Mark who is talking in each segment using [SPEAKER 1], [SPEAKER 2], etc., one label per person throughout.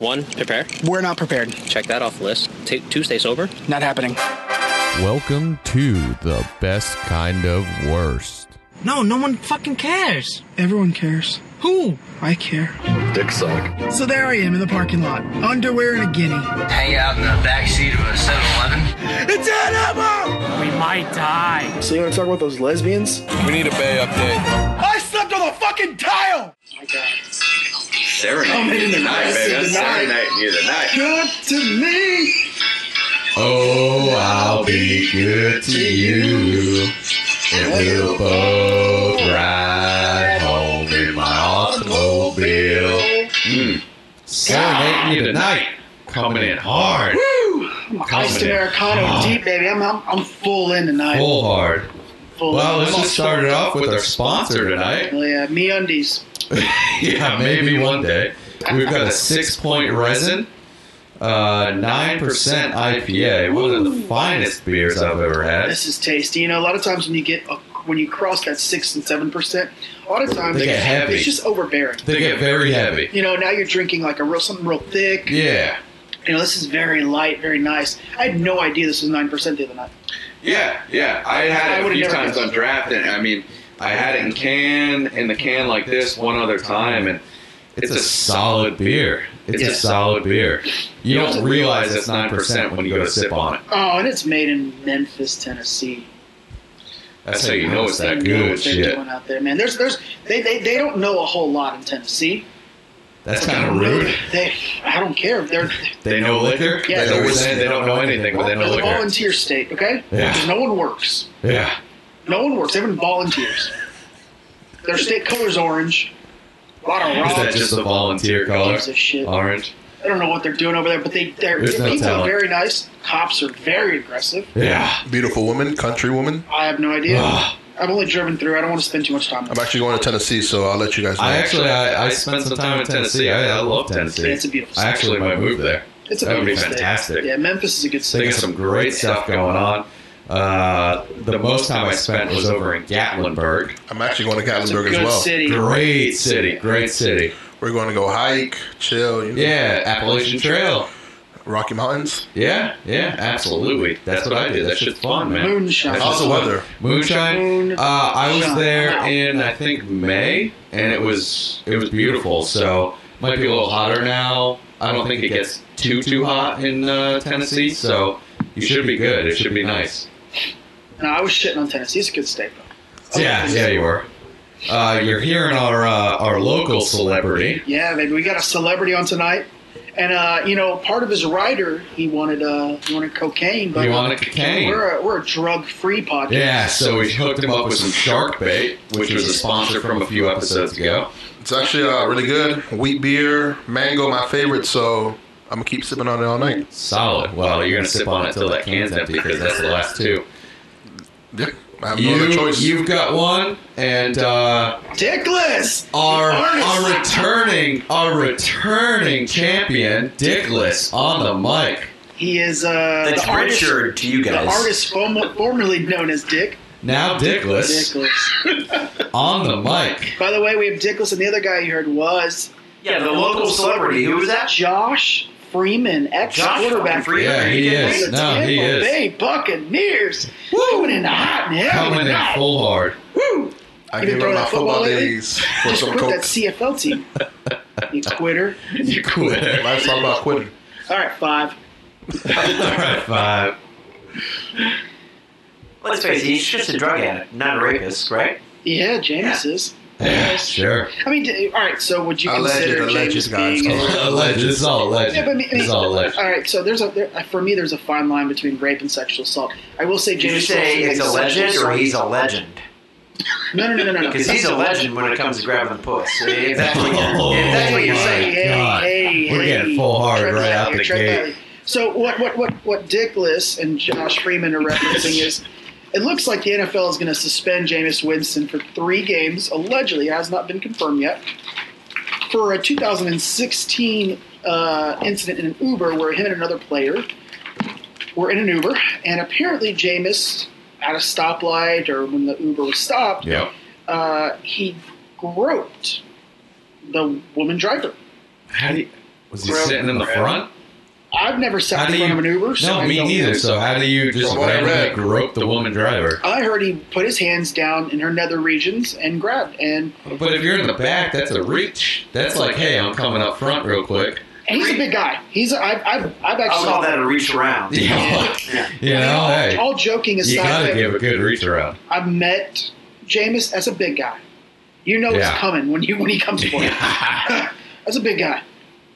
[SPEAKER 1] One, prepare.
[SPEAKER 2] We're not prepared.
[SPEAKER 1] Check that off the list. T- two, stay sober.
[SPEAKER 2] Not happening.
[SPEAKER 3] Welcome to the best kind of worst.
[SPEAKER 4] No, no one fucking cares.
[SPEAKER 2] Everyone cares.
[SPEAKER 4] Who?
[SPEAKER 2] I care.
[SPEAKER 5] Dick suck.
[SPEAKER 2] So there I am in the parking lot, underwear and a guinea.
[SPEAKER 6] hang out in the back seat of a 7-Eleven.
[SPEAKER 4] We might die.
[SPEAKER 5] So you want to talk about those lesbians?
[SPEAKER 7] We need a Bay update.
[SPEAKER 5] I slept on the fucking tile.
[SPEAKER 6] Serenade.
[SPEAKER 5] I'm hitting the night, baby. I'm serenading
[SPEAKER 6] you tonight.
[SPEAKER 5] Good to me.
[SPEAKER 3] Oh, I'll be good to you. And we'll both ride home in my automobile. Mm. Serenading you tonight. Coming in hard.
[SPEAKER 2] Woo! Iced Americano
[SPEAKER 7] Oh.
[SPEAKER 2] deep, baby. I'm, I'm, I'm full in tonight.
[SPEAKER 3] Full hard.
[SPEAKER 2] Full
[SPEAKER 7] Well,
[SPEAKER 2] in.
[SPEAKER 7] let's just start it off with our sponsor tonight.
[SPEAKER 2] Well, yeah, me undies.
[SPEAKER 7] Yeah, maybe one day. We've got a six point resin, uh, nine percent IPA, one of the finest beers I've ever had.
[SPEAKER 2] This is tasty. You know, a lot of times when you get a, when you cross that six and seven percent, a lot of times
[SPEAKER 7] They get heavy.
[SPEAKER 2] it's just overbearing.
[SPEAKER 7] They get very heavy.
[SPEAKER 2] You know, now you're drinking like a real something real thick.
[SPEAKER 7] Yeah,
[SPEAKER 2] You know, this is very light, very nice. I had no idea this was nine percent the other night.
[SPEAKER 7] yeah, yeah. I
[SPEAKER 2] I
[SPEAKER 7] had it a
[SPEAKER 2] would've
[SPEAKER 7] few
[SPEAKER 2] never
[SPEAKER 7] times
[SPEAKER 2] guessed.
[SPEAKER 7] on draft, and I mean, I had it in can in the can like this one other time, and. It's a solid beer. It's a solid beer. You don't realize it's nine percent when you go to sip on it.
[SPEAKER 2] Oh, and it's made in Memphis, Tennessee.
[SPEAKER 7] That's how you know it's that
[SPEAKER 2] You know
[SPEAKER 7] good
[SPEAKER 2] what they're
[SPEAKER 7] shit.
[SPEAKER 2] doing out there, man. There's, there's, they, they, they don't know a whole lot in Tennessee.
[SPEAKER 7] That's kind of rude.
[SPEAKER 2] They, I don't care. They're,
[SPEAKER 7] They know liquor.
[SPEAKER 2] Yeah,
[SPEAKER 7] they
[SPEAKER 2] they're
[SPEAKER 7] always
[SPEAKER 2] the-
[SPEAKER 7] say they don't know anything, but they
[SPEAKER 2] they're
[SPEAKER 7] know
[SPEAKER 2] the
[SPEAKER 7] liquor.
[SPEAKER 2] volunteer state, okay?
[SPEAKER 7] Yeah.
[SPEAKER 2] Because no one works.
[SPEAKER 7] Yeah.
[SPEAKER 2] No one works. Everyone volunteers. Their state color's orange. A lot of
[SPEAKER 7] Is that
[SPEAKER 2] rocks.
[SPEAKER 7] just the volunteer color?
[SPEAKER 2] Gives a shit.
[SPEAKER 7] Orange.
[SPEAKER 2] I don't know what they're doing over there, but they, they're,
[SPEAKER 7] There's no
[SPEAKER 2] people are
[SPEAKER 7] talent.
[SPEAKER 2] very nice. Cops are very aggressive.
[SPEAKER 7] Yeah.
[SPEAKER 8] Beautiful woman, country woman.
[SPEAKER 2] I have no idea.
[SPEAKER 7] Ugh.
[SPEAKER 2] I've only driven through. I don't want to spend too much time. on
[SPEAKER 8] I'm
[SPEAKER 2] it.
[SPEAKER 8] actually going to Tennessee, so I'll let you guys know.
[SPEAKER 7] I actually I, I spent some time in Tennessee. I, I love Tennessee.
[SPEAKER 2] It's a beautiful
[SPEAKER 7] I
[SPEAKER 2] state.
[SPEAKER 7] actually might move there.
[SPEAKER 2] It's a
[SPEAKER 7] that would be
[SPEAKER 2] beautiful state.
[SPEAKER 7] fantastic.
[SPEAKER 2] Yeah, Memphis is a good
[SPEAKER 7] They
[SPEAKER 2] city.
[SPEAKER 7] got some great stuff going on. Uh, the most time I spent was over in Gatlinburg.
[SPEAKER 8] I'm actually going to
[SPEAKER 2] It's a
[SPEAKER 8] Gatlinburg
[SPEAKER 2] good
[SPEAKER 8] as well.
[SPEAKER 2] city.
[SPEAKER 7] Great city, great city.
[SPEAKER 8] We're going to go hike, chill. You know,
[SPEAKER 7] Yeah, Appalachian Trail.
[SPEAKER 8] Rocky Mountains.
[SPEAKER 7] Yeah, yeah, absolutely. That's what I did. That shit's fun, man.
[SPEAKER 2] Moonshine.
[SPEAKER 7] That's
[SPEAKER 8] How's the
[SPEAKER 7] just-
[SPEAKER 8] weather?
[SPEAKER 7] Moonshine. Uh, I was
[SPEAKER 2] Moonshine.
[SPEAKER 7] there in I think May, and it was it was beautiful. So might be a little hotter now. I don't think it gets too too hot in uh, Tennessee, so you should be good. It should be nice.
[SPEAKER 2] No, I was shitting on Tennessee. It's a good state, though.
[SPEAKER 7] Oh, Yeah, yeah, you were. Uh, you're hearing our uh, our local celebrity.
[SPEAKER 2] Yeah, baby, we got a celebrity on tonight, and uh, you know, part of his rider, he wanted uh, he wanted cocaine, but uh,
[SPEAKER 7] He wanted cocaine.
[SPEAKER 2] We're a, we're a drug free podcast.
[SPEAKER 7] Yeah, so we hooked him up with some shark bait, which was a sponsor from a few episodes ago.
[SPEAKER 8] It's actually uh, really good. Wheat beer, mango, my favorite. So I'm gonna keep sipping on it all night.
[SPEAKER 7] Solid. Well, you're gonna sip on it till that can's empty because that's the last two.
[SPEAKER 8] Yeah, I have no other
[SPEAKER 7] You,
[SPEAKER 8] choice.
[SPEAKER 7] you've got one, and uh,
[SPEAKER 2] Dickless.
[SPEAKER 7] our
[SPEAKER 2] Artist.
[SPEAKER 7] our returning our returning champion, Dickless, on the mic.
[SPEAKER 2] He is uh,
[SPEAKER 9] That's
[SPEAKER 2] the artist,
[SPEAKER 9] Richard to you
[SPEAKER 2] the
[SPEAKER 9] guys.
[SPEAKER 2] artist form- formerly known as Dick
[SPEAKER 7] Now Dickless
[SPEAKER 2] Dickless.
[SPEAKER 7] on the mic.
[SPEAKER 2] By the way, we have Dickless, and the other guy you heard was
[SPEAKER 9] yeah, the local celebrity. Who was that?
[SPEAKER 2] Josh Freeman, ex
[SPEAKER 9] Josh
[SPEAKER 2] quarterback.
[SPEAKER 9] Freeman.
[SPEAKER 7] Yeah, he is.
[SPEAKER 2] The
[SPEAKER 7] No, he
[SPEAKER 2] Tampa
[SPEAKER 7] is
[SPEAKER 2] Bay Buccaneers coming in hot and heavy
[SPEAKER 7] coming in
[SPEAKER 2] tonight.
[SPEAKER 7] full hard.
[SPEAKER 2] Woo!
[SPEAKER 8] I
[SPEAKER 2] You
[SPEAKER 8] gave
[SPEAKER 2] been
[SPEAKER 8] up
[SPEAKER 2] throwing
[SPEAKER 8] my
[SPEAKER 2] that football
[SPEAKER 8] football
[SPEAKER 2] lately?
[SPEAKER 8] days for
[SPEAKER 2] Just
[SPEAKER 8] some
[SPEAKER 2] quit that
[SPEAKER 8] coke.
[SPEAKER 2] CFL team. You quitter.
[SPEAKER 7] You quit. All
[SPEAKER 8] Life's all about quitting.
[SPEAKER 2] All right, five.
[SPEAKER 7] right, five.
[SPEAKER 9] Let's face it, he's just a drug addict, not a rapist, right?
[SPEAKER 2] Yeah, James is.
[SPEAKER 7] Yeah, sure.
[SPEAKER 2] I mean, d- all right. So would you
[SPEAKER 8] Alleged,
[SPEAKER 2] consider
[SPEAKER 8] alleged,
[SPEAKER 2] James
[SPEAKER 8] guys.
[SPEAKER 2] being?
[SPEAKER 8] Alleged.
[SPEAKER 7] Alleged. It's all alleged.
[SPEAKER 2] Yeah, but I mean, I mean,
[SPEAKER 7] It's all alleged.
[SPEAKER 2] all right. So there's a there, uh, for me, there's a fine line between rape and sexual assault. I will say,
[SPEAKER 9] Did you
[SPEAKER 2] James
[SPEAKER 9] say
[SPEAKER 2] Wilson
[SPEAKER 9] it's
[SPEAKER 2] is
[SPEAKER 9] a
[SPEAKER 2] sexual
[SPEAKER 9] legend or
[SPEAKER 2] assault.
[SPEAKER 9] he's a legend?
[SPEAKER 2] No, no, no, no, no. no.
[SPEAKER 9] Because he's a legend when it comes to grabbing the puss. If that's what
[SPEAKER 7] Oh,
[SPEAKER 9] you're, if that's what you're
[SPEAKER 7] my
[SPEAKER 9] saying.
[SPEAKER 2] Hey,
[SPEAKER 7] God.
[SPEAKER 2] hey,
[SPEAKER 7] We're
[SPEAKER 2] hey,
[SPEAKER 7] getting full hard
[SPEAKER 2] Tread
[SPEAKER 7] right
[SPEAKER 2] lightly,
[SPEAKER 7] out the
[SPEAKER 2] tread
[SPEAKER 7] gate.
[SPEAKER 2] lightly. So what what what what Dickless and Josh Freeman are referencing is. It looks like the NFL is going to suspend Jameis Winston for three games, allegedly, it has not been confirmed yet, for a 2016 uh, incident in an Uber where him and another player were in an Uber, and apparently Jameis, at a stoplight or when the Uber was stopped,
[SPEAKER 7] Yep.
[SPEAKER 2] uh, he groped the woman driver.
[SPEAKER 7] How do you, Was he sitting in the front?
[SPEAKER 2] I've never
[SPEAKER 7] How
[SPEAKER 2] sat
[SPEAKER 7] do
[SPEAKER 2] in front
[SPEAKER 7] you-
[SPEAKER 2] of an Uber. so
[SPEAKER 7] No,
[SPEAKER 2] I
[SPEAKER 7] me
[SPEAKER 2] don't
[SPEAKER 7] neither.
[SPEAKER 2] know.
[SPEAKER 7] So how do you just
[SPEAKER 8] From what I
[SPEAKER 7] randomly
[SPEAKER 8] read.
[SPEAKER 7] grope the woman driver?
[SPEAKER 2] I heard he put his hands down in her nether regions and grabbed, and,
[SPEAKER 7] But if you're in the back, that's a reach. That's like, hey, I'm coming up front real quick.
[SPEAKER 2] and he's a big guy. He's a, I've, I've, I've
[SPEAKER 9] I'll
[SPEAKER 2] actually
[SPEAKER 9] call that a reach around.
[SPEAKER 7] You know, you know
[SPEAKER 2] all,
[SPEAKER 7] hey,
[SPEAKER 2] all joking
[SPEAKER 7] you
[SPEAKER 2] aside,
[SPEAKER 7] gotta
[SPEAKER 2] but
[SPEAKER 7] give a good reach around.
[SPEAKER 2] I've met Jameis as a big guy. You know
[SPEAKER 7] Yeah.
[SPEAKER 2] it's coming when you when he comes for you. That's a big guy.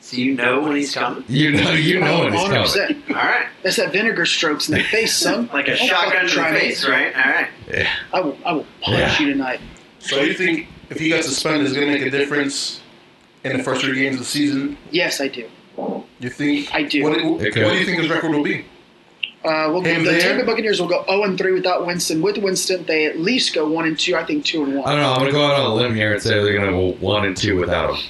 [SPEAKER 9] So you know when he's coming.
[SPEAKER 7] You know, you know when it's coming.
[SPEAKER 2] 100%.
[SPEAKER 9] All right.
[SPEAKER 2] That's that vinegar strokes in the face, son.
[SPEAKER 9] Like a
[SPEAKER 2] Don't
[SPEAKER 9] shotgun
[SPEAKER 2] fucking
[SPEAKER 9] to the
[SPEAKER 2] try me.
[SPEAKER 9] face, right? All right.
[SPEAKER 2] I will, I will punch
[SPEAKER 7] Yeah.
[SPEAKER 2] you tonight.
[SPEAKER 8] So you think if he got suspended, it's going to make a difference in the first three games of the season?
[SPEAKER 2] Yes, I do.
[SPEAKER 8] You think?
[SPEAKER 2] I do.
[SPEAKER 8] What, what
[SPEAKER 7] It
[SPEAKER 8] do
[SPEAKER 7] could.
[SPEAKER 8] you think his record will be?
[SPEAKER 2] Uh, well,
[SPEAKER 8] Him
[SPEAKER 2] the
[SPEAKER 8] there?
[SPEAKER 2] Tampa Buccaneers will go 0 and 3 without Winston. With Winston, they at least go 1 and 2. I think 2 and 1.
[SPEAKER 7] I don't know. I'm gonna go out on a limb here and say they're gonna go one and two without him.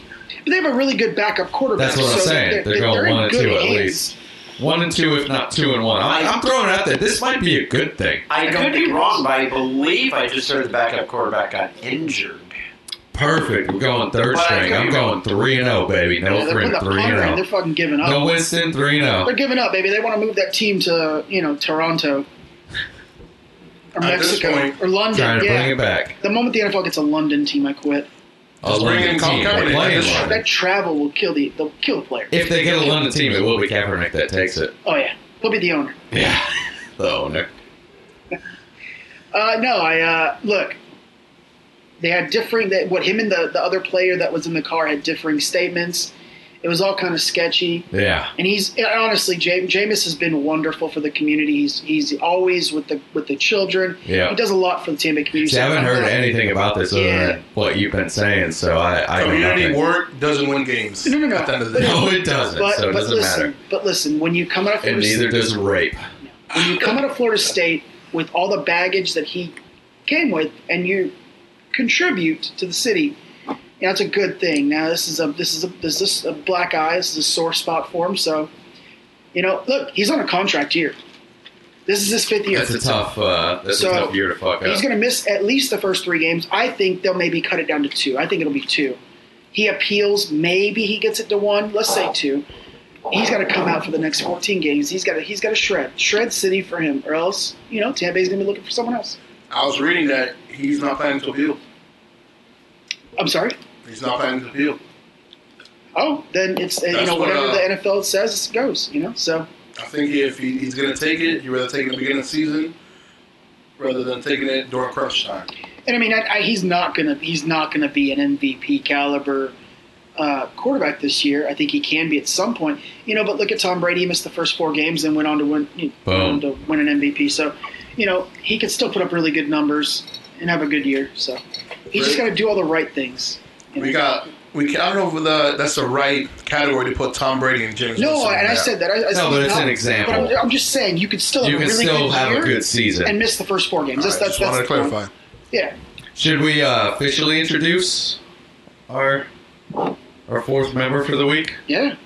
[SPEAKER 2] But they have a really good backup quarterback.
[SPEAKER 7] That's what I'm
[SPEAKER 2] so
[SPEAKER 7] saying.
[SPEAKER 2] They're,
[SPEAKER 7] They're going
[SPEAKER 2] they're in
[SPEAKER 7] one and
[SPEAKER 2] good
[SPEAKER 7] two at
[SPEAKER 2] hands.
[SPEAKER 7] least. One and two, if not two and one. I, I'm throwing it out there. This might be a good thing.
[SPEAKER 9] I,
[SPEAKER 2] don't
[SPEAKER 9] could
[SPEAKER 2] think
[SPEAKER 9] be
[SPEAKER 2] it
[SPEAKER 9] wrong,
[SPEAKER 2] is.
[SPEAKER 9] but I believe I just heard the backup quarterback got injured.
[SPEAKER 7] Perfect. We're going third
[SPEAKER 9] But I
[SPEAKER 7] string.
[SPEAKER 9] could
[SPEAKER 7] I'm
[SPEAKER 9] be
[SPEAKER 7] going three and zero, baby.
[SPEAKER 2] Yeah,
[SPEAKER 7] No
[SPEAKER 2] they're
[SPEAKER 7] three and
[SPEAKER 2] putting a
[SPEAKER 7] three
[SPEAKER 2] punter in.
[SPEAKER 7] and
[SPEAKER 2] They're
[SPEAKER 7] zero.
[SPEAKER 2] fucking giving up.
[SPEAKER 7] No Winston three and oh.
[SPEAKER 2] They're
[SPEAKER 7] zero.
[SPEAKER 2] giving up, baby. They want to move that team to, you know, Toronto or
[SPEAKER 8] At this
[SPEAKER 2] Mexico
[SPEAKER 8] point,
[SPEAKER 2] or
[SPEAKER 7] Trying
[SPEAKER 2] London.
[SPEAKER 7] to
[SPEAKER 2] Yeah.
[SPEAKER 7] bring it back.
[SPEAKER 2] the moment the NFL gets a London team, I quit.
[SPEAKER 7] A
[SPEAKER 8] bring
[SPEAKER 7] London
[SPEAKER 8] in Colin
[SPEAKER 7] team. They're
[SPEAKER 8] Kaepernick.
[SPEAKER 7] playing
[SPEAKER 8] That's-
[SPEAKER 7] London.
[SPEAKER 2] That travel will kill the they'll kill the player.
[SPEAKER 7] If they get a London team, it will be Kaepernick that takes it.
[SPEAKER 2] Oh yeah, he'll be the owner.
[SPEAKER 7] Yeah. The owner.
[SPEAKER 2] Uh, no, I uh, look. They had differing that what him and the, the other player that was in the car had differing statements. It was all kind of sketchy.
[SPEAKER 7] Yeah.
[SPEAKER 2] And he's and honestly, Jam- Jameis has been wonderful for the community. He's he's always with the with the children.
[SPEAKER 7] Yeah.
[SPEAKER 2] he does a lot for the Tampa community.
[SPEAKER 7] See, I haven't heard
[SPEAKER 2] Uh,
[SPEAKER 7] anything about Oh, this other
[SPEAKER 2] Yeah.
[SPEAKER 7] than what you've been saying, so I, I know
[SPEAKER 8] Community
[SPEAKER 7] nothing.
[SPEAKER 8] work doesn't win games.
[SPEAKER 2] No, no, no.
[SPEAKER 8] At the end of the
[SPEAKER 7] No,
[SPEAKER 8] day.
[SPEAKER 7] it doesn't.
[SPEAKER 2] But,
[SPEAKER 7] so it
[SPEAKER 2] but
[SPEAKER 7] doesn't
[SPEAKER 2] listen,
[SPEAKER 7] matter.
[SPEAKER 2] but listen, when you come out of
[SPEAKER 7] And
[SPEAKER 2] Florida
[SPEAKER 7] neither does rape.
[SPEAKER 2] when you come out of Florida State with all the baggage that he came with, and you contribute to the city, you know, it's a good thing. Now this is a this is a this is a black eye. This is a sore spot for him. So, you know, look, he's on a contract year. This is his fifth year.
[SPEAKER 7] That's a tough. Uh, that's
[SPEAKER 2] So,
[SPEAKER 7] a tough year to fuck up.
[SPEAKER 2] He's going to miss at least the first three games. I think they'll maybe cut it down to two. I think it'll be two. He appeals. Maybe he gets it to one. Let's say two. He's got to come out for the next 14 games. He's got to he's got to shred shred city for him, or else you know Tampa Bay's going to be looking for someone else.
[SPEAKER 8] I was reading that he's not planning to appeal.
[SPEAKER 2] I'm sorry.
[SPEAKER 8] He's not planning to appeal.
[SPEAKER 2] Oh, then it's uh, you
[SPEAKER 8] That's
[SPEAKER 2] know
[SPEAKER 8] what,
[SPEAKER 2] whatever
[SPEAKER 8] uh,
[SPEAKER 2] the NFL says goes. You know, so
[SPEAKER 8] I think if he, he's going to take it, he'd rather take it at the beginning of the season rather than taking it during crunch time.
[SPEAKER 2] and I mean I, I, he's not gonna he's not gonna be an MVP caliber uh, quarterback this year. I think he can be at some point, you know. But look at Tom Brady; he missed the first four games and went on to win you know, went on to win an MVP. So, you know, he could still put up really good numbers and have a good year. So, he's just
[SPEAKER 8] Right.
[SPEAKER 2] got to do all the right things. you
[SPEAKER 8] We
[SPEAKER 2] know.
[SPEAKER 8] got. We can, I don't know if the, that's the right category to put Tom Brady and James.
[SPEAKER 2] no,
[SPEAKER 8] Winston
[SPEAKER 2] and I
[SPEAKER 8] in.
[SPEAKER 2] said that. I, I said
[SPEAKER 7] but it's
[SPEAKER 2] not-
[SPEAKER 7] an example.
[SPEAKER 2] But I'm, I'm just saying, you could still
[SPEAKER 7] you can
[SPEAKER 2] have a really
[SPEAKER 7] still
[SPEAKER 2] good
[SPEAKER 7] have
[SPEAKER 2] year
[SPEAKER 7] a good season.
[SPEAKER 2] and miss the first four games.
[SPEAKER 8] All
[SPEAKER 2] That's
[SPEAKER 8] right,
[SPEAKER 2] that's that's
[SPEAKER 8] just wanted to
[SPEAKER 2] the point.
[SPEAKER 8] clarify.
[SPEAKER 2] Yeah.
[SPEAKER 7] Should we uh, officially introduce our our fourth member for the week?
[SPEAKER 2] Yeah.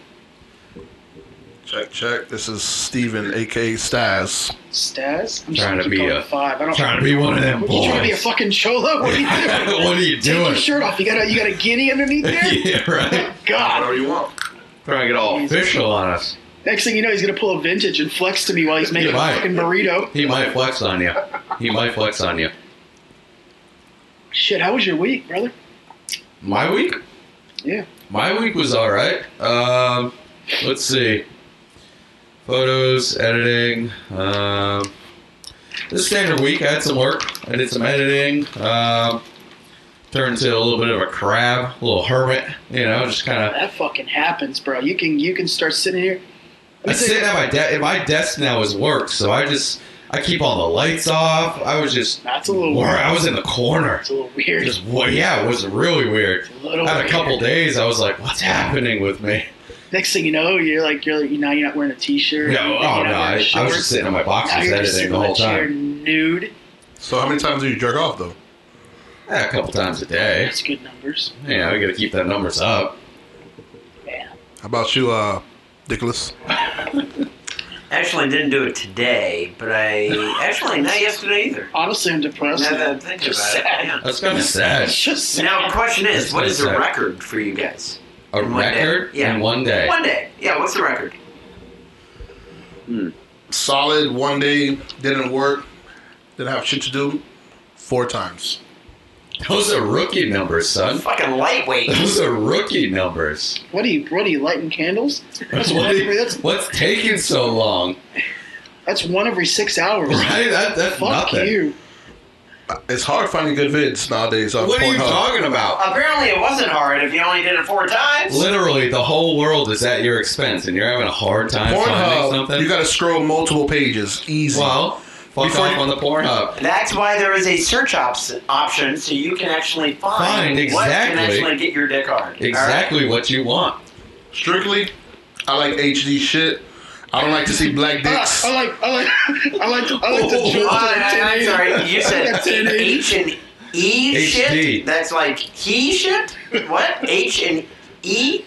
[SPEAKER 8] Check, check. This is Steven, aka Staz.
[SPEAKER 2] Stas. I'm
[SPEAKER 7] Trying
[SPEAKER 2] just gonna
[SPEAKER 7] to
[SPEAKER 2] keep
[SPEAKER 7] be
[SPEAKER 2] going
[SPEAKER 7] a-
[SPEAKER 2] five. I don't
[SPEAKER 7] Trying to be one of them
[SPEAKER 2] What, you trying to be a
[SPEAKER 7] boys.
[SPEAKER 2] fucking cholo? What are you doing?
[SPEAKER 7] what are you
[SPEAKER 2] Take
[SPEAKER 7] doing?
[SPEAKER 2] your shirt off. You got a you got a guinea underneath there.
[SPEAKER 7] yeah, right.
[SPEAKER 2] God.
[SPEAKER 8] Whatever you want.
[SPEAKER 7] Trying to get all official on us.
[SPEAKER 2] Next thing you know, he's gonna pull a vintage and flex to me while he's making
[SPEAKER 7] You're
[SPEAKER 2] a
[SPEAKER 7] right.
[SPEAKER 2] fucking burrito.
[SPEAKER 7] He might flex on you. He might flex on you.
[SPEAKER 2] Shit, how was your week, brother?
[SPEAKER 7] My week?
[SPEAKER 2] Yeah.
[SPEAKER 7] My week was all right. Um, let's see. Photos, editing. Um, this standard week, I had some work. I did some editing. Um, turned into a little bit of a crab, a little hermit. You know, just kind of.
[SPEAKER 2] That fucking happens, bro. You can you can start sitting here.
[SPEAKER 7] I sit at my desk. My desk now is work, so I just I keep all the lights off. I was just.
[SPEAKER 2] That's a little
[SPEAKER 7] Where
[SPEAKER 2] weird.
[SPEAKER 7] I was in the corner.
[SPEAKER 2] It's a little weird.
[SPEAKER 7] Just wa- yeah, it was really weird.
[SPEAKER 2] A little
[SPEAKER 7] Had a
[SPEAKER 2] weird.
[SPEAKER 7] couple days, I was like, "What's happening with me?"
[SPEAKER 2] Next thing you know, you're like you're like, now you're not wearing a t-shirt.
[SPEAKER 7] No,
[SPEAKER 2] You're
[SPEAKER 7] oh
[SPEAKER 2] not
[SPEAKER 7] no,
[SPEAKER 2] wearing
[SPEAKER 7] I, I was
[SPEAKER 2] shorts.
[SPEAKER 7] just sitting on my
[SPEAKER 2] Now
[SPEAKER 7] boxes
[SPEAKER 2] you're
[SPEAKER 7] editing
[SPEAKER 2] just sitting
[SPEAKER 7] the
[SPEAKER 2] on a
[SPEAKER 7] whole
[SPEAKER 2] chair
[SPEAKER 7] time.
[SPEAKER 2] nude.
[SPEAKER 8] So, how many times do you jerk off, though?
[SPEAKER 7] Yeah, a couple times a day.
[SPEAKER 2] That's good numbers.
[SPEAKER 7] You know, we gotta keep that numbers up.
[SPEAKER 8] How about you, uh, Dickless?
[SPEAKER 9] Actually, I didn't do it today, but I actually not yesterday either.
[SPEAKER 2] Honestly, I'm depressed.
[SPEAKER 9] Now that I'm thinking
[SPEAKER 2] just
[SPEAKER 9] about it,
[SPEAKER 2] sad.
[SPEAKER 9] yeah.
[SPEAKER 7] That's kind of sad.
[SPEAKER 2] It's just sad.
[SPEAKER 9] Now, question is,
[SPEAKER 7] That's
[SPEAKER 9] what
[SPEAKER 7] what
[SPEAKER 9] is
[SPEAKER 7] I
[SPEAKER 9] the
[SPEAKER 7] said.
[SPEAKER 9] record for you guys?
[SPEAKER 7] a
[SPEAKER 9] In one day.
[SPEAKER 7] record
[SPEAKER 9] Yeah.
[SPEAKER 7] in one day.
[SPEAKER 9] One day. Yeah, what's the record?
[SPEAKER 8] Solid one day didn't work. Didn't have shit to do. Four times.
[SPEAKER 7] Those are rookie numbers, son.
[SPEAKER 9] Fucking lightweight.
[SPEAKER 7] Those are rookie numbers.
[SPEAKER 2] What do you? What do you lighting candles? That's one
[SPEAKER 7] What do you-
[SPEAKER 2] every. That's
[SPEAKER 7] what's taking so long?
[SPEAKER 2] that's one every six hours.
[SPEAKER 7] Right? That, that's
[SPEAKER 2] Fuck
[SPEAKER 7] nothing.
[SPEAKER 2] you.
[SPEAKER 8] It's hard finding good vids nowadays on
[SPEAKER 7] What are you
[SPEAKER 8] Pornhub.
[SPEAKER 7] talking about?
[SPEAKER 9] Apparently, it wasn't hard if you only did it four times.
[SPEAKER 7] Literally, the whole world is at your expense, and you're having a hard time finding
[SPEAKER 8] Pornhub,
[SPEAKER 7] something.
[SPEAKER 8] you got to scroll multiple pages. Easy.
[SPEAKER 7] well, fuck
[SPEAKER 8] Before
[SPEAKER 7] off
[SPEAKER 8] you-
[SPEAKER 7] on the Pornhub.
[SPEAKER 9] That's why there is a search ops option, so you can actually find,
[SPEAKER 7] Find,
[SPEAKER 9] what can
[SPEAKER 7] exactly.
[SPEAKER 9] actually get your dick hard.
[SPEAKER 7] Exactly what you want.
[SPEAKER 8] Strictly, I like HD shit. I don't like to see black
[SPEAKER 7] Ah,
[SPEAKER 8] dicks.
[SPEAKER 2] I like I like I like I like to
[SPEAKER 7] Oh,
[SPEAKER 2] jump to
[SPEAKER 9] All right? Oh, I- I- I'm
[SPEAKER 2] the 1080.
[SPEAKER 9] sorry, you said
[SPEAKER 2] Ten eighty.
[SPEAKER 9] H and E
[SPEAKER 7] HD.
[SPEAKER 9] shit. That's like he shit. What H and E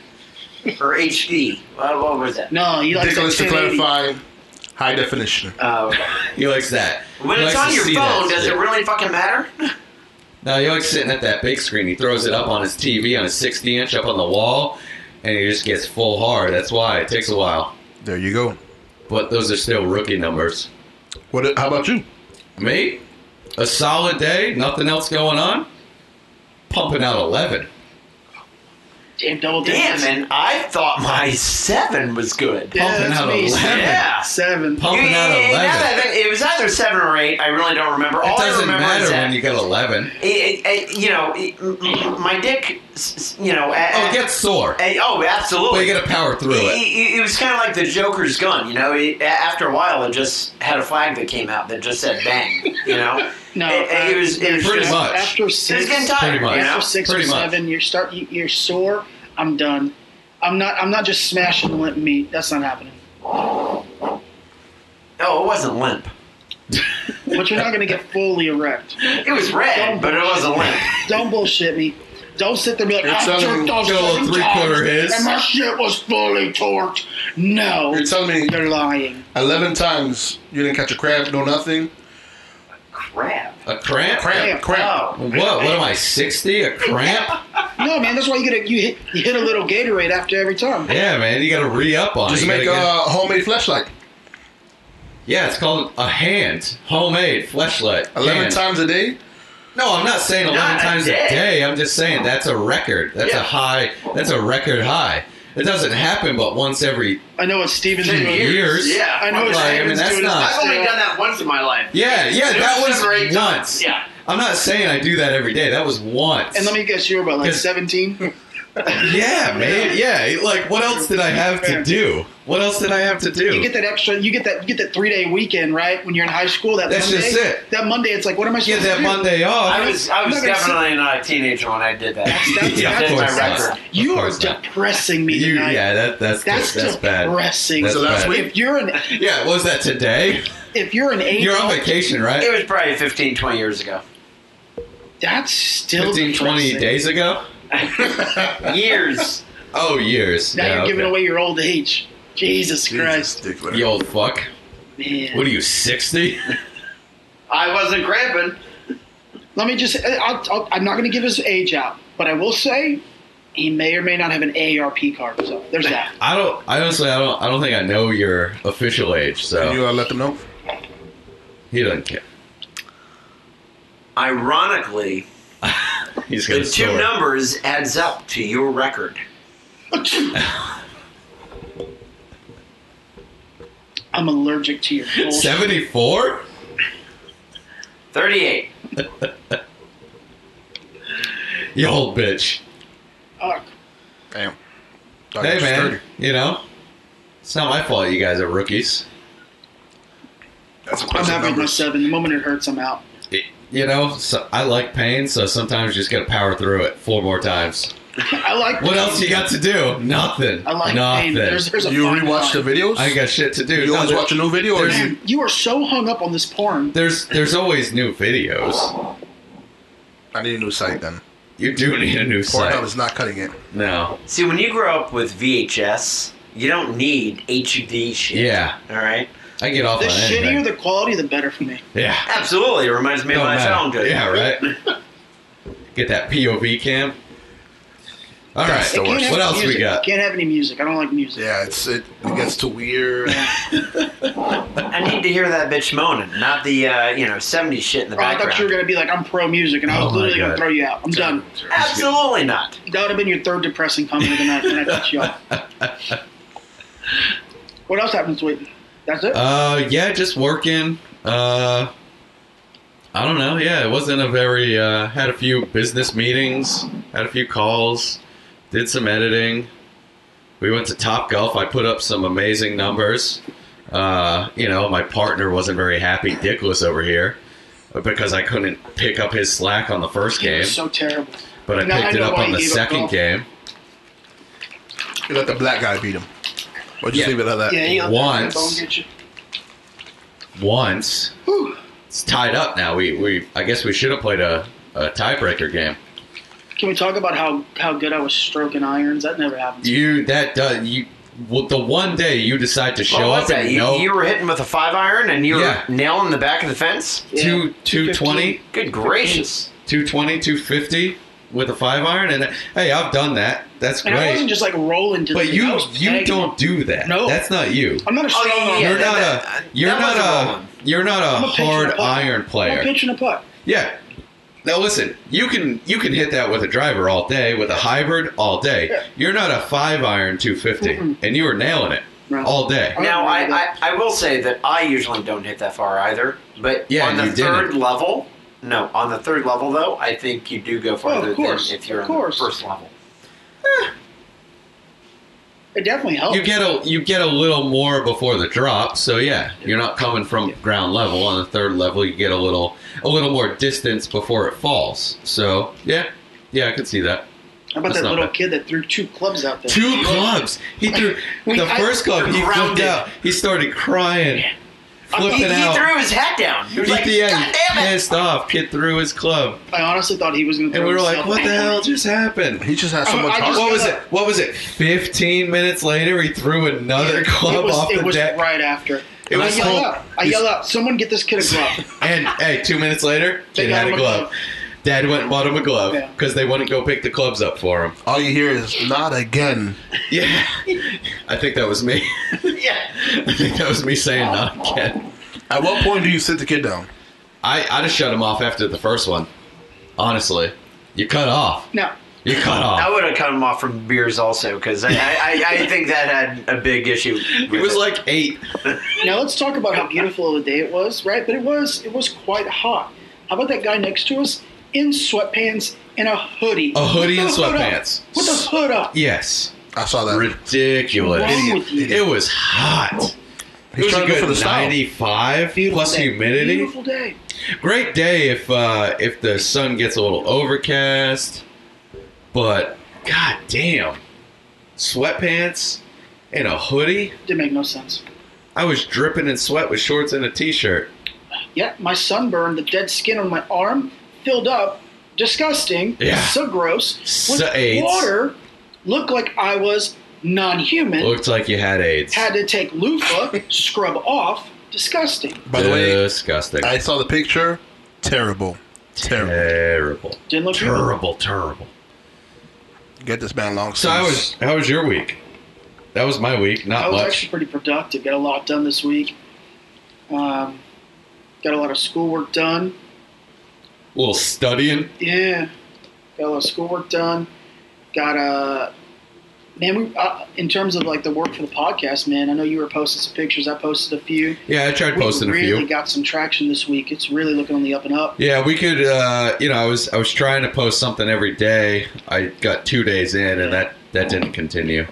[SPEAKER 9] or HD? What, what was that?
[SPEAKER 2] No, you like
[SPEAKER 8] Ridiculous to
[SPEAKER 2] 1080.
[SPEAKER 8] clarify. High definition.
[SPEAKER 9] Uh,
[SPEAKER 7] He likes that.
[SPEAKER 9] when
[SPEAKER 7] He
[SPEAKER 9] it's
[SPEAKER 7] likes
[SPEAKER 9] on
[SPEAKER 7] to
[SPEAKER 9] your
[SPEAKER 7] see that
[SPEAKER 9] phone, does
[SPEAKER 7] shit.
[SPEAKER 9] it really fucking matter?
[SPEAKER 7] No, he likes sitting at that big screen. He throws it up on his TV on his 60 inch up on the wall, and he just gets full hard. That's why it takes a while.
[SPEAKER 8] There you go.
[SPEAKER 7] But those are still rookie numbers.
[SPEAKER 8] What? How about you?
[SPEAKER 7] Me, a solid day, nothing else going on, pumping out 11.
[SPEAKER 2] Damn double
[SPEAKER 9] Damn,
[SPEAKER 2] digits.
[SPEAKER 9] and I thought my seven was good.
[SPEAKER 2] Yeah,
[SPEAKER 7] Pumping
[SPEAKER 2] that's
[SPEAKER 7] out
[SPEAKER 2] me.
[SPEAKER 7] 11.
[SPEAKER 9] Yeah.
[SPEAKER 2] Seven.
[SPEAKER 7] Pumping out
[SPEAKER 9] Yeah,
[SPEAKER 7] 11.
[SPEAKER 9] now that I think- it was either seven or eight. I really don't remember. All
[SPEAKER 7] it doesn't
[SPEAKER 9] I remember
[SPEAKER 7] matter
[SPEAKER 9] is that
[SPEAKER 7] when you get 11.
[SPEAKER 9] it, it, it- you know, it, m- m- my dick, s- s- you know, a-
[SPEAKER 7] Oh,
[SPEAKER 9] a-
[SPEAKER 7] it gets sore.
[SPEAKER 9] a- oh,
[SPEAKER 7] But
[SPEAKER 9] absolutely.
[SPEAKER 7] you gotta power through it.
[SPEAKER 9] It- it- it was kind of like the Joker's gun, you know. It, a- after a while, it just had a flag that came out that just said "bang," you know.
[SPEAKER 2] No,
[SPEAKER 9] it, it
[SPEAKER 2] uh,
[SPEAKER 9] was it was
[SPEAKER 7] Pretty
[SPEAKER 9] just,
[SPEAKER 7] much.
[SPEAKER 2] After
[SPEAKER 9] It was
[SPEAKER 2] six.
[SPEAKER 9] getting tired,
[SPEAKER 7] Pretty much.
[SPEAKER 9] you
[SPEAKER 2] After
[SPEAKER 9] know.
[SPEAKER 2] six
[SPEAKER 7] Pretty
[SPEAKER 2] or
[SPEAKER 7] much.
[SPEAKER 2] seven, you're start. you- You're sore. I'm done. I'm not. I'm not just smashing the limp meat. That's not happening.
[SPEAKER 9] Oh, it wasn't limp.
[SPEAKER 2] But you're not going to get fully erect.
[SPEAKER 9] It was red, but it wasn't limp.
[SPEAKER 2] Don't bullshit me. Don't sit there and be like, "Ah,
[SPEAKER 8] You're
[SPEAKER 2] I jerked
[SPEAKER 8] telling me-
[SPEAKER 2] off
[SPEAKER 7] Get a little
[SPEAKER 2] seven
[SPEAKER 7] three-quarter
[SPEAKER 2] times,
[SPEAKER 7] his.
[SPEAKER 2] and my shit was fully torqued. No,
[SPEAKER 8] You're telling me
[SPEAKER 2] you're lying.
[SPEAKER 8] eleven times you didn't catch a crab, no nothing.
[SPEAKER 9] Crap.
[SPEAKER 7] A cramp?
[SPEAKER 8] Crab, crab.
[SPEAKER 9] Oh.
[SPEAKER 7] What? What am I, 60? A cramp?
[SPEAKER 2] No, man, that's why you get a, you hit you hit a little Gatorade after every time.
[SPEAKER 7] Yeah, man, you gotta re up on it.
[SPEAKER 8] Just
[SPEAKER 7] Oh, You
[SPEAKER 8] make a
[SPEAKER 7] gotta get-
[SPEAKER 8] homemade flashlight.
[SPEAKER 7] Yeah, it's called a hand. Homemade fleshlight.
[SPEAKER 8] Eleven
[SPEAKER 7] Hand.
[SPEAKER 8] times a day.
[SPEAKER 7] No, I'm not saying 11
[SPEAKER 9] Not a
[SPEAKER 7] times a
[SPEAKER 9] day.
[SPEAKER 7] day. I'm just saying that's a record. That's a
[SPEAKER 9] Yeah.
[SPEAKER 7] high. That's a record high. It doesn't happen but once every
[SPEAKER 2] I know what Steven's
[SPEAKER 7] Ten
[SPEAKER 2] doing.
[SPEAKER 7] years.
[SPEAKER 9] Yeah,
[SPEAKER 2] I know
[SPEAKER 7] Like,
[SPEAKER 2] what
[SPEAKER 7] I mean,
[SPEAKER 2] Steven's
[SPEAKER 7] that's
[SPEAKER 2] doing. is
[SPEAKER 7] not-
[SPEAKER 9] I've only
[SPEAKER 2] still-
[SPEAKER 9] done that once in my life.
[SPEAKER 7] Uh, Yeah, yeah,
[SPEAKER 9] It
[SPEAKER 7] that was
[SPEAKER 9] seven or eight
[SPEAKER 7] once.
[SPEAKER 9] times. Yeah.
[SPEAKER 7] I'm not saying I do that every day. That was once.
[SPEAKER 2] And let me guess, you were about like
[SPEAKER 7] Yes.
[SPEAKER 2] 17.
[SPEAKER 7] Yeah, man. Yeah, like what else did I have to do? What else did I have to do?
[SPEAKER 2] You get that extra. You get that. You get that three day weekend, right? When you're in high school, that
[SPEAKER 7] That's
[SPEAKER 2] Monday,
[SPEAKER 7] just it.
[SPEAKER 2] That Monday, it's like, what am I
[SPEAKER 7] Get
[SPEAKER 2] supposed
[SPEAKER 7] that
[SPEAKER 2] to do?
[SPEAKER 7] Monday off.
[SPEAKER 9] I was I
[SPEAKER 2] I'm
[SPEAKER 9] was
[SPEAKER 2] not gonna sit-
[SPEAKER 9] definitely not a teenager when I did that.
[SPEAKER 2] That's,
[SPEAKER 7] Yeah, of
[SPEAKER 2] that's
[SPEAKER 9] my
[SPEAKER 7] course not.
[SPEAKER 9] record.
[SPEAKER 7] Of
[SPEAKER 2] You are
[SPEAKER 7] course not.
[SPEAKER 2] depressing me
[SPEAKER 7] You,
[SPEAKER 2] tonight.
[SPEAKER 7] yeah, that, that's
[SPEAKER 2] that's,
[SPEAKER 7] that's, that's bad.
[SPEAKER 2] depressing.
[SPEAKER 7] That's
[SPEAKER 8] So last
[SPEAKER 7] bad.
[SPEAKER 8] week-
[SPEAKER 2] if you're an
[SPEAKER 7] Yeah, what was that today?
[SPEAKER 2] if you're an 8
[SPEAKER 7] You're on vacation,
[SPEAKER 9] It
[SPEAKER 7] right?
[SPEAKER 9] was probably 15, 20 years ago.
[SPEAKER 2] that's still
[SPEAKER 7] 15, 20
[SPEAKER 2] depressing.
[SPEAKER 7] days ago?
[SPEAKER 9] Years.
[SPEAKER 7] Oh, years.
[SPEAKER 2] Now
[SPEAKER 7] yeah,
[SPEAKER 2] you're giving
[SPEAKER 7] okay.
[SPEAKER 2] away your old age. Jesus Christ,
[SPEAKER 8] Dickler.
[SPEAKER 7] You old fuck.
[SPEAKER 2] man.
[SPEAKER 7] What are you, 60?
[SPEAKER 9] I wasn't cramping.
[SPEAKER 2] Let me just. I'll, I'll, I'm not going to give his age out, but I will say he may or may not have an AARP card. So there's that.
[SPEAKER 7] I don't, I honestly, I don't, I don't think I know your official age,
[SPEAKER 8] Can
[SPEAKER 7] so
[SPEAKER 8] you uh, let them know?
[SPEAKER 7] he doesn't care.
[SPEAKER 9] Ironically,
[SPEAKER 7] He's
[SPEAKER 9] the
[SPEAKER 7] gonna
[SPEAKER 9] two
[SPEAKER 7] store. it.
[SPEAKER 9] numbers adds up to your record.
[SPEAKER 2] I'm allergic to your bullshit.
[SPEAKER 7] 74?
[SPEAKER 9] 38.
[SPEAKER 7] You old bitch.
[SPEAKER 2] Fuck.
[SPEAKER 8] Damn. Thought it
[SPEAKER 7] Hey
[SPEAKER 8] was
[SPEAKER 7] man,
[SPEAKER 8] 30.
[SPEAKER 7] you know, it's not my fault you guys are rookies.
[SPEAKER 8] That's
[SPEAKER 2] I'm
[SPEAKER 8] impressive
[SPEAKER 2] having my
[SPEAKER 8] numbers.
[SPEAKER 2] seven. The moment it hurts, I'm out.
[SPEAKER 7] It- you know, so I like pain, so sometimes you just gotta power through it four more times.
[SPEAKER 2] I like.
[SPEAKER 7] What else you got to do? Nothing.
[SPEAKER 2] I like
[SPEAKER 7] nothing.
[SPEAKER 2] pain. There's, there's a
[SPEAKER 8] You
[SPEAKER 2] fine
[SPEAKER 8] rewatch the
[SPEAKER 2] line.
[SPEAKER 8] videos?
[SPEAKER 7] I ain't got shit to do.
[SPEAKER 8] You
[SPEAKER 7] No,
[SPEAKER 8] always
[SPEAKER 7] there-
[SPEAKER 8] watch a new video or you
[SPEAKER 2] Man, you are so hung up on this porn.
[SPEAKER 7] There's there's always new videos.
[SPEAKER 8] I need a new site then.
[SPEAKER 7] You do need a new
[SPEAKER 8] Pornhub
[SPEAKER 7] site.
[SPEAKER 8] is not cutting it.
[SPEAKER 7] No.
[SPEAKER 9] See, when you grow up with VHS, you don't need HD shit.
[SPEAKER 7] Yeah,
[SPEAKER 9] All right.
[SPEAKER 7] I get off
[SPEAKER 2] The
[SPEAKER 7] on Oh, anything.
[SPEAKER 2] shittier the quality, the better for me.
[SPEAKER 7] yeah.
[SPEAKER 9] Absolutely. It reminds me of
[SPEAKER 7] Don't
[SPEAKER 9] my
[SPEAKER 7] matter.
[SPEAKER 9] sound good.
[SPEAKER 7] Yeah, right. get that POV cam. All right.
[SPEAKER 8] That's the
[SPEAKER 2] Can't
[SPEAKER 8] worst.
[SPEAKER 2] have
[SPEAKER 7] What else
[SPEAKER 2] music.
[SPEAKER 7] we got?
[SPEAKER 2] Can't have any music. I don't like music.
[SPEAKER 8] Yeah, it's it, it gets too weird.
[SPEAKER 9] I need to hear that bitch moaning, not the uh, you know '70s shit in the
[SPEAKER 2] Or Oh, I
[SPEAKER 9] background.
[SPEAKER 2] thought you were gonna be like, I'm pro music, and I was
[SPEAKER 7] Oh my
[SPEAKER 2] literally gonna
[SPEAKER 7] God.
[SPEAKER 2] throw you out. I'm done.
[SPEAKER 9] Absolutely not.
[SPEAKER 2] That would have been your third depressing comment of the night, and I cut you off. What else happened this week? That's it.
[SPEAKER 7] Uh, yeah, just working. Uh, I don't know. Yeah, it wasn't a very. Uh, had a few business meetings. Had a few calls. Did some editing. We went to Top Golf. I put up some amazing numbers. Uh, you know, my partner wasn't very happy. Dick was over here because I couldn't pick up his slack on the first
[SPEAKER 2] It
[SPEAKER 7] game,
[SPEAKER 2] was so terrible.
[SPEAKER 7] but I
[SPEAKER 2] Now I
[SPEAKER 7] picked it
[SPEAKER 2] know
[SPEAKER 7] up
[SPEAKER 2] why
[SPEAKER 7] on
[SPEAKER 2] you
[SPEAKER 7] the
[SPEAKER 2] gave up
[SPEAKER 7] second
[SPEAKER 2] golf.
[SPEAKER 7] game.
[SPEAKER 8] You let the black guy beat him. Or just
[SPEAKER 7] Yeah.
[SPEAKER 8] leave it at that.
[SPEAKER 2] Yeah, he
[SPEAKER 7] Uh, once.
[SPEAKER 2] Bone get you.
[SPEAKER 7] once.
[SPEAKER 2] Whew.
[SPEAKER 7] It's tied up now. We, we I guess we should have played a, a tiebreaker game.
[SPEAKER 2] Can we talk about how how good I was stroking irons? That never happens.
[SPEAKER 7] You that does you well, the one day you decide to show
[SPEAKER 9] What was
[SPEAKER 7] up
[SPEAKER 9] that?
[SPEAKER 7] and
[SPEAKER 9] You,
[SPEAKER 7] no
[SPEAKER 9] you were hitting with a five iron and you were
[SPEAKER 7] Yeah.
[SPEAKER 9] nailing the back of the fence.
[SPEAKER 2] Yeah.
[SPEAKER 7] two two twenty,
[SPEAKER 9] Good gracious!
[SPEAKER 7] two twenty, two fifty with a five iron and hey, I've done that. That's
[SPEAKER 2] And I wasn't
[SPEAKER 7] great.
[SPEAKER 2] just like rolling to.
[SPEAKER 7] But
[SPEAKER 2] the I
[SPEAKER 7] you
[SPEAKER 2] was
[SPEAKER 7] you
[SPEAKER 2] pegging.
[SPEAKER 7] don't Oh, do that.
[SPEAKER 2] No.
[SPEAKER 7] That's not you.
[SPEAKER 2] I'm not a strong
[SPEAKER 9] yeah,
[SPEAKER 2] arm.
[SPEAKER 9] yeah,
[SPEAKER 7] You're
[SPEAKER 9] that-
[SPEAKER 7] not
[SPEAKER 9] that-
[SPEAKER 7] a you're
[SPEAKER 9] that
[SPEAKER 7] not
[SPEAKER 9] was a
[SPEAKER 7] a
[SPEAKER 9] one.
[SPEAKER 7] you're not
[SPEAKER 2] I'm
[SPEAKER 7] a
[SPEAKER 2] a pitch and a
[SPEAKER 7] hard
[SPEAKER 2] putt.
[SPEAKER 7] iron
[SPEAKER 2] I'm
[SPEAKER 7] player.
[SPEAKER 2] pitching a putt.
[SPEAKER 7] Yeah. Now listen, you can you can hit that with a driver all day, with a hybrid all day.
[SPEAKER 2] Yeah.
[SPEAKER 7] You're not a five iron 250,
[SPEAKER 2] Mm-mm.
[SPEAKER 7] and you were nailing it
[SPEAKER 2] No.
[SPEAKER 7] all day.
[SPEAKER 2] I
[SPEAKER 9] Now I,
[SPEAKER 2] remember
[SPEAKER 9] I, I will say that I usually don't hit that far either. But
[SPEAKER 7] Yeah,
[SPEAKER 9] on the
[SPEAKER 7] you
[SPEAKER 9] 3rd
[SPEAKER 7] didn't.
[SPEAKER 9] level, no, on the third level though, I think you do go farther
[SPEAKER 2] course,
[SPEAKER 9] than if you're
[SPEAKER 2] of
[SPEAKER 9] on the
[SPEAKER 2] course.
[SPEAKER 9] first level.
[SPEAKER 2] It definitely
[SPEAKER 9] Oh.
[SPEAKER 2] helps.
[SPEAKER 7] You get a you get a little more before the drop, so yeah, you're not coming from ground level. On the third level, you get a little a little more distance before it falls. So yeah, yeah, I could see that.
[SPEAKER 2] How about
[SPEAKER 7] That's
[SPEAKER 2] that
[SPEAKER 7] not
[SPEAKER 2] little
[SPEAKER 7] bad.
[SPEAKER 2] kid that threw two clubs out there?
[SPEAKER 7] Two clubs. He threw
[SPEAKER 2] We-
[SPEAKER 7] the
[SPEAKER 2] I-
[SPEAKER 7] first club. He flipped
[SPEAKER 9] grounded.
[SPEAKER 7] out. He started crying, flipping
[SPEAKER 9] He, he
[SPEAKER 7] out.
[SPEAKER 9] threw his hat down. He was like,
[SPEAKER 7] He- yeah,
[SPEAKER 9] "God damn it!"
[SPEAKER 7] pissed off. Kid threw his club.
[SPEAKER 2] I honestly thought he was going to.
[SPEAKER 7] And we were like, what the hell just happened?
[SPEAKER 8] He just has so
[SPEAKER 2] I-
[SPEAKER 8] much
[SPEAKER 2] Oh, I
[SPEAKER 8] heart.
[SPEAKER 2] just-
[SPEAKER 7] What was it? What was it? 15 minutes later, he threw another club
[SPEAKER 2] it was,
[SPEAKER 7] off
[SPEAKER 2] it
[SPEAKER 7] the
[SPEAKER 2] was
[SPEAKER 7] deck.
[SPEAKER 2] right after.
[SPEAKER 7] It
[SPEAKER 2] And
[SPEAKER 7] was
[SPEAKER 2] I yell
[SPEAKER 7] so-
[SPEAKER 2] out. I
[SPEAKER 7] he's-
[SPEAKER 2] yell out. Someone get this kid a glove.
[SPEAKER 7] And hey, two minutes later,
[SPEAKER 2] They
[SPEAKER 7] kid
[SPEAKER 2] got
[SPEAKER 7] had
[SPEAKER 2] him
[SPEAKER 7] a
[SPEAKER 2] a
[SPEAKER 7] glove.
[SPEAKER 2] glove.
[SPEAKER 7] Dad went and bought him a glove
[SPEAKER 2] Yeah.
[SPEAKER 7] because they wouldn't go pick the clubs up for him.
[SPEAKER 8] All you hear is not again.
[SPEAKER 7] Yeah. I think that was me.
[SPEAKER 9] yeah.
[SPEAKER 7] I think that was me saying
[SPEAKER 2] Oh,
[SPEAKER 7] not again.
[SPEAKER 8] At what point do you sit the kid down?
[SPEAKER 7] I, I'd have shut him off after the first one. Honestly. You cut off.
[SPEAKER 2] now,
[SPEAKER 7] You cut off.
[SPEAKER 9] I would have cut him off from beers also because I, I, I think that had a big issue. With
[SPEAKER 7] It was like eight.
[SPEAKER 2] now let's talk about how beautiful of a day it was, right? But it was it was quite hot. How about that guy next to us in sweatpants and a hoodie?
[SPEAKER 7] A hoodie
[SPEAKER 2] With
[SPEAKER 7] and
[SPEAKER 2] the hood up.
[SPEAKER 7] sweatpants.
[SPEAKER 2] With the hood up.
[SPEAKER 7] Yes.
[SPEAKER 8] I saw that.
[SPEAKER 7] Ridiculous.
[SPEAKER 2] What's wrong with you?
[SPEAKER 7] It was hot. it
[SPEAKER 8] He's
[SPEAKER 7] was
[SPEAKER 8] trying
[SPEAKER 7] a
[SPEAKER 8] to go
[SPEAKER 7] good
[SPEAKER 8] for the style.
[SPEAKER 7] 95 plus
[SPEAKER 2] Day.
[SPEAKER 7] humidity.
[SPEAKER 2] Beautiful day.
[SPEAKER 7] Great day if uh, if the sun gets a little overcast, but god damn, sweatpants and a hoodie.
[SPEAKER 2] Didn't make no sense.
[SPEAKER 7] I was dripping in sweat with shorts and a t-shirt.
[SPEAKER 2] Yeah, my sunburn, the dead skin on my arm, filled up, disgusting,
[SPEAKER 7] Yeah.
[SPEAKER 2] so gross.
[SPEAKER 7] So
[SPEAKER 2] With
[SPEAKER 7] AIDS.
[SPEAKER 2] water, looked like I was non-human.
[SPEAKER 7] Looked like you had AIDS.
[SPEAKER 2] Had to take loofah, scrub off, disgusting.
[SPEAKER 8] By the way,
[SPEAKER 7] disgusting,
[SPEAKER 8] I saw the picture. Terrible. Terrible.
[SPEAKER 7] terrible,
[SPEAKER 2] Didn't look good.
[SPEAKER 7] terrible, terrible.
[SPEAKER 8] Get this man long.
[SPEAKER 7] So how was how was your week? That was my week.
[SPEAKER 2] I
[SPEAKER 7] Not
[SPEAKER 2] was
[SPEAKER 7] much.
[SPEAKER 2] actually pretty productive. Got a lot done this week. Um, got a lot of schoolwork done.
[SPEAKER 7] A little studying.
[SPEAKER 2] Yeah, got a lot of schoolwork done. Got a man. We uh, in terms of like the work for the podcast, man. I know you were posting some pictures. I posted a few.
[SPEAKER 7] Yeah, I tried
[SPEAKER 2] we
[SPEAKER 7] posting
[SPEAKER 2] really
[SPEAKER 7] a few.
[SPEAKER 2] got some traction this week. It's really looking on the up and up.
[SPEAKER 7] Yeah, we could. Uh, you know, I was I was trying to post something every day. I got two days in, and that that didn't continue.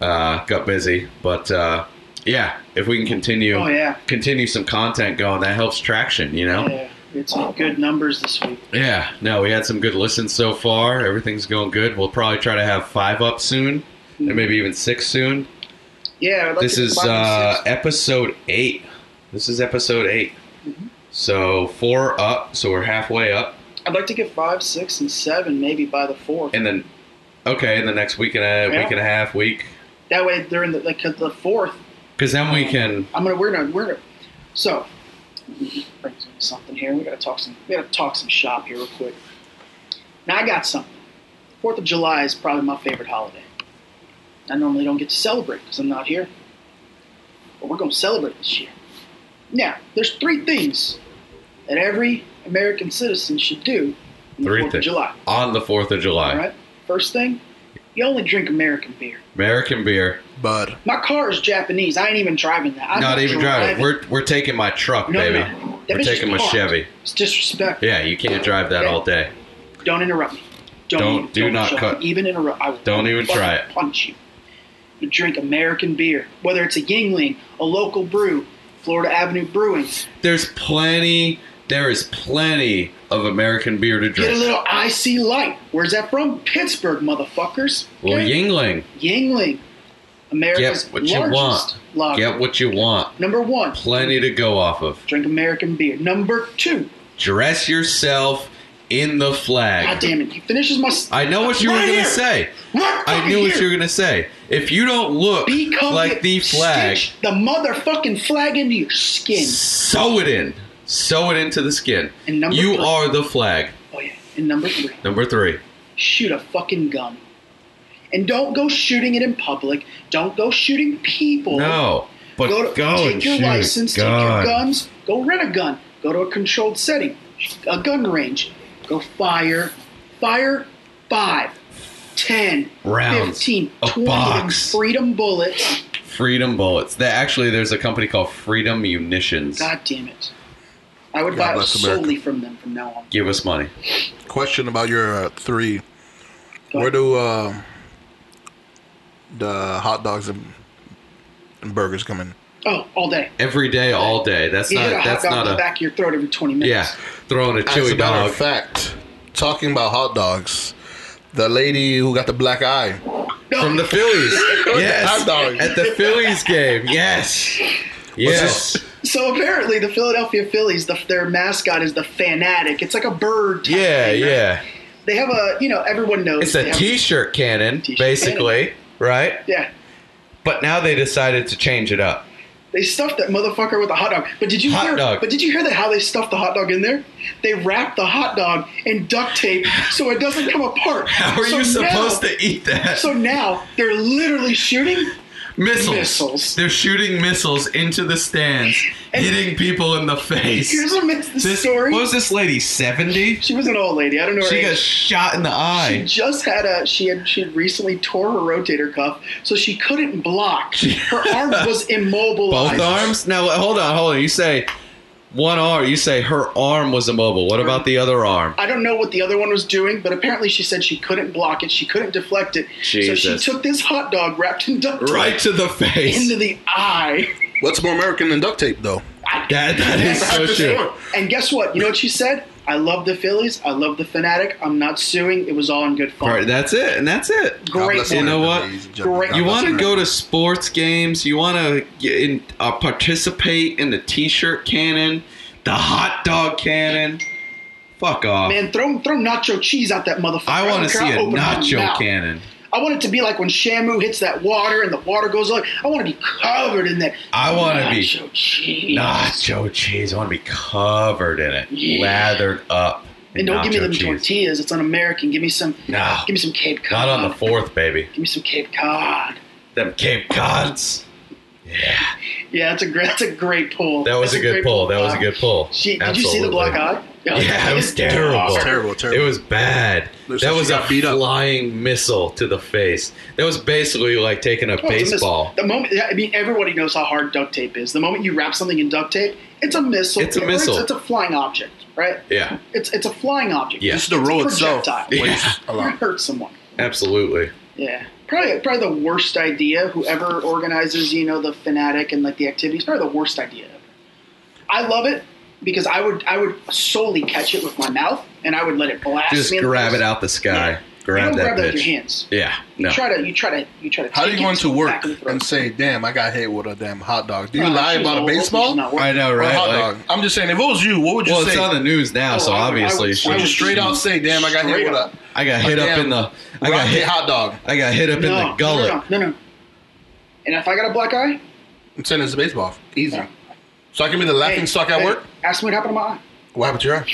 [SPEAKER 7] Uh, got busy, but uh, yeah, if we can continue
[SPEAKER 2] Oh yeah,
[SPEAKER 7] continue some content going, that helps traction. You know.
[SPEAKER 2] yeah. It's good numbers this week.
[SPEAKER 7] Yeah. No, we had some good listens so far. Everything's going good. We'll probably try to have five up soon, and maybe even six soon.
[SPEAKER 2] Yeah, I'd like
[SPEAKER 7] this
[SPEAKER 2] to
[SPEAKER 7] is
[SPEAKER 2] find the
[SPEAKER 7] uh,
[SPEAKER 2] six.
[SPEAKER 7] episode eight. This is episode 8
[SPEAKER 2] Mm-hmm.
[SPEAKER 7] So four up. So we're halfway up.
[SPEAKER 2] I'd like to get five, six, and seven maybe by the fourth.
[SPEAKER 7] and then okay, and the next week and a
[SPEAKER 2] Yeah.
[SPEAKER 7] week and a half week,
[SPEAKER 2] that way they're in the like 'cause the fourth.
[SPEAKER 7] because then
[SPEAKER 2] Oh.
[SPEAKER 7] we can.
[SPEAKER 2] I'm gonna we're gonna we're gonna so brings me something here. We gotta talk some we gotta talk some shop here real quick. Now I got something. Fourth of July is probably my favorite holiday. I normally don't get to celebrate because I'm not here, but we're going to celebrate this year. Now, there's three things that every American citizen should do on the
[SPEAKER 7] Three
[SPEAKER 2] Fourth of
[SPEAKER 7] things.
[SPEAKER 2] July.
[SPEAKER 7] On the 4th of July.
[SPEAKER 2] All right. First thing, you only drink American beer.
[SPEAKER 7] American beer.
[SPEAKER 8] Bud.
[SPEAKER 2] My car is Japanese. I ain't even driving that. I'm
[SPEAKER 7] not even driving. We're, we're taking my truck,
[SPEAKER 2] No,
[SPEAKER 7] baby.
[SPEAKER 2] no, no. That
[SPEAKER 7] We're
[SPEAKER 2] bitch is
[SPEAKER 7] taking my
[SPEAKER 2] parked.
[SPEAKER 7] Chevy.
[SPEAKER 2] It's disrespect.
[SPEAKER 7] Yeah, you can't drive that
[SPEAKER 2] Okay.
[SPEAKER 7] all day.
[SPEAKER 2] Don't interrupt me. Don't,
[SPEAKER 7] Don't-
[SPEAKER 2] even,
[SPEAKER 7] do
[SPEAKER 2] don't
[SPEAKER 7] not
[SPEAKER 2] shut
[SPEAKER 7] cut.
[SPEAKER 2] me. Even interrupt. I will
[SPEAKER 7] Don't even
[SPEAKER 2] fucking
[SPEAKER 7] try it.
[SPEAKER 2] Punch you. You drink American beer, whether it's a Yingling, a local brew, Florida Avenue Brewing.
[SPEAKER 7] There's plenty. There is plenty of American beer to
[SPEAKER 2] Get a
[SPEAKER 7] drink.
[SPEAKER 2] little icy light. Where's that from? Pittsburgh, motherfuckers.
[SPEAKER 7] Well,
[SPEAKER 2] Okay?
[SPEAKER 7] Yingling, get
[SPEAKER 2] Yingling, America's
[SPEAKER 7] what you
[SPEAKER 2] largest
[SPEAKER 7] want.
[SPEAKER 2] lager.
[SPEAKER 7] Get what you want.
[SPEAKER 2] Number one,
[SPEAKER 7] Plenty to go off of.
[SPEAKER 2] drink American beer. Number two,
[SPEAKER 7] Dress yourself in the
[SPEAKER 2] God
[SPEAKER 7] flag.
[SPEAKER 2] damn it, he finishes my. s-
[SPEAKER 7] I know what you were
[SPEAKER 2] Right
[SPEAKER 7] gonna
[SPEAKER 2] here.
[SPEAKER 7] say.
[SPEAKER 2] Right
[SPEAKER 7] I
[SPEAKER 2] fucking
[SPEAKER 7] knew what
[SPEAKER 2] here.
[SPEAKER 7] you were gonna say. If you don't look
[SPEAKER 2] Become
[SPEAKER 7] like the flag,
[SPEAKER 2] stitch the motherfucking flag into your skin.
[SPEAKER 7] sew it in. Sew it into the skin.
[SPEAKER 2] And number
[SPEAKER 7] You
[SPEAKER 2] three.
[SPEAKER 7] are the flag.
[SPEAKER 2] Oh yeah. And number three,
[SPEAKER 7] Number three.
[SPEAKER 2] shoot a fucking gun. And don't go shooting it in public. Don't go shooting people.
[SPEAKER 7] No. But
[SPEAKER 2] Go
[SPEAKER 7] go,
[SPEAKER 2] to take
[SPEAKER 7] and
[SPEAKER 2] your
[SPEAKER 7] shoot.
[SPEAKER 2] license, take your
[SPEAKER 7] God.
[SPEAKER 2] guns, go rent a gun, go to a controlled setting, a gun range, go fire, fire five, ten,
[SPEAKER 7] Rounds.
[SPEAKER 2] fifteen,
[SPEAKER 7] A
[SPEAKER 2] twenty
[SPEAKER 7] box.
[SPEAKER 2] them freedom bullets.
[SPEAKER 7] Freedom bullets. That actually, there's a company called Freedom Munitions.
[SPEAKER 2] God damn it. I would
[SPEAKER 8] God
[SPEAKER 2] buy it
[SPEAKER 8] bless America.
[SPEAKER 2] solely from them from now on.
[SPEAKER 7] Give us money.
[SPEAKER 8] Question about your uh, three.
[SPEAKER 2] Go
[SPEAKER 8] Where
[SPEAKER 2] ahead.
[SPEAKER 8] do uh, the hot dogs and, and burgers come in?
[SPEAKER 2] Oh, all day.
[SPEAKER 7] Every day, all day. That's
[SPEAKER 2] You
[SPEAKER 7] not.
[SPEAKER 2] hit a hot
[SPEAKER 7] That's
[SPEAKER 2] dog in
[SPEAKER 7] not
[SPEAKER 2] the
[SPEAKER 7] a.
[SPEAKER 2] back of your throat every 20 minutes.
[SPEAKER 7] Yeah, throwing a
[SPEAKER 8] As
[SPEAKER 7] chili
[SPEAKER 8] a matter
[SPEAKER 7] dog.
[SPEAKER 8] of fact, talking about hot dogs, the lady who got the black eye.
[SPEAKER 2] No,
[SPEAKER 7] From the Phillies. yes.
[SPEAKER 8] Hot dog.
[SPEAKER 7] At the Phillies game. Yes. Yes.
[SPEAKER 2] So apparently, the Philadelphia Phillies, the, their mascot is the fanatic. It's like a bird. type
[SPEAKER 7] Yeah,
[SPEAKER 2] thing, right?
[SPEAKER 7] yeah.
[SPEAKER 2] They have a, you know, everyone knows.
[SPEAKER 7] It's
[SPEAKER 2] they
[SPEAKER 7] a
[SPEAKER 2] have-
[SPEAKER 7] t shirt cannon,
[SPEAKER 2] T-shirt
[SPEAKER 7] basically, right?
[SPEAKER 2] Yeah,
[SPEAKER 7] But now they decided to change it up.
[SPEAKER 2] they stuffed that motherfucker with a hot dog. But did you
[SPEAKER 7] Hot
[SPEAKER 2] hear?
[SPEAKER 7] dog.
[SPEAKER 2] But did you hear that how they stuffed the hot dog in there? They wrapped the hot dog in duct tape so it doesn't come apart.
[SPEAKER 7] How are
[SPEAKER 2] So
[SPEAKER 7] you supposed
[SPEAKER 2] now-
[SPEAKER 7] to eat that?
[SPEAKER 2] So now they're literally shooting.
[SPEAKER 7] missiles.
[SPEAKER 2] missiles.
[SPEAKER 7] They're shooting missiles into the stands,
[SPEAKER 2] And-
[SPEAKER 7] hitting people in the face.
[SPEAKER 2] Here's a myth, the
[SPEAKER 7] this,
[SPEAKER 2] story.
[SPEAKER 7] What was this lady? Seventy.
[SPEAKER 2] she was an old lady. I don't know. her
[SPEAKER 7] She got
[SPEAKER 2] age.
[SPEAKER 7] shot in the
[SPEAKER 2] She
[SPEAKER 7] eye.
[SPEAKER 2] just had a she had she had recently tore her rotator cuff, so she couldn't block. Her arm was immobilized.
[SPEAKER 7] Both arms. Now hold on, hold on. You say one arm. You say her arm was immobile. What about the other arm?
[SPEAKER 2] I don't know what the other one was doing, but apparently she said she couldn't block it, she couldn't deflect it. So
[SPEAKER 7] Jesus.
[SPEAKER 2] she took this hot dog wrapped in duct tape
[SPEAKER 7] Right to the face.
[SPEAKER 2] into the eye.
[SPEAKER 8] What's more American than duct tape, though?
[SPEAKER 7] that that is so true.
[SPEAKER 2] And guess what? You know what she said? I love the Phillies. I love the fanatic. I'm not suing. It was all in good fun.
[SPEAKER 7] All right, that's it, and that's it.
[SPEAKER 8] God
[SPEAKER 2] Great.
[SPEAKER 8] bless
[SPEAKER 7] You
[SPEAKER 2] one.
[SPEAKER 7] know
[SPEAKER 8] America,
[SPEAKER 7] what?
[SPEAKER 8] ladies and gentlemen.
[SPEAKER 2] Great-
[SPEAKER 8] God
[SPEAKER 7] You
[SPEAKER 8] bless
[SPEAKER 7] want to go
[SPEAKER 8] America.
[SPEAKER 7] to sports games. You want to in, uh, participate in the T-shirt cannon, the hot dog cannon. Fuck off.
[SPEAKER 2] Man, throw throw nacho cheese out that motherfucker.
[SPEAKER 7] I want to
[SPEAKER 2] don't care
[SPEAKER 7] see
[SPEAKER 2] how
[SPEAKER 7] a
[SPEAKER 2] open my
[SPEAKER 7] nacho
[SPEAKER 2] mouth.
[SPEAKER 7] cannon.
[SPEAKER 2] I want it to be like when Shamu hits that water and the water goes on. I want to be covered in that.
[SPEAKER 7] I want to be
[SPEAKER 2] nacho cheese.
[SPEAKER 7] nacho cheese. I want to be covered in it,
[SPEAKER 2] Yeah.
[SPEAKER 7] lathered up. in
[SPEAKER 2] And don't give me
[SPEAKER 7] nacho
[SPEAKER 2] them
[SPEAKER 7] cheese.
[SPEAKER 2] tortillas. It's un-American. Give me some.
[SPEAKER 7] No.
[SPEAKER 2] Give me some Cape Cod.
[SPEAKER 7] Not on the fourth, baby.
[SPEAKER 2] Give me some Cape Cod.
[SPEAKER 7] Them Cape Cods. Yeah,
[SPEAKER 2] Yeah, that's a great. That's a great pull.
[SPEAKER 7] that was
[SPEAKER 2] That's
[SPEAKER 7] a good
[SPEAKER 2] great
[SPEAKER 7] pull. That was a
[SPEAKER 2] Wow.
[SPEAKER 7] good pull.
[SPEAKER 2] She, did you see the black eye?
[SPEAKER 7] Yeah, it was terrible.
[SPEAKER 8] Terrible, terrible.
[SPEAKER 7] It was bad.
[SPEAKER 8] Looks
[SPEAKER 7] that
[SPEAKER 8] like
[SPEAKER 7] was
[SPEAKER 8] she
[SPEAKER 7] a
[SPEAKER 8] got beat up.
[SPEAKER 7] flying missile to the face. That was basically like taking a
[SPEAKER 2] Oh, it's a miss.
[SPEAKER 7] baseball.
[SPEAKER 2] The moment, I mean, everybody knows how hard duct tape is. The moment you wrap something in duct tape, it's a missile.
[SPEAKER 7] It's a
[SPEAKER 2] or
[SPEAKER 7] missile.
[SPEAKER 2] It's, a flying object, right?
[SPEAKER 7] Yeah,
[SPEAKER 2] It's it's a flying object.
[SPEAKER 7] Yeah.
[SPEAKER 8] Just the roll itself.
[SPEAKER 2] Projectile.
[SPEAKER 7] Yeah.
[SPEAKER 8] A
[SPEAKER 2] You
[SPEAKER 8] lot.
[SPEAKER 2] hurt someone.
[SPEAKER 7] absolutely.
[SPEAKER 2] Yeah, probably probably the worst idea. Whoever organizes, you know, the fanatic and like the activities, probably the worst idea. ever. I love it because I would I would solely catch it with my mouth and I would let it blast.
[SPEAKER 7] Just
[SPEAKER 2] me in the
[SPEAKER 7] grab
[SPEAKER 2] face.
[SPEAKER 7] it out the sky.
[SPEAKER 2] Yeah. You
[SPEAKER 7] Grab
[SPEAKER 2] don't
[SPEAKER 7] that
[SPEAKER 2] grab that with
[SPEAKER 7] bitch.
[SPEAKER 2] your hands.
[SPEAKER 7] Yeah, no.
[SPEAKER 2] You try to you try to you try to.
[SPEAKER 8] How are
[SPEAKER 2] take
[SPEAKER 8] you
[SPEAKER 2] it
[SPEAKER 8] going to work
[SPEAKER 2] back in the throat.
[SPEAKER 8] and say, "Damn, I got hit with a damn hot dog"? Do you
[SPEAKER 2] Nah,
[SPEAKER 8] lie
[SPEAKER 2] she's
[SPEAKER 8] about a
[SPEAKER 2] old. She's
[SPEAKER 8] baseball
[SPEAKER 2] not
[SPEAKER 8] or
[SPEAKER 2] working.
[SPEAKER 7] I know,
[SPEAKER 8] a
[SPEAKER 7] right?
[SPEAKER 8] hot
[SPEAKER 7] Like-
[SPEAKER 8] dog? I'm just saying, if it was you, what would you
[SPEAKER 7] Well,
[SPEAKER 8] say?
[SPEAKER 7] it's on the news now,
[SPEAKER 2] Oh,
[SPEAKER 7] so
[SPEAKER 2] I would- I
[SPEAKER 7] obviously
[SPEAKER 2] would-
[SPEAKER 7] she-
[SPEAKER 2] I
[SPEAKER 8] would
[SPEAKER 2] would
[SPEAKER 8] you straight out say, "Damn, I got hit
[SPEAKER 2] Straight
[SPEAKER 8] with
[SPEAKER 2] up.
[SPEAKER 8] a
[SPEAKER 7] I got hit up
[SPEAKER 8] damn
[SPEAKER 7] in the I got
[SPEAKER 8] rocket
[SPEAKER 7] hit
[SPEAKER 8] hot dog"?
[SPEAKER 7] I got hit up in the gullet.
[SPEAKER 2] No, no, no, no. And if I got a black eye,
[SPEAKER 8] I'm saying it's a baseball. Easy. So I can be the laughing
[SPEAKER 2] hey,
[SPEAKER 8] stock at
[SPEAKER 2] hey,
[SPEAKER 8] work.
[SPEAKER 2] Ask me what happened to my eye.
[SPEAKER 8] What happened to your eye?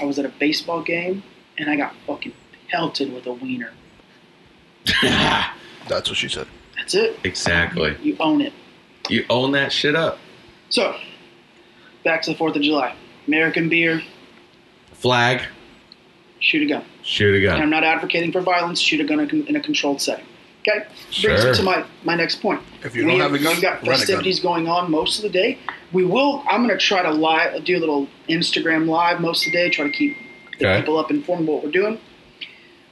[SPEAKER 2] I was at a baseball game and I got fucking pelted with a wiener.
[SPEAKER 8] That's what she said.
[SPEAKER 2] That's it.
[SPEAKER 7] Exactly.
[SPEAKER 2] You own it.
[SPEAKER 7] You own that shit up.
[SPEAKER 2] So, back to the 4th of July. American beer,
[SPEAKER 7] Flag.
[SPEAKER 2] shoot a gun.
[SPEAKER 7] Shoot a
[SPEAKER 2] And
[SPEAKER 7] gun.
[SPEAKER 2] I'm not advocating for violence. Shoot a gun in a- in a controlled setting. Okay? Brings
[SPEAKER 7] Sure.
[SPEAKER 2] me to my, my next point.
[SPEAKER 8] If you don't have a gun,
[SPEAKER 2] we've got
[SPEAKER 8] rent a gun.
[SPEAKER 2] festivities going on most of the day. We will. I'm going to try to live, do a little Instagram live most of the day. Try to keep the
[SPEAKER 7] Okay.
[SPEAKER 2] people up informed of what we're doing.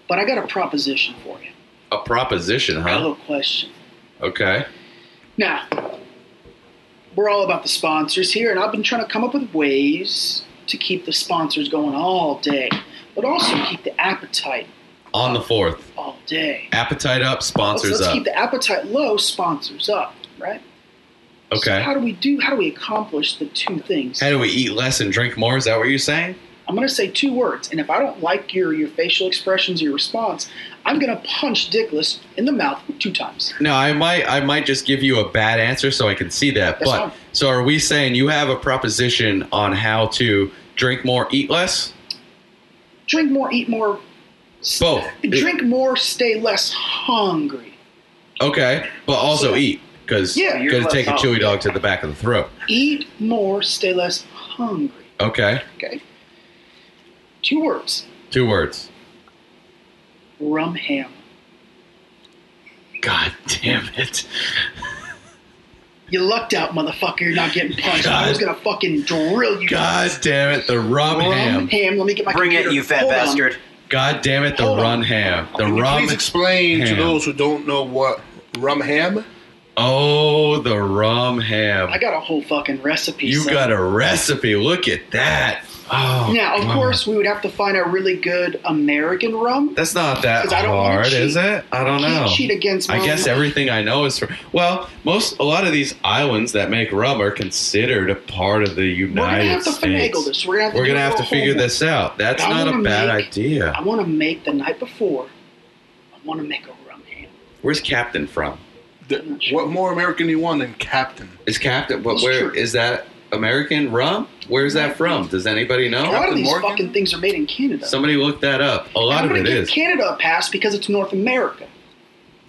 [SPEAKER 2] But I got a proposition for you.
[SPEAKER 7] A proposition,
[SPEAKER 2] I got a
[SPEAKER 7] huh?
[SPEAKER 2] little question.
[SPEAKER 7] Okay.
[SPEAKER 2] Now, we're all about the sponsors here, and I've been trying to come up with ways to keep the sponsors going all day, but also keep the appetite
[SPEAKER 7] On the fourth.
[SPEAKER 2] all day.
[SPEAKER 7] Appetite up,
[SPEAKER 2] Let's,
[SPEAKER 7] sponsors
[SPEAKER 2] let's
[SPEAKER 7] up.
[SPEAKER 2] keep the appetite low, sponsors up, right? So
[SPEAKER 7] Okay.
[SPEAKER 2] how do we do? How do we accomplish the two things?
[SPEAKER 7] How do we eat less and drink more? Is that what you're saying?
[SPEAKER 2] I'm going to say two words, and if I don't like your your facial expressions, your response, I'm going to punch Dickless in the mouth two times.
[SPEAKER 7] No, I might I might just give you a bad answer so I can see that.
[SPEAKER 2] That's
[SPEAKER 7] but
[SPEAKER 2] fine.
[SPEAKER 7] so are we saying you have a proposition on how to drink more, eat less?
[SPEAKER 2] Drink more, eat more.
[SPEAKER 7] Both.
[SPEAKER 2] Drink more, stay less hungry.
[SPEAKER 7] Okay, but also eat because
[SPEAKER 2] Yeah,
[SPEAKER 7] you're
[SPEAKER 9] you're
[SPEAKER 7] gonna
[SPEAKER 9] less
[SPEAKER 7] take a
[SPEAKER 9] hungry.
[SPEAKER 7] chewy dog to the back of the throat.
[SPEAKER 2] Eat more, stay less hungry.
[SPEAKER 7] Okay,
[SPEAKER 2] Okay. Two words:
[SPEAKER 7] two words.
[SPEAKER 2] rum ham.
[SPEAKER 7] God damn it!
[SPEAKER 2] You lucked out, motherfucker. You're not getting punched.
[SPEAKER 7] God.
[SPEAKER 2] I was going to fucking drill you.
[SPEAKER 7] God damn it! The rum,
[SPEAKER 2] Rum
[SPEAKER 7] ham.
[SPEAKER 2] ham. Let me get my
[SPEAKER 9] Bring it,
[SPEAKER 2] computer.
[SPEAKER 9] you fat
[SPEAKER 2] Hold on.
[SPEAKER 9] bastard.
[SPEAKER 7] God damn it! The
[SPEAKER 2] Hold on.
[SPEAKER 7] run ham. The
[SPEAKER 8] Can you
[SPEAKER 7] rum.
[SPEAKER 8] please explain
[SPEAKER 7] ham.
[SPEAKER 8] to those who don't know what rum ham?
[SPEAKER 7] oh, the rum ham.
[SPEAKER 2] I got a whole fucking recipe.
[SPEAKER 7] You
[SPEAKER 2] son.
[SPEAKER 7] got a recipe. Look at that. Oh,
[SPEAKER 2] Now, of
[SPEAKER 7] God.
[SPEAKER 2] course, we would have to find a really good American rum.
[SPEAKER 7] That's not that
[SPEAKER 2] 'Cause I don't wanna
[SPEAKER 7] hard,
[SPEAKER 2] cheat.
[SPEAKER 7] is it? I don't
[SPEAKER 2] Can't
[SPEAKER 7] know.
[SPEAKER 2] cheat against
[SPEAKER 7] I
[SPEAKER 2] rum.
[SPEAKER 7] guess everything I know is for well, most a lot of these islands that make rum are considered a part of the
[SPEAKER 2] We're gonna
[SPEAKER 7] United
[SPEAKER 2] have to
[SPEAKER 7] States.
[SPEAKER 2] finagle this. We're gonna have to,
[SPEAKER 7] We're
[SPEAKER 2] do
[SPEAKER 7] gonna
[SPEAKER 2] a
[SPEAKER 7] have to
[SPEAKER 2] whole
[SPEAKER 7] figure
[SPEAKER 2] more.
[SPEAKER 7] this out. That's
[SPEAKER 2] I
[SPEAKER 7] not a
[SPEAKER 2] wanna
[SPEAKER 7] bad
[SPEAKER 2] make-
[SPEAKER 7] idea.
[SPEAKER 2] I want to make the night before. I want to make a rum ham.
[SPEAKER 7] Where's Captain from?
[SPEAKER 8] The-
[SPEAKER 2] I'm not sure.
[SPEAKER 8] What more American do you want than Captain?
[SPEAKER 7] Is Captain? What?
[SPEAKER 2] It's
[SPEAKER 7] Where
[SPEAKER 2] true.
[SPEAKER 7] is that American rum? Where's that from? Does anybody
[SPEAKER 2] A lot
[SPEAKER 7] know?
[SPEAKER 2] of these
[SPEAKER 8] Morgan?
[SPEAKER 2] fucking things are made in Canada.
[SPEAKER 7] Somebody look that up. A lot
[SPEAKER 2] I'm
[SPEAKER 7] of
[SPEAKER 2] gonna
[SPEAKER 7] it
[SPEAKER 2] give
[SPEAKER 7] is.
[SPEAKER 2] Canada a pass because it's North America.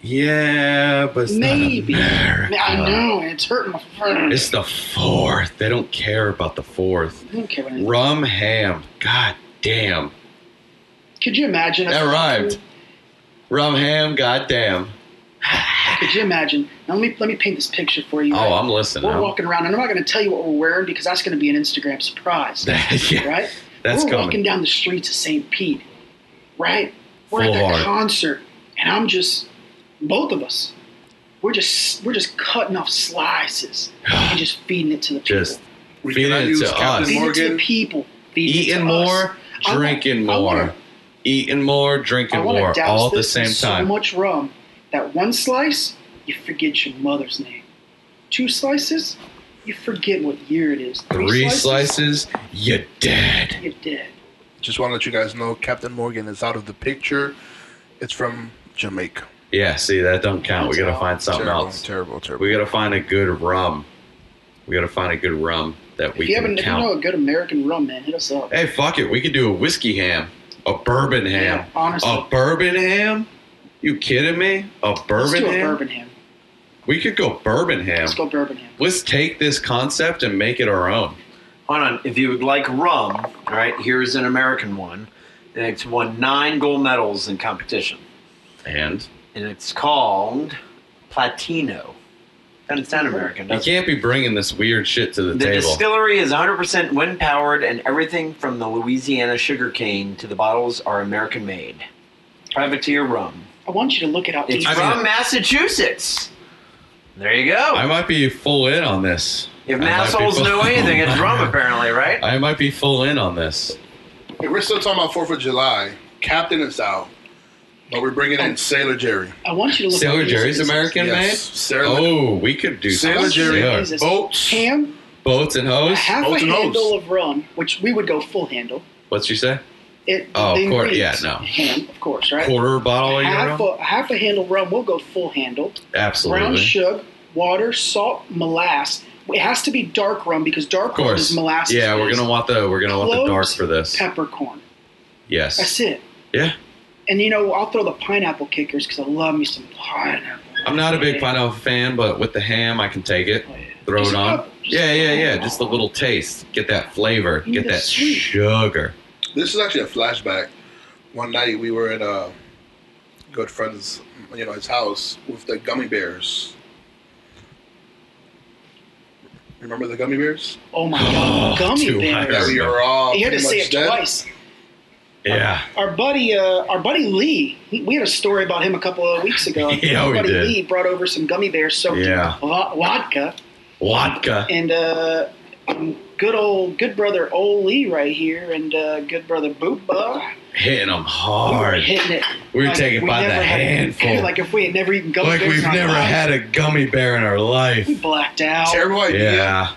[SPEAKER 7] Yeah, but it's not
[SPEAKER 2] Maybe.
[SPEAKER 7] America.
[SPEAKER 2] I know, and it's hurting my friend.
[SPEAKER 7] It's the fourth. They don't care about the fourth.
[SPEAKER 2] I don't care what it is.
[SPEAKER 7] Rum ham. God damn.
[SPEAKER 2] Could you imagine? us-
[SPEAKER 7] That rhymed. Rum ham. God damn.
[SPEAKER 2] Could you imagine? Now let me let me paint this picture for you.
[SPEAKER 7] Oh,
[SPEAKER 2] right?
[SPEAKER 7] I'm listening.
[SPEAKER 2] We're
[SPEAKER 7] I'm-
[SPEAKER 2] walking around, and I'm not going to tell you what we're wearing because that's going to be an Instagram surprise,
[SPEAKER 7] Yeah,
[SPEAKER 2] right?
[SPEAKER 7] That's
[SPEAKER 2] we're walking
[SPEAKER 7] coming.
[SPEAKER 2] down the streets of St. Pete, right? We're
[SPEAKER 7] Full
[SPEAKER 2] at that
[SPEAKER 7] hard.
[SPEAKER 2] concert, and I'm just both of us. We're just we're just cutting off slices and just feeding it to the people.
[SPEAKER 7] Just
[SPEAKER 8] We
[SPEAKER 7] Feed
[SPEAKER 8] cannot
[SPEAKER 7] it
[SPEAKER 8] use
[SPEAKER 7] to
[SPEAKER 8] Captain
[SPEAKER 7] us.
[SPEAKER 2] feeding it to the
[SPEAKER 8] Morgan.
[SPEAKER 2] people. Feeding it
[SPEAKER 7] eating
[SPEAKER 2] to
[SPEAKER 7] more,
[SPEAKER 2] us. I want-
[SPEAKER 7] drinking
[SPEAKER 2] I
[SPEAKER 7] more,
[SPEAKER 2] wanna-
[SPEAKER 7] eating more, drinking
[SPEAKER 2] I wanna
[SPEAKER 7] more,
[SPEAKER 2] douse
[SPEAKER 7] all at the
[SPEAKER 2] this in
[SPEAKER 7] same time.
[SPEAKER 2] So much rum that one slice, you forget your mother's name. Two slices, you forget what year it is. Three,
[SPEAKER 7] Three
[SPEAKER 2] slices,
[SPEAKER 7] slices, you're dead.
[SPEAKER 2] you're dead.
[SPEAKER 8] Just want to let you guys know Captain Morgan is out of the picture. It's from Jamaica.
[SPEAKER 7] Yeah, see that don't count. We gotta find something
[SPEAKER 8] terrible,
[SPEAKER 7] else.
[SPEAKER 8] Terrible, terrible.
[SPEAKER 7] We gotta find a good rum. We gotta find a good rum that we
[SPEAKER 2] if you
[SPEAKER 7] can
[SPEAKER 2] haven't, if you
[SPEAKER 7] count.
[SPEAKER 2] know a good American rum, man, hit us up.
[SPEAKER 7] Hey, fuck it. We could do a whiskey ham, a bourbon ham,
[SPEAKER 2] Yeah, honestly.
[SPEAKER 7] a bourbon ham. You kidding me? A bourbon eh?
[SPEAKER 2] Let's do
[SPEAKER 7] ham.
[SPEAKER 2] a bourbon ham.
[SPEAKER 7] We could go bourbon ham.
[SPEAKER 2] Let's go bourbon ham.
[SPEAKER 7] Let's take this concept and make it our own.
[SPEAKER 9] Hold on. If you would like rum, all right, here's an American one. And it's won nine gold medals in competition.
[SPEAKER 7] And
[SPEAKER 9] And it's called Platino. And it's not American.
[SPEAKER 7] you
[SPEAKER 9] That's
[SPEAKER 7] can't be bringing this weird shit to the,
[SPEAKER 9] The
[SPEAKER 7] table.
[SPEAKER 9] distillery is 100% wind powered, and everything from the Louisiana sugarcane to the bottles are American made. Privateer rum.
[SPEAKER 2] I want you to look at how
[SPEAKER 9] It's
[SPEAKER 2] easy.
[SPEAKER 7] I mean-
[SPEAKER 9] from Massachusetts. There you go.
[SPEAKER 7] I might be full in on this. I
[SPEAKER 9] if
[SPEAKER 7] might be
[SPEAKER 9] Massholes
[SPEAKER 7] full-
[SPEAKER 9] know anything, it's rum, apparently, right?
[SPEAKER 7] I might be full in on this.
[SPEAKER 8] If we're still talking about Fourth of July. Captain is out, but we're bringing in Sailor Jerry.
[SPEAKER 2] I want you to look how
[SPEAKER 7] Sailor
[SPEAKER 2] easy
[SPEAKER 7] Jerry's
[SPEAKER 2] this is.
[SPEAKER 7] American
[SPEAKER 8] Yes,
[SPEAKER 7] made.
[SPEAKER 8] Sailor-
[SPEAKER 7] Oh, we could do
[SPEAKER 8] Sailor
[SPEAKER 7] some
[SPEAKER 8] Jerry.
[SPEAKER 7] sailor.
[SPEAKER 2] Easy.
[SPEAKER 8] Boats.
[SPEAKER 2] Ham,
[SPEAKER 7] boats and
[SPEAKER 2] a
[SPEAKER 7] hoes.
[SPEAKER 2] half a
[SPEAKER 8] Oats and
[SPEAKER 2] handle
[SPEAKER 8] oats.
[SPEAKER 2] of rum, which we would go full handle.
[SPEAKER 7] What'd you say?
[SPEAKER 2] It,
[SPEAKER 7] Oh,
[SPEAKER 2] the
[SPEAKER 7] of course- yeah,
[SPEAKER 2] ingredients.
[SPEAKER 7] no.
[SPEAKER 2] Ham, of course, right?
[SPEAKER 7] Quarter bottle of your
[SPEAKER 2] half
[SPEAKER 7] own?
[SPEAKER 2] a, half a handle rum, we'll go full handle. brown
[SPEAKER 7] Absolutely.
[SPEAKER 2] sugar, water, salt, molasses. It has to be dark rum because dark
[SPEAKER 7] Of
[SPEAKER 2] rum
[SPEAKER 7] course.
[SPEAKER 2] is molasses.
[SPEAKER 7] Yeah, we're gonna want the we're gonna want the dark
[SPEAKER 2] Cloves,
[SPEAKER 7] for this.
[SPEAKER 2] Peppercorn.
[SPEAKER 7] Yes.
[SPEAKER 2] That's it.
[SPEAKER 7] Yeah.
[SPEAKER 2] And you know, I'll throw the pineapple kickers because I love me some pineapple.
[SPEAKER 7] I'm not a big pineapple fan, but with the ham, I can take it. Throw
[SPEAKER 2] Just
[SPEAKER 7] it
[SPEAKER 2] a
[SPEAKER 7] on.
[SPEAKER 2] couple, just
[SPEAKER 7] Yeah,
[SPEAKER 2] a
[SPEAKER 7] yeah, yeah.
[SPEAKER 2] couple.
[SPEAKER 7] Just a little taste. Get that flavor.
[SPEAKER 2] You
[SPEAKER 7] Get
[SPEAKER 2] need a
[SPEAKER 7] that
[SPEAKER 2] sweet.
[SPEAKER 7] sugar.
[SPEAKER 8] This is actually a flashback. One night we were at a good friend's, you know, his house with the gummy bears. Remember the gummy bears?
[SPEAKER 2] Oh my god, gummy
[SPEAKER 7] too hot.
[SPEAKER 8] Yeah,
[SPEAKER 2] bears!
[SPEAKER 8] we were all
[SPEAKER 2] You had to
[SPEAKER 8] pretty
[SPEAKER 2] say
[SPEAKER 8] much
[SPEAKER 2] it
[SPEAKER 8] dead.
[SPEAKER 2] twice.
[SPEAKER 7] Yeah.
[SPEAKER 2] Our buddy, uh, our buddy Lee, he, we had a story about him a couple of weeks ago.
[SPEAKER 7] Yeah,
[SPEAKER 2] our
[SPEAKER 7] we
[SPEAKER 2] buddy
[SPEAKER 7] did.
[SPEAKER 2] Lee brought over some gummy bears soaked
[SPEAKER 7] Yeah.
[SPEAKER 2] in wa- vodka,
[SPEAKER 7] Vodka.
[SPEAKER 2] and uh, um, good old good brother Ole Lee right here, and uh, good brother Boopa.
[SPEAKER 7] Hitting them
[SPEAKER 2] We were
[SPEAKER 7] hard.
[SPEAKER 2] hitting it.
[SPEAKER 7] We were taking by the
[SPEAKER 2] never had-
[SPEAKER 7] handful.
[SPEAKER 2] Like if we had never eaten gummy
[SPEAKER 7] Like
[SPEAKER 2] bears,
[SPEAKER 7] we've
[SPEAKER 2] in our
[SPEAKER 7] never
[SPEAKER 2] lives,
[SPEAKER 7] had a gummy bear in our life.
[SPEAKER 2] We blacked out.
[SPEAKER 8] Terrible idea.
[SPEAKER 7] Yeah.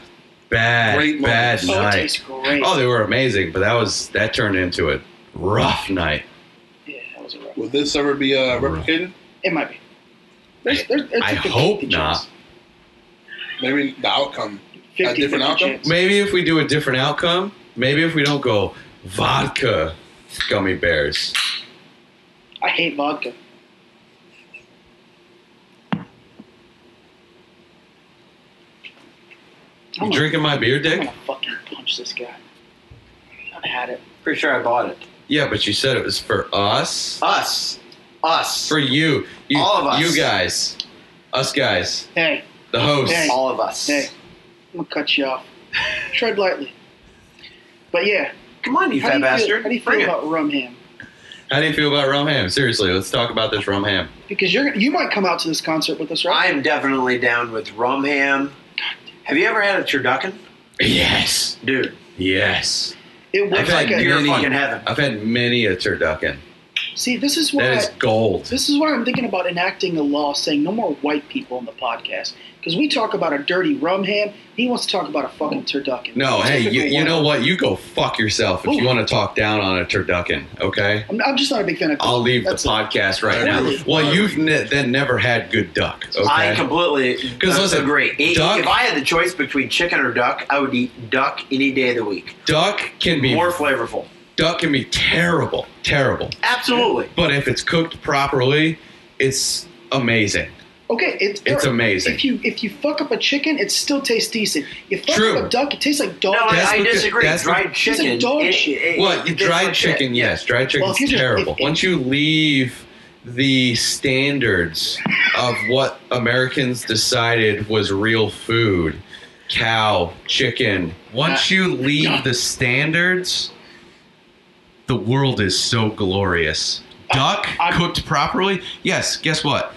[SPEAKER 7] Bad,
[SPEAKER 8] Great
[SPEAKER 7] bad
[SPEAKER 8] moments.
[SPEAKER 2] Oh, it
[SPEAKER 7] night.
[SPEAKER 2] tastes great.
[SPEAKER 7] Oh, they were amazing, but that was that turned into a rough night.
[SPEAKER 2] yeah, that was a rough.
[SPEAKER 8] Will this ever be uh, replicated?
[SPEAKER 2] It might be. There's, there's, there's
[SPEAKER 7] I
[SPEAKER 2] a 50-50
[SPEAKER 7] hope
[SPEAKER 2] chance.
[SPEAKER 7] not.
[SPEAKER 8] Maybe the outcome.
[SPEAKER 2] 50-50
[SPEAKER 8] different outcome?
[SPEAKER 2] chance.
[SPEAKER 7] Maybe if we do a different outcome, maybe if we don't go vodka gummy bears.
[SPEAKER 2] I hate vodka.
[SPEAKER 7] You drinking my beer,
[SPEAKER 2] I'm
[SPEAKER 7] Dick?
[SPEAKER 2] gonna fucking punch this guy. I've had it.
[SPEAKER 9] Pretty sure I bought it.
[SPEAKER 7] Yeah, but you said it was for us.
[SPEAKER 9] Us. Us.
[SPEAKER 7] For you. you
[SPEAKER 9] All of us.
[SPEAKER 7] You guys. Us guys.
[SPEAKER 2] Hey,
[SPEAKER 7] The hosts.
[SPEAKER 2] Hey.
[SPEAKER 9] All of us.
[SPEAKER 2] hey, I'm gonna cut you off. Tread lightly. But yeah,
[SPEAKER 9] Come on, you
[SPEAKER 2] how do
[SPEAKER 9] fat
[SPEAKER 2] you, feel,
[SPEAKER 9] bastard.
[SPEAKER 2] how do you
[SPEAKER 9] Bring
[SPEAKER 2] feel
[SPEAKER 9] it.
[SPEAKER 2] about rum ham?
[SPEAKER 7] How do you feel about rum ham? Seriously, let's talk about this rum ham.
[SPEAKER 2] Because you're you might come out to this concert with us,
[SPEAKER 9] I
[SPEAKER 2] right?
[SPEAKER 9] am definitely down with rum ham. Have you ever had a turducken?
[SPEAKER 7] Yes.
[SPEAKER 9] Dude,
[SPEAKER 7] Yes.
[SPEAKER 2] it was
[SPEAKER 7] I've had
[SPEAKER 2] like a,
[SPEAKER 9] pure
[SPEAKER 7] many-
[SPEAKER 9] fucking heaven.
[SPEAKER 7] I've had many a turducken.
[SPEAKER 2] see. This is why
[SPEAKER 7] That is gold.
[SPEAKER 2] this is why I'm thinking about enacting a law saying no more white people on the podcast because we talk about a dirty rum ham. He wants to talk about a fucking turducken.
[SPEAKER 7] No, hey, you,
[SPEAKER 2] Typical
[SPEAKER 7] you
[SPEAKER 2] white.
[SPEAKER 7] know what? You go fuck yourself if you
[SPEAKER 2] Ooh.
[SPEAKER 7] want to talk down on a turducken, okay?
[SPEAKER 2] I'm, I'm just not a big fan of.
[SPEAKER 7] I'll leave
[SPEAKER 2] That's
[SPEAKER 7] the
[SPEAKER 2] it.
[SPEAKER 7] podcast right
[SPEAKER 2] Really?
[SPEAKER 7] now. Well, you've ne- then never had good duck, okay?
[SPEAKER 9] I completely
[SPEAKER 7] 'Cause listen,
[SPEAKER 9] agree. If-
[SPEAKER 7] duck-
[SPEAKER 9] if I had the choice between chicken or duck, I would eat duck any day of the week.
[SPEAKER 7] duck can be
[SPEAKER 9] More flavorful.
[SPEAKER 7] duck can be terrible, terrible.
[SPEAKER 9] Absolutely.
[SPEAKER 7] But if it's cooked properly, it's amazing.
[SPEAKER 2] Okay, it's
[SPEAKER 7] It's
[SPEAKER 2] or-
[SPEAKER 7] amazing.
[SPEAKER 2] If you if you fuck up a chicken, it still tastes decent. You fuck
[SPEAKER 7] True.
[SPEAKER 2] up a duck, it tastes like
[SPEAKER 9] No,
[SPEAKER 2] dog.
[SPEAKER 7] That's
[SPEAKER 9] I, I
[SPEAKER 7] what the-
[SPEAKER 9] disagree.
[SPEAKER 7] that's what-
[SPEAKER 9] dried
[SPEAKER 2] It's
[SPEAKER 9] chicken.
[SPEAKER 2] like dog
[SPEAKER 9] it-
[SPEAKER 2] shit.
[SPEAKER 9] it-
[SPEAKER 7] Well,
[SPEAKER 9] it's
[SPEAKER 7] dried
[SPEAKER 9] like
[SPEAKER 7] chicken,
[SPEAKER 9] shit.
[SPEAKER 7] yes, dried chicken's
[SPEAKER 2] here's the-
[SPEAKER 7] terrible.
[SPEAKER 2] if- if-
[SPEAKER 7] Once you leave the standards of what Americans decided was real food, cow, chicken, once
[SPEAKER 2] Uh,
[SPEAKER 7] you leave the standards, the world is so glorious. Duck
[SPEAKER 2] I'm-
[SPEAKER 7] cooked properly, yes, guess what?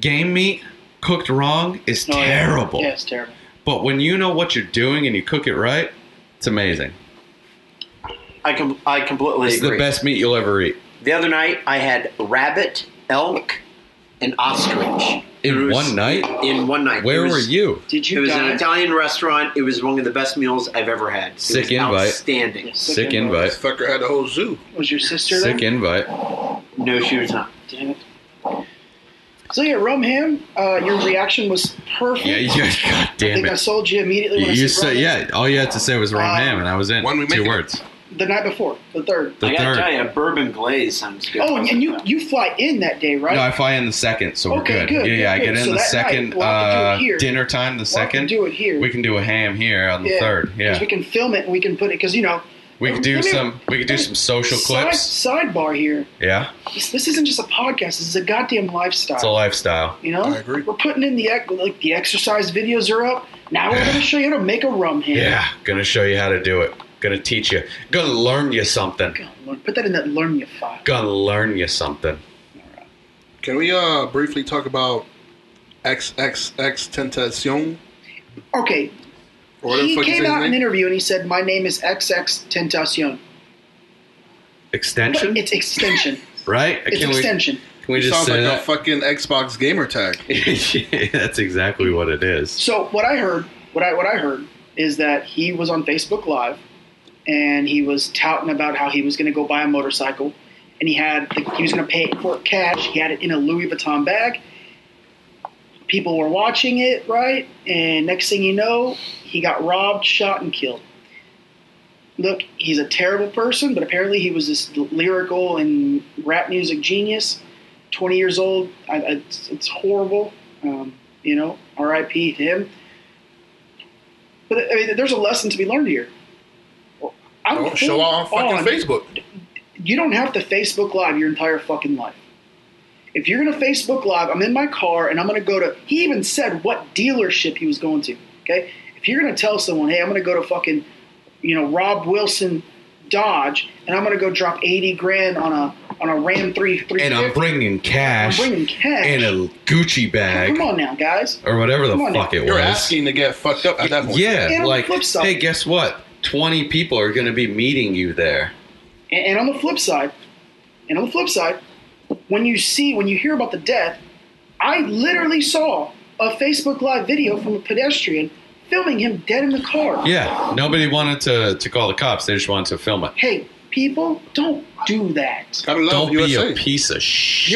[SPEAKER 7] Game meat cooked wrong is
[SPEAKER 2] No, Oh, yeah.
[SPEAKER 7] terrible.
[SPEAKER 2] Yeah, it's terrible.
[SPEAKER 7] But when you know what you're doing and you cook it right, it's amazing.
[SPEAKER 9] I, com- I completely
[SPEAKER 7] It's
[SPEAKER 9] agree.
[SPEAKER 7] the best meat you'll ever eat.
[SPEAKER 9] The other night, I had rabbit, elk, and ostrich It
[SPEAKER 7] In
[SPEAKER 9] was-
[SPEAKER 7] one night?
[SPEAKER 9] in one night.
[SPEAKER 7] Where
[SPEAKER 9] It was-
[SPEAKER 7] were you?
[SPEAKER 2] Did
[SPEAKER 9] It
[SPEAKER 2] you
[SPEAKER 9] was uh, an
[SPEAKER 2] die?
[SPEAKER 9] Italian restaurant. It was one of the best meals I've ever had. It
[SPEAKER 7] Sick
[SPEAKER 9] was
[SPEAKER 7] invite.
[SPEAKER 9] Outstanding.
[SPEAKER 7] Sick invite.
[SPEAKER 8] This fucker had the whole zoo.
[SPEAKER 2] Was your sister
[SPEAKER 7] Sick
[SPEAKER 2] there?
[SPEAKER 7] invite.
[SPEAKER 9] No, she was not.
[SPEAKER 2] Damn it. So yeah, rum ham. Uh, your reaction was perfect.
[SPEAKER 7] Yeah, yeah, god
[SPEAKER 2] I
[SPEAKER 7] damn
[SPEAKER 2] think I
[SPEAKER 7] it.
[SPEAKER 2] sold you immediately when I
[SPEAKER 7] You
[SPEAKER 2] said
[SPEAKER 7] said,
[SPEAKER 2] rum ham.
[SPEAKER 7] yeah, all you had to say was wrong
[SPEAKER 2] Uh,
[SPEAKER 7] ham, and I was in.
[SPEAKER 8] when we make
[SPEAKER 7] Two
[SPEAKER 8] it-
[SPEAKER 7] words.
[SPEAKER 2] The night before, the third.
[SPEAKER 7] The
[SPEAKER 9] I gotta
[SPEAKER 7] third.
[SPEAKER 9] tell you, bourbon glaze sounds good.
[SPEAKER 2] Oh, and, and you you fly in that day, right?
[SPEAKER 7] No, I fly in the second, so we're
[SPEAKER 2] Okay,
[SPEAKER 7] good.
[SPEAKER 2] good,
[SPEAKER 7] Yeah, yeah, I
[SPEAKER 2] good,
[SPEAKER 7] get
[SPEAKER 2] good.
[SPEAKER 7] in
[SPEAKER 2] So
[SPEAKER 7] the
[SPEAKER 2] that
[SPEAKER 7] second
[SPEAKER 2] night, we'll have to do it
[SPEAKER 7] uh,
[SPEAKER 2] here.
[SPEAKER 7] dinner time. The
[SPEAKER 2] Well, I can
[SPEAKER 7] second,
[SPEAKER 2] do it here.
[SPEAKER 7] we can do a ham here on the
[SPEAKER 2] Yeah.
[SPEAKER 7] third.
[SPEAKER 2] 'Cause
[SPEAKER 7] Yeah,
[SPEAKER 2] we can film it and we can put it because you know
[SPEAKER 7] we could do
[SPEAKER 2] Let me-
[SPEAKER 7] some. We could do some social
[SPEAKER 2] side,
[SPEAKER 7] clips.
[SPEAKER 2] Sidebar here.
[SPEAKER 7] Yeah,
[SPEAKER 2] This, this isn't just a podcast. This is a goddamn lifestyle.
[SPEAKER 7] it's a lifestyle.
[SPEAKER 2] You know,
[SPEAKER 8] I agree.
[SPEAKER 2] we're putting in the ec- like the exercise videos are up. Now we're
[SPEAKER 7] Yeah.
[SPEAKER 2] going to show you how to make a rum hand.
[SPEAKER 7] Yeah, gonna show you how to do it. Gonna teach you. Gonna learn you something.
[SPEAKER 2] God, Lord, put that in that learn you file.
[SPEAKER 7] Gonna learn you something.
[SPEAKER 8] Can we uh briefly talk about XXX Tentacion?
[SPEAKER 2] Okay,
[SPEAKER 8] Or whatever the
[SPEAKER 2] he
[SPEAKER 8] fuck you say
[SPEAKER 2] came
[SPEAKER 8] his
[SPEAKER 2] out in an
[SPEAKER 8] name?
[SPEAKER 2] interview and he said, "My name is XX Tentacion."
[SPEAKER 7] Extension,
[SPEAKER 2] But it's extension.
[SPEAKER 7] right?
[SPEAKER 2] it's
[SPEAKER 7] can, we, can
[SPEAKER 2] extension.
[SPEAKER 7] we
[SPEAKER 8] He
[SPEAKER 7] just
[SPEAKER 8] sounds
[SPEAKER 7] say
[SPEAKER 8] like a
[SPEAKER 7] that?
[SPEAKER 8] fucking Xbox gamer tag.
[SPEAKER 7] Yeah, that's exactly what it is.
[SPEAKER 2] So what I heard, what I what I heard is that he was on Facebook Live and he was touting about how he was going to go buy a motorcycle and he had the, he was going to pay for it cash. He had it in a Louis Vuitton bag. People were watching it, right? And next thing you know, he got robbed, shot, and killed. look, he's a terrible person, but apparently he was this lyrical and rap music genius. Twenty years old, I, I, it's, it's horrible. Um, you know, R.I.P. to him. But I mean, there's a lesson to be learned here. I'm
[SPEAKER 8] Don't Oh, show
[SPEAKER 2] full
[SPEAKER 8] off on
[SPEAKER 2] on-
[SPEAKER 8] fucking Facebook.
[SPEAKER 2] you don't have to Facebook Live your entire fucking life. If you're going to Facebook Live, I'm in my car and I'm going to go to, he even said what dealership he was going to. Okay. If you're going to tell someone, hey, I'm going to go to fucking, you know, Rob Wilson Dodge and I'm going to go drop 80 grand on a, on a Ram 3
[SPEAKER 7] And I'm
[SPEAKER 2] 350,
[SPEAKER 7] bringing cash
[SPEAKER 2] I'm bringing cash.
[SPEAKER 7] in a Gucci bag
[SPEAKER 2] Come on now, guys.
[SPEAKER 7] or whatever the
[SPEAKER 2] Come on now.
[SPEAKER 7] fuck it
[SPEAKER 8] You're
[SPEAKER 7] was.
[SPEAKER 8] asking to get fucked up at that point.
[SPEAKER 2] And on
[SPEAKER 7] Yeah,
[SPEAKER 2] the
[SPEAKER 7] like,
[SPEAKER 2] flip side-
[SPEAKER 7] hey, guess what? 20 people are going to be meeting you there.
[SPEAKER 2] And, and on the flip side, and on the flip side, when you see, when you hear about the death, I literally saw a Facebook Live video from a pedestrian filming him dead in the car.
[SPEAKER 7] Yeah, nobody wanted to, to call the cops. They just wanted to film it.
[SPEAKER 2] Hey, people, don't do that.
[SPEAKER 8] Gotta love
[SPEAKER 7] Don't be
[SPEAKER 8] USA.
[SPEAKER 7] a piece of
[SPEAKER 2] You're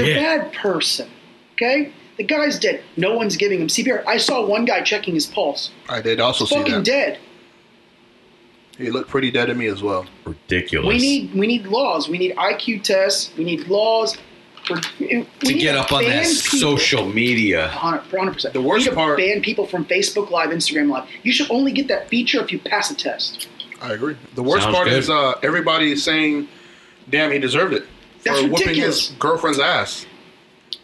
[SPEAKER 7] shit.
[SPEAKER 2] a bad person. Okay? The guy's dead. No one's giving him CPR. I saw one guy checking his pulse.
[SPEAKER 8] I did also see
[SPEAKER 2] Fucking
[SPEAKER 8] that.
[SPEAKER 2] dead.
[SPEAKER 8] He looked pretty dead to me as well.
[SPEAKER 7] Ridiculous.
[SPEAKER 2] We need we need laws. We need IQ tests. We need laws. For, we
[SPEAKER 7] to
[SPEAKER 2] need
[SPEAKER 7] get up on
[SPEAKER 2] ban
[SPEAKER 7] that
[SPEAKER 2] people.
[SPEAKER 7] social media.
[SPEAKER 2] 100%.
[SPEAKER 8] The worst
[SPEAKER 2] you need to
[SPEAKER 8] part-
[SPEAKER 2] ban people from Facebook Live, Instagram Live. You should only get that feature if you pass a test.
[SPEAKER 8] I agree. The worst
[SPEAKER 7] Sounds
[SPEAKER 8] part
[SPEAKER 7] good.
[SPEAKER 8] is uh, everybody is saying, "Damn, he deserved it for
[SPEAKER 2] That's
[SPEAKER 8] whooping
[SPEAKER 2] ridiculous.
[SPEAKER 8] his girlfriend's ass."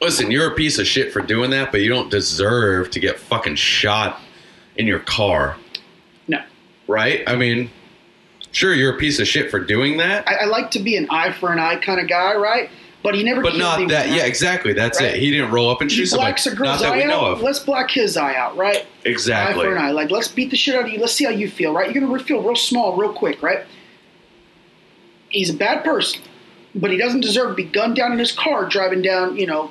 [SPEAKER 7] Listen, you're a piece of shit for doing that, but you don't deserve to get fucking shot in your car,
[SPEAKER 2] No.
[SPEAKER 7] right? I mean, sure, you're a piece of shit for doing that,
[SPEAKER 2] I, I like to be an eye for an eye kind of guy, right? But he never
[SPEAKER 7] but
[SPEAKER 2] killed
[SPEAKER 7] not
[SPEAKER 2] anyone,
[SPEAKER 7] that.
[SPEAKER 2] right?
[SPEAKER 7] Yeah, exactly. That's
[SPEAKER 2] Right.
[SPEAKER 7] it. He didn't roll up and
[SPEAKER 2] He
[SPEAKER 7] shoot somebody.
[SPEAKER 2] blacks a
[SPEAKER 7] Not
[SPEAKER 2] girl's
[SPEAKER 7] that
[SPEAKER 2] eye
[SPEAKER 7] we know
[SPEAKER 2] out.
[SPEAKER 7] of.
[SPEAKER 2] Let's black his eye out, right? Eye
[SPEAKER 7] exactly.
[SPEAKER 2] for an eye. Like, let's beat the shit out of you. Let's see how you feel, right? You're going to feel real small, real quick, right? He's a bad person, but he doesn't deserve to be gunned down in his car driving down, you know,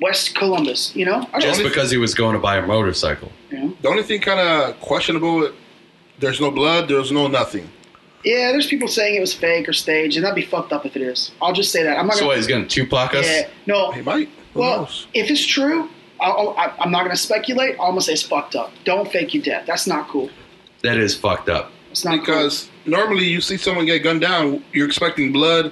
[SPEAKER 2] West Columbus, you know? I don't
[SPEAKER 7] Just
[SPEAKER 2] know.
[SPEAKER 7] because he was going to buy a motorcycle.
[SPEAKER 2] You know?
[SPEAKER 8] The only thing kind of questionable. There's no blood. There's no nothing.
[SPEAKER 2] Yeah, there's people saying it was fake or staged, and that'd be fucked up if it is. I'll just say that. I'm not
[SPEAKER 7] So what,
[SPEAKER 2] gonna.
[SPEAKER 7] he's going to Tupac us?
[SPEAKER 2] yeah, no.
[SPEAKER 8] He might. Who
[SPEAKER 2] well,
[SPEAKER 8] knows?
[SPEAKER 2] if it's true, I'll, I'll, I'm not gonna speculate. I'm gonna say it's fucked up. Don't fake your death. That's not cool.
[SPEAKER 7] That is fucked up.
[SPEAKER 2] It's not cool.
[SPEAKER 8] Because normally you see someone get gunned down, you're expecting blood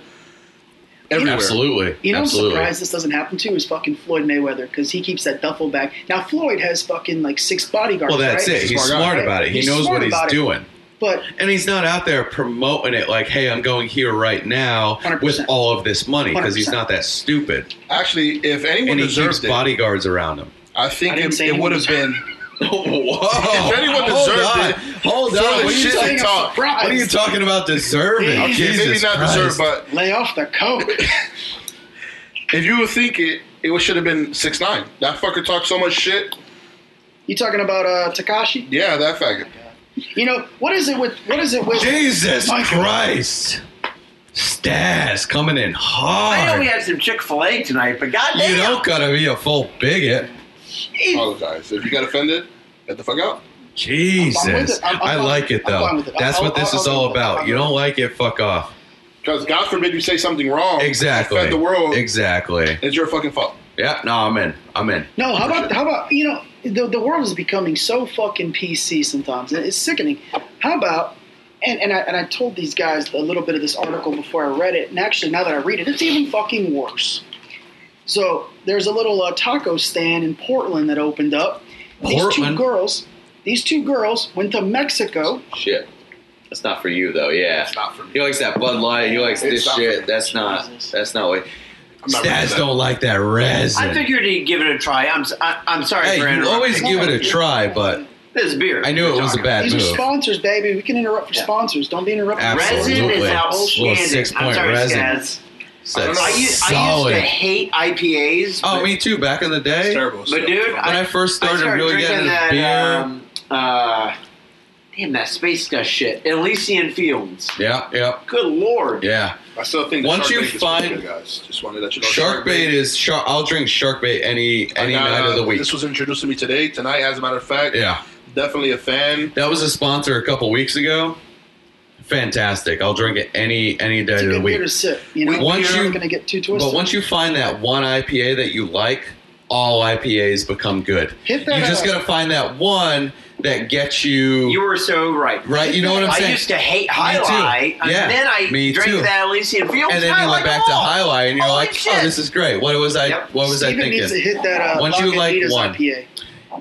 [SPEAKER 8] everywhere.
[SPEAKER 7] Absolutely.
[SPEAKER 2] You know,
[SPEAKER 7] Absolutely.
[SPEAKER 2] I'm surprised this doesn't happen to is fucking Floyd Mayweather because he keeps that duffel bag. Now Floyd has fucking like six bodyguards.
[SPEAKER 7] well, that's
[SPEAKER 2] right?
[SPEAKER 7] it. He's
[SPEAKER 8] Smart guy,
[SPEAKER 7] smart
[SPEAKER 2] right?
[SPEAKER 7] about it. He
[SPEAKER 2] He's
[SPEAKER 7] knows
[SPEAKER 2] smart
[SPEAKER 7] what he's
[SPEAKER 2] about it.
[SPEAKER 7] doing.
[SPEAKER 2] But
[SPEAKER 7] And he's not out there promoting it like, hey, I'm going here right now
[SPEAKER 2] 100%.
[SPEAKER 7] with all of this money because he's
[SPEAKER 2] 100%.
[SPEAKER 7] not that stupid.
[SPEAKER 8] Actually, if anyone
[SPEAKER 7] And he keeps
[SPEAKER 8] deserved it,
[SPEAKER 7] bodyguards around him.
[SPEAKER 8] I
[SPEAKER 2] I
[SPEAKER 8] think
[SPEAKER 2] didn't
[SPEAKER 8] it,
[SPEAKER 2] say
[SPEAKER 8] it
[SPEAKER 2] anyone
[SPEAKER 8] would have been.
[SPEAKER 7] Whoa.
[SPEAKER 8] If anyone
[SPEAKER 7] Hold
[SPEAKER 8] deserved
[SPEAKER 7] on.
[SPEAKER 8] it,
[SPEAKER 7] Hold on.
[SPEAKER 8] for the
[SPEAKER 7] What are, you
[SPEAKER 8] shit
[SPEAKER 7] talking,
[SPEAKER 8] they talk.
[SPEAKER 2] surprised.
[SPEAKER 7] what are you talking about deserving?
[SPEAKER 2] Okay,
[SPEAKER 8] Okay, maybe
[SPEAKER 7] Jesus
[SPEAKER 8] not
[SPEAKER 7] Christ.
[SPEAKER 8] deserved, but
[SPEAKER 2] Lay off the coke.
[SPEAKER 8] if you would think it, it should have been six nine. That fucker talked so much shit.
[SPEAKER 2] you talking about uh, Takashi?
[SPEAKER 8] Yeah, that faggot.
[SPEAKER 2] You know what is it with what is it with?
[SPEAKER 7] Jesus
[SPEAKER 2] My God.
[SPEAKER 7] Christ. Stas coming in hard.
[SPEAKER 9] I know we had some Chick Fil A tonight, but goddamn,
[SPEAKER 7] you don't gotta be a full bigot.
[SPEAKER 8] Apologize if you got offended. Get the fuck out.
[SPEAKER 2] I'm with
[SPEAKER 7] Jesus.
[SPEAKER 2] it. I'm- I'm
[SPEAKER 7] I
[SPEAKER 2] fine
[SPEAKER 7] like
[SPEAKER 2] with
[SPEAKER 7] it
[SPEAKER 2] it. I'm
[SPEAKER 7] though.
[SPEAKER 2] fine with it.
[SPEAKER 7] That's
[SPEAKER 2] I'll-
[SPEAKER 7] what this
[SPEAKER 2] I'll-
[SPEAKER 7] is
[SPEAKER 2] I'll
[SPEAKER 7] all
[SPEAKER 2] go with it.
[SPEAKER 7] about.
[SPEAKER 2] I'll
[SPEAKER 7] You
[SPEAKER 2] go
[SPEAKER 7] don't like it, fuck off.
[SPEAKER 8] Because God forbid you say something wrong.
[SPEAKER 7] Exactly.
[SPEAKER 8] Offend the world.
[SPEAKER 7] Exactly.
[SPEAKER 8] It's your fucking fault.
[SPEAKER 7] Yeah, no, I'm in. I'm in.
[SPEAKER 2] No, how about how about you know the the world is becoming so fucking PC sometimes. It- It's sickening. How about and and I and I told these guys a little bit of this article before I read it, and actually now that I read it, it's even fucking worse. So there's a little uh, taco stand in Portland that opened up. These two
[SPEAKER 7] Portland?
[SPEAKER 2] girls, these two girls went to Mexico.
[SPEAKER 1] Shit. That's not for you though. Yeah. That's
[SPEAKER 8] not for me.
[SPEAKER 1] He likes that Bud Light. He likes
[SPEAKER 8] It's
[SPEAKER 1] this
[SPEAKER 8] not for
[SPEAKER 1] shit.
[SPEAKER 8] me.
[SPEAKER 1] That's not.
[SPEAKER 2] Jesus.
[SPEAKER 1] That's not what.
[SPEAKER 8] I'm not ready
[SPEAKER 7] Stats
[SPEAKER 8] for that.
[SPEAKER 7] don't like that resin.
[SPEAKER 9] I figured he'd give it a try. I'm s- I, am sorry for
[SPEAKER 7] hey, you
[SPEAKER 9] interrupting.
[SPEAKER 7] always give it a try, but
[SPEAKER 9] this beer.
[SPEAKER 7] I knew it was a bad
[SPEAKER 2] These are
[SPEAKER 7] move.
[SPEAKER 2] sponsors, baby. We can interrupt for
[SPEAKER 9] Yeah.
[SPEAKER 2] sponsors. Don't be interrupted.
[SPEAKER 9] Resin
[SPEAKER 7] Absolutely.
[SPEAKER 9] is
[SPEAKER 7] Little
[SPEAKER 9] outstanding.
[SPEAKER 7] six-point
[SPEAKER 9] I'm sorry,
[SPEAKER 7] resin.
[SPEAKER 9] Skaz.
[SPEAKER 7] Said
[SPEAKER 9] I used, I used
[SPEAKER 7] solid.
[SPEAKER 9] to hate IPAs.
[SPEAKER 7] Oh,
[SPEAKER 9] but-
[SPEAKER 7] me too. Back in the
[SPEAKER 8] It's
[SPEAKER 7] day,
[SPEAKER 8] terrible. It's
[SPEAKER 9] But
[SPEAKER 8] terrible.
[SPEAKER 9] dude,
[SPEAKER 7] when I first started, really
[SPEAKER 9] drinking
[SPEAKER 7] getting into
[SPEAKER 9] that,
[SPEAKER 7] beer.
[SPEAKER 9] Um, uh, damn that space dust shit. Elysian Fields.
[SPEAKER 7] yeah, yeah,
[SPEAKER 9] Good lord.
[SPEAKER 7] yeah.
[SPEAKER 8] I still think the
[SPEAKER 7] Once
[SPEAKER 8] Shark
[SPEAKER 7] you
[SPEAKER 8] Bait is
[SPEAKER 7] find-
[SPEAKER 8] pretty good, guys, just wanted to let you know.
[SPEAKER 7] Shark bait is. Shark, I'll drink shark bait any any
[SPEAKER 8] I got,
[SPEAKER 7] night of the
[SPEAKER 8] uh,
[SPEAKER 7] week.
[SPEAKER 8] This was introduced to me today, tonight, as a matter of fact.
[SPEAKER 7] Yeah,
[SPEAKER 8] Definitely a fan.
[SPEAKER 7] that was a sponsor a couple weeks ago. Fantastic. I'll drink it any any day
[SPEAKER 2] It's a
[SPEAKER 7] of the
[SPEAKER 2] good
[SPEAKER 7] week.
[SPEAKER 2] beer to sip. You know,
[SPEAKER 7] Once
[SPEAKER 2] you're
[SPEAKER 7] you-
[SPEAKER 2] not going to get too twisted.
[SPEAKER 7] But once you find that one IPA that you like, all IPAs become good.
[SPEAKER 2] Hit that
[SPEAKER 7] you just
[SPEAKER 2] up.
[SPEAKER 7] gotta find that one that gets you,
[SPEAKER 9] You were so right.
[SPEAKER 7] right. You know what I'm
[SPEAKER 9] I
[SPEAKER 7] saying?
[SPEAKER 9] used to hate High
[SPEAKER 7] too.
[SPEAKER 9] Life, and
[SPEAKER 7] Yeah,
[SPEAKER 9] then I
[SPEAKER 7] me
[SPEAKER 9] drank
[SPEAKER 7] too.
[SPEAKER 9] that Elysian Fields.
[SPEAKER 7] and then
[SPEAKER 9] I
[SPEAKER 7] you went
[SPEAKER 9] like
[SPEAKER 7] back to
[SPEAKER 9] them all.
[SPEAKER 7] highlight, and you're
[SPEAKER 9] Holy
[SPEAKER 7] like,
[SPEAKER 9] shit.
[SPEAKER 7] "Oh, this is great. What was I?
[SPEAKER 9] Yep.
[SPEAKER 7] What was I
[SPEAKER 2] Steven
[SPEAKER 7] thinking?"
[SPEAKER 2] needs to hit that uh,
[SPEAKER 7] Once you like
[SPEAKER 2] Lagunitas
[SPEAKER 7] one-
[SPEAKER 2] IPA.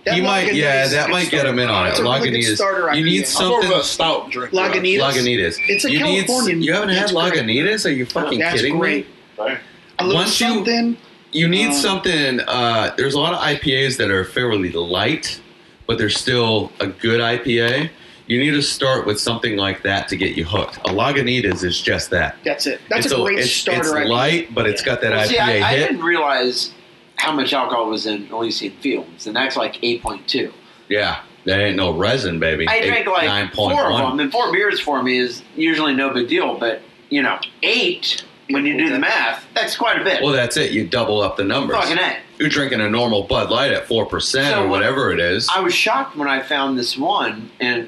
[SPEAKER 2] That
[SPEAKER 7] You might, yeah,
[SPEAKER 2] Lagunitas is a
[SPEAKER 7] that
[SPEAKER 2] good
[SPEAKER 7] might get
[SPEAKER 2] starter.
[SPEAKER 7] them in on it.
[SPEAKER 2] It's a really good starter
[SPEAKER 7] Lagunitas, you
[SPEAKER 2] IPA.
[SPEAKER 7] need
[SPEAKER 8] I'm more of
[SPEAKER 7] something.
[SPEAKER 8] a stout drink.
[SPEAKER 2] Lagunitas.
[SPEAKER 7] Lagunitas.
[SPEAKER 2] It's a
[SPEAKER 7] you need-
[SPEAKER 2] Californian-
[SPEAKER 7] you haven't had
[SPEAKER 2] that's great. Oh,
[SPEAKER 7] Lagunitas? Are you fucking
[SPEAKER 2] That's
[SPEAKER 7] kidding
[SPEAKER 2] great.
[SPEAKER 7] me?
[SPEAKER 2] A little
[SPEAKER 7] Once you-
[SPEAKER 2] something.
[SPEAKER 7] You need
[SPEAKER 2] Um,
[SPEAKER 7] something. Uh, there's a lot of IPAs that are fairly light, but they're still a good IPA. You need to start with something like that to get you hooked. A Lagunitas is just that.
[SPEAKER 2] That's it. That's
[SPEAKER 7] it's
[SPEAKER 2] a great
[SPEAKER 7] it's,
[SPEAKER 2] starter.
[SPEAKER 7] It's
[SPEAKER 2] IPA.
[SPEAKER 7] light, but it's got that
[SPEAKER 9] Well,
[SPEAKER 7] IPA
[SPEAKER 9] see, I, I
[SPEAKER 7] hit.
[SPEAKER 9] didn't realize how much alcohol was in Elysian Fields, and that's like eight point two.
[SPEAKER 7] yeah, that ain't no resin, baby.
[SPEAKER 9] I
[SPEAKER 7] Eight-
[SPEAKER 9] drank like four
[SPEAKER 7] 9.1.
[SPEAKER 9] of them, and four beers for me is usually no big deal. But you know, eight when you do the math, that's quite a bit.
[SPEAKER 7] Well, that's it. You double up the numbers.
[SPEAKER 9] Fucking a.
[SPEAKER 7] You're drinking a normal Bud Light at four percent
[SPEAKER 9] So
[SPEAKER 7] or
[SPEAKER 9] what-
[SPEAKER 7] whatever it is.
[SPEAKER 9] I was shocked when I found this one, and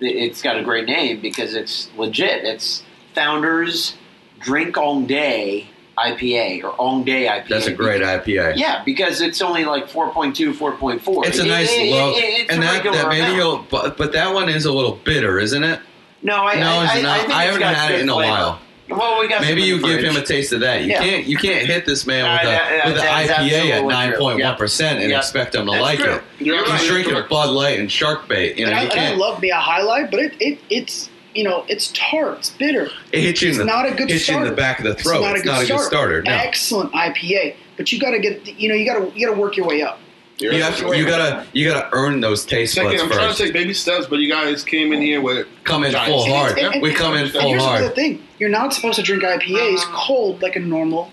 [SPEAKER 9] it- it's got a great name because it's legit. It's Founders Drink All Day IPA or All Day IPA.
[SPEAKER 7] That's a great IPA.
[SPEAKER 9] Yeah, because it's only like 4.2, 4.4.
[SPEAKER 7] It's a
[SPEAKER 9] It-
[SPEAKER 7] nice
[SPEAKER 9] it- it-
[SPEAKER 7] low,
[SPEAKER 9] it- it's
[SPEAKER 7] and
[SPEAKER 9] a
[SPEAKER 7] that,
[SPEAKER 9] regular
[SPEAKER 7] that maybe
[SPEAKER 9] amount.
[SPEAKER 7] you'll, but, but that one is a little bitter, isn't it?
[SPEAKER 9] No, I,
[SPEAKER 7] No,
[SPEAKER 9] I,
[SPEAKER 7] it's not.
[SPEAKER 9] I, I, think
[SPEAKER 7] I
[SPEAKER 9] it's
[SPEAKER 7] haven't
[SPEAKER 9] got
[SPEAKER 7] had it
[SPEAKER 9] good
[SPEAKER 7] in a
[SPEAKER 9] flavor.
[SPEAKER 7] while.
[SPEAKER 9] Well, we got
[SPEAKER 7] Maybe
[SPEAKER 9] some
[SPEAKER 7] you
[SPEAKER 9] in the
[SPEAKER 7] give him a
[SPEAKER 9] fridge.
[SPEAKER 7] taste of that. You
[SPEAKER 9] Yeah.
[SPEAKER 7] can't, you can't hit this man
[SPEAKER 9] Uh,
[SPEAKER 7] with a
[SPEAKER 9] that-
[SPEAKER 7] with an
[SPEAKER 9] that is
[SPEAKER 7] IPA at
[SPEAKER 9] absolutely
[SPEAKER 7] nine point one percent and
[SPEAKER 9] Yeah.
[SPEAKER 7] expect him to
[SPEAKER 9] That's
[SPEAKER 7] like
[SPEAKER 9] true.
[SPEAKER 7] it.
[SPEAKER 9] You're
[SPEAKER 7] He's
[SPEAKER 9] right.
[SPEAKER 7] drinking a Bud Light and Shark Bait. You know,
[SPEAKER 2] And I,
[SPEAKER 7] you
[SPEAKER 2] and I
[SPEAKER 7] can't.
[SPEAKER 2] love me a highlight, but it, it it's you know it's tart, it's bitter.
[SPEAKER 7] it hits you in
[SPEAKER 2] It's
[SPEAKER 7] the
[SPEAKER 2] not a good
[SPEAKER 7] hits you in
[SPEAKER 2] starter.
[SPEAKER 7] the back of the throat. It's not a good starter. No.
[SPEAKER 2] Excellent IPA, but you got to get you know you got to you got to work your way up.
[SPEAKER 7] You, have to, you gotta you gotta earn those taste
[SPEAKER 8] Second,
[SPEAKER 7] buds
[SPEAKER 8] I'm trying to
[SPEAKER 7] first.
[SPEAKER 8] take baby steps, but you guys came in here with
[SPEAKER 7] Come in
[SPEAKER 8] Giants.
[SPEAKER 7] full
[SPEAKER 8] And
[SPEAKER 7] hard.
[SPEAKER 2] and- and-
[SPEAKER 7] We come in
[SPEAKER 8] and
[SPEAKER 2] and
[SPEAKER 7] full
[SPEAKER 2] here's the
[SPEAKER 7] hard. Uh-huh.
[SPEAKER 2] thing: you're not supposed to drink IPAs cold like a normal,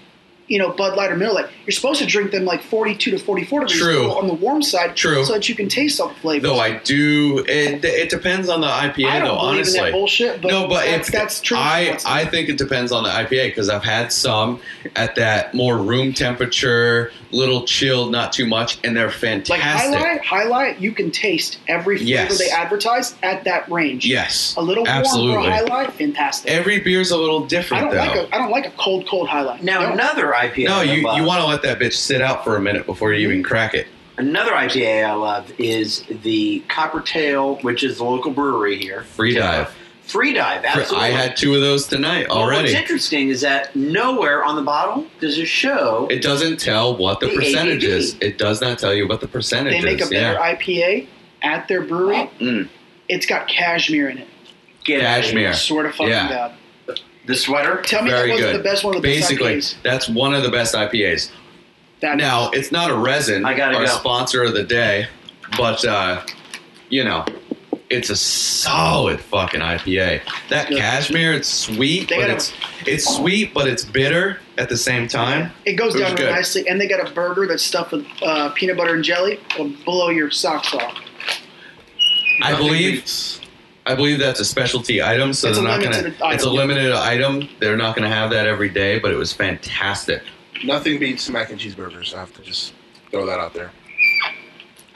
[SPEAKER 2] you know, Bud Light or Miller Lite. You're supposed to drink them like 42 to 44 degrees
[SPEAKER 7] True.
[SPEAKER 2] on the warm side,
[SPEAKER 7] True.
[SPEAKER 2] so that you can taste all the flavors.
[SPEAKER 7] Though I do, it, it depends on the IPA.
[SPEAKER 2] I don't
[SPEAKER 7] though,
[SPEAKER 2] believe
[SPEAKER 7] honestly,
[SPEAKER 2] in that bullshit. But
[SPEAKER 7] no, but
[SPEAKER 2] that's,
[SPEAKER 7] it's,
[SPEAKER 2] that's true.
[SPEAKER 7] I
[SPEAKER 2] That's-
[SPEAKER 7] I think it depends on the IPA because I've had some at that more room temperature, little chilled, not too much, and they're
[SPEAKER 2] Like
[SPEAKER 7] fantastic.
[SPEAKER 2] highlight, highlight, you can taste every flavor
[SPEAKER 7] Yes.
[SPEAKER 2] they advertise at that range.
[SPEAKER 7] yes,
[SPEAKER 2] a little
[SPEAKER 7] absolutely.
[SPEAKER 2] warm for a highlight, fantastic.
[SPEAKER 7] Every beer's a little
[SPEAKER 2] I
[SPEAKER 7] different
[SPEAKER 2] don't
[SPEAKER 7] though.
[SPEAKER 2] like a I don't like a cold cold highlight.
[SPEAKER 9] Now,
[SPEAKER 2] No.
[SPEAKER 9] another IPA.
[SPEAKER 7] no,
[SPEAKER 9] I
[SPEAKER 7] you,
[SPEAKER 9] love-
[SPEAKER 7] you want to let that bitch sit out for a minute before you even crack it.
[SPEAKER 9] Another IPA I love is the Coppertail, which is the local brewery here.
[SPEAKER 7] Free dive.
[SPEAKER 9] Free dive, absolutely.
[SPEAKER 7] I had two of those tonight
[SPEAKER 9] Well,
[SPEAKER 7] already.
[SPEAKER 9] What's interesting is that nowhere on the bottle does it show.
[SPEAKER 7] It doesn't tell what the,
[SPEAKER 9] The
[SPEAKER 7] percentage
[SPEAKER 9] ABV.
[SPEAKER 7] is. It does not tell you what the percentage
[SPEAKER 2] they make a
[SPEAKER 7] is.
[SPEAKER 2] better
[SPEAKER 7] yeah.
[SPEAKER 2] IPA at their brewery.
[SPEAKER 7] Mm.
[SPEAKER 2] It's got cashmere in it.
[SPEAKER 9] Get out of here.
[SPEAKER 7] Cashmere.
[SPEAKER 2] Swear to fucking
[SPEAKER 7] Yeah.
[SPEAKER 2] god.
[SPEAKER 9] The sweater.
[SPEAKER 2] Tell me
[SPEAKER 7] Very
[SPEAKER 2] that wasn't
[SPEAKER 7] good.
[SPEAKER 2] the best one of the
[SPEAKER 7] Basically,
[SPEAKER 2] best IPAs.
[SPEAKER 7] that's one of the best IPAs.
[SPEAKER 2] That
[SPEAKER 7] Now, it's not a resin,
[SPEAKER 9] I gotta
[SPEAKER 7] our
[SPEAKER 9] go.
[SPEAKER 7] sponsor of the day, but uh, you know, it's a solid fucking IPA. That
[SPEAKER 2] Good.
[SPEAKER 7] cashmere, it's sweet,
[SPEAKER 2] They
[SPEAKER 7] but
[SPEAKER 2] gotta-
[SPEAKER 7] it's it's sweet, but it's bitter at the same time.
[SPEAKER 2] it goes
[SPEAKER 7] it was
[SPEAKER 2] down real
[SPEAKER 7] good.
[SPEAKER 2] nicely, and they got a burger that's stuffed with uh, peanut butter and jelly. It'll blow your socks off.
[SPEAKER 7] I
[SPEAKER 8] nothing
[SPEAKER 7] believe
[SPEAKER 8] beats-
[SPEAKER 7] I believe that's a specialty item, so
[SPEAKER 2] It's
[SPEAKER 7] they're
[SPEAKER 2] a
[SPEAKER 7] not gonna.
[SPEAKER 2] limited item.
[SPEAKER 7] It's a limited item. They're not gonna have that every day, but it was fantastic.
[SPEAKER 8] nothing beats mac and cheeseburgers. I have to just throw that out there.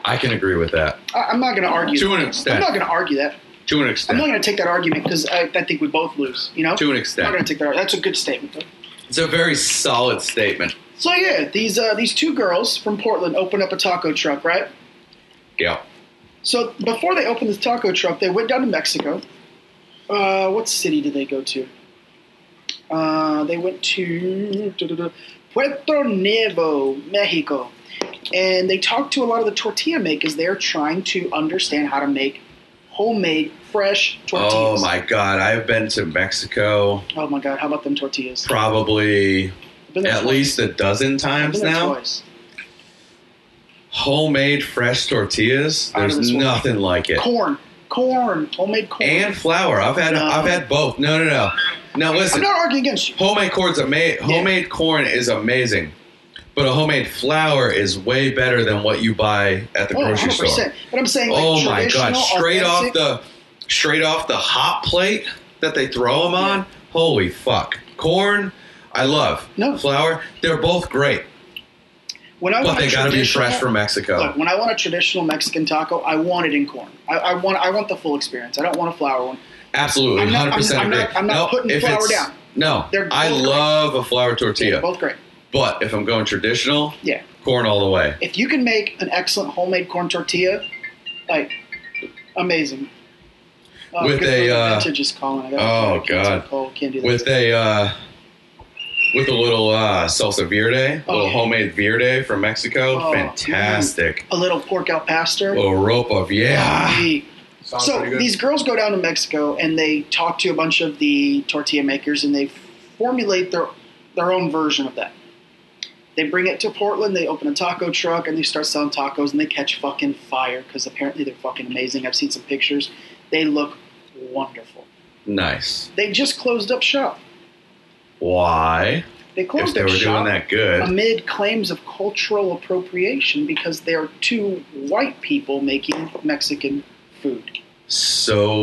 [SPEAKER 7] I can agree with that
[SPEAKER 2] I, I'm not going to argue.
[SPEAKER 7] to an
[SPEAKER 2] I'm
[SPEAKER 7] extent.
[SPEAKER 2] not going to argue that.
[SPEAKER 7] To an
[SPEAKER 2] I'm
[SPEAKER 7] extent.
[SPEAKER 2] not going to take that argument because I, I think we both lose. You know,
[SPEAKER 7] to an
[SPEAKER 2] I'm not going
[SPEAKER 7] extent.
[SPEAKER 2] to take that. That's a good statement. though.
[SPEAKER 7] It's a very solid statement.
[SPEAKER 2] So yeah, these uh, these two girls from Portland opened up a taco truck, right?
[SPEAKER 7] Yeah.
[SPEAKER 2] So before they opened this taco truck, they went down to Mexico. Uh, what city did they go to? Uh, they went to Puerto Nuevo, Mexico, and they talked to a lot of the tortilla makers there, trying to understand how to make homemade, fresh
[SPEAKER 7] Oh
[SPEAKER 2] tortillas.
[SPEAKER 7] my god, I've been to Mexico
[SPEAKER 2] Oh my god! How about them tortillas?
[SPEAKER 7] probably
[SPEAKER 2] I've been there
[SPEAKER 7] at
[SPEAKER 2] twice.
[SPEAKER 7] least a dozen
[SPEAKER 2] I've
[SPEAKER 7] times
[SPEAKER 2] been there
[SPEAKER 7] now.
[SPEAKER 2] twice.
[SPEAKER 7] Homemade fresh tortillas,
[SPEAKER 2] Out of
[SPEAKER 7] there's
[SPEAKER 2] this world.
[SPEAKER 7] nothing like it.
[SPEAKER 2] Corn, corn, homemade corn.
[SPEAKER 7] And flour. I've had
[SPEAKER 2] No.
[SPEAKER 7] I've had both. No, no, no. Now
[SPEAKER 2] I'm
[SPEAKER 7] listen,
[SPEAKER 2] not arguing against you.
[SPEAKER 7] homemade corn's ama- homemade corn is amazing. But a homemade flour is way better than what you buy at the
[SPEAKER 2] Oh,
[SPEAKER 7] grocery
[SPEAKER 2] 100%.
[SPEAKER 7] store.
[SPEAKER 2] But I'm saying, like,
[SPEAKER 7] Oh my
[SPEAKER 2] traditional,
[SPEAKER 7] god! Straight off
[SPEAKER 2] authentic-
[SPEAKER 7] the, straight off the hot plate that they throw them on. Holy fuck! Corn, I love.
[SPEAKER 2] No.
[SPEAKER 7] flour. They're both great,
[SPEAKER 2] when I
[SPEAKER 7] but
[SPEAKER 2] want a
[SPEAKER 7] they gotta be
[SPEAKER 2] traditional-
[SPEAKER 7] fresh from Mexico.
[SPEAKER 2] Look, when I want a traditional Mexican taco, I want it in corn. I, I want I want the full experience. I don't want a flour one.
[SPEAKER 7] Absolutely,
[SPEAKER 2] I'm not-
[SPEAKER 7] hundred percent
[SPEAKER 2] I'm- I'm
[SPEAKER 7] agree.
[SPEAKER 2] not- I'm not
[SPEAKER 7] No,
[SPEAKER 2] putting
[SPEAKER 7] if
[SPEAKER 2] flour
[SPEAKER 7] it's-
[SPEAKER 2] down.
[SPEAKER 7] No,
[SPEAKER 2] They're
[SPEAKER 7] I
[SPEAKER 2] both great.
[SPEAKER 7] love a flour tortilla,
[SPEAKER 2] They're both great.
[SPEAKER 7] but if I'm going traditional,
[SPEAKER 2] Yeah.
[SPEAKER 7] corn all the way.
[SPEAKER 2] If you can make an excellent homemade corn tortilla, like amazing. Uh,
[SPEAKER 7] With
[SPEAKER 2] good
[SPEAKER 7] a,
[SPEAKER 2] for the
[SPEAKER 7] uh,
[SPEAKER 2] vintage is calling. I
[SPEAKER 7] oh,
[SPEAKER 2] I can't-
[SPEAKER 7] God.
[SPEAKER 2] oh, can't do that.
[SPEAKER 7] with a uh, with a little uh, salsa verde, a little
[SPEAKER 2] Okay.
[SPEAKER 7] homemade verde from Mexico.
[SPEAKER 2] Oh,
[SPEAKER 7] Fantastic.
[SPEAKER 2] a little pork al pastor.
[SPEAKER 7] Little rope of Oh, yeah.
[SPEAKER 2] Hey.
[SPEAKER 8] Sounds pretty
[SPEAKER 2] so
[SPEAKER 8] good.
[SPEAKER 2] these girls go down to Mexico and they talk to a bunch of the tortilla makers and they formulate their their own version of that. They bring it to Portland. They open a taco truck and they start selling tacos and they catch fucking fire because apparently they're fucking amazing. I've seen some pictures. They look wonderful.
[SPEAKER 7] Nice.
[SPEAKER 2] They just closed up shop.
[SPEAKER 7] Why?
[SPEAKER 2] They closed
[SPEAKER 7] If they
[SPEAKER 2] up
[SPEAKER 7] were doing
[SPEAKER 2] shop
[SPEAKER 7] that good,
[SPEAKER 2] amid claims of cultural appropriation because they are two white people making Mexican food.
[SPEAKER 7] so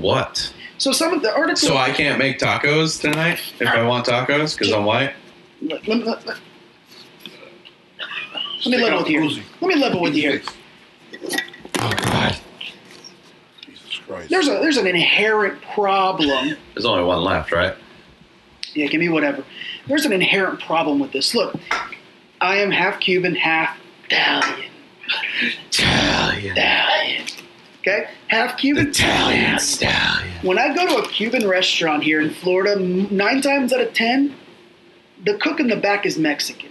[SPEAKER 7] what?
[SPEAKER 2] So some of the articles.
[SPEAKER 7] So I can't make tacos tonight if I want tacos because I'm white.
[SPEAKER 2] let, let, let, let me level with you.
[SPEAKER 8] Uzi.
[SPEAKER 2] Let me level with you. here.
[SPEAKER 7] Oh God,
[SPEAKER 8] Jesus Christ.
[SPEAKER 2] There's a there's an inherent problem.
[SPEAKER 7] there's only one left, right?
[SPEAKER 2] Yeah, give me whatever. There's an inherent problem with this. Look, I am half Cuban, half Italian.
[SPEAKER 7] Italian,
[SPEAKER 2] Italian. Okay, half Cuban.
[SPEAKER 7] Italian stallion.
[SPEAKER 2] When I go to a Cuban restaurant here in Florida, m- nine times out of ten, the cook in the back is Mexican.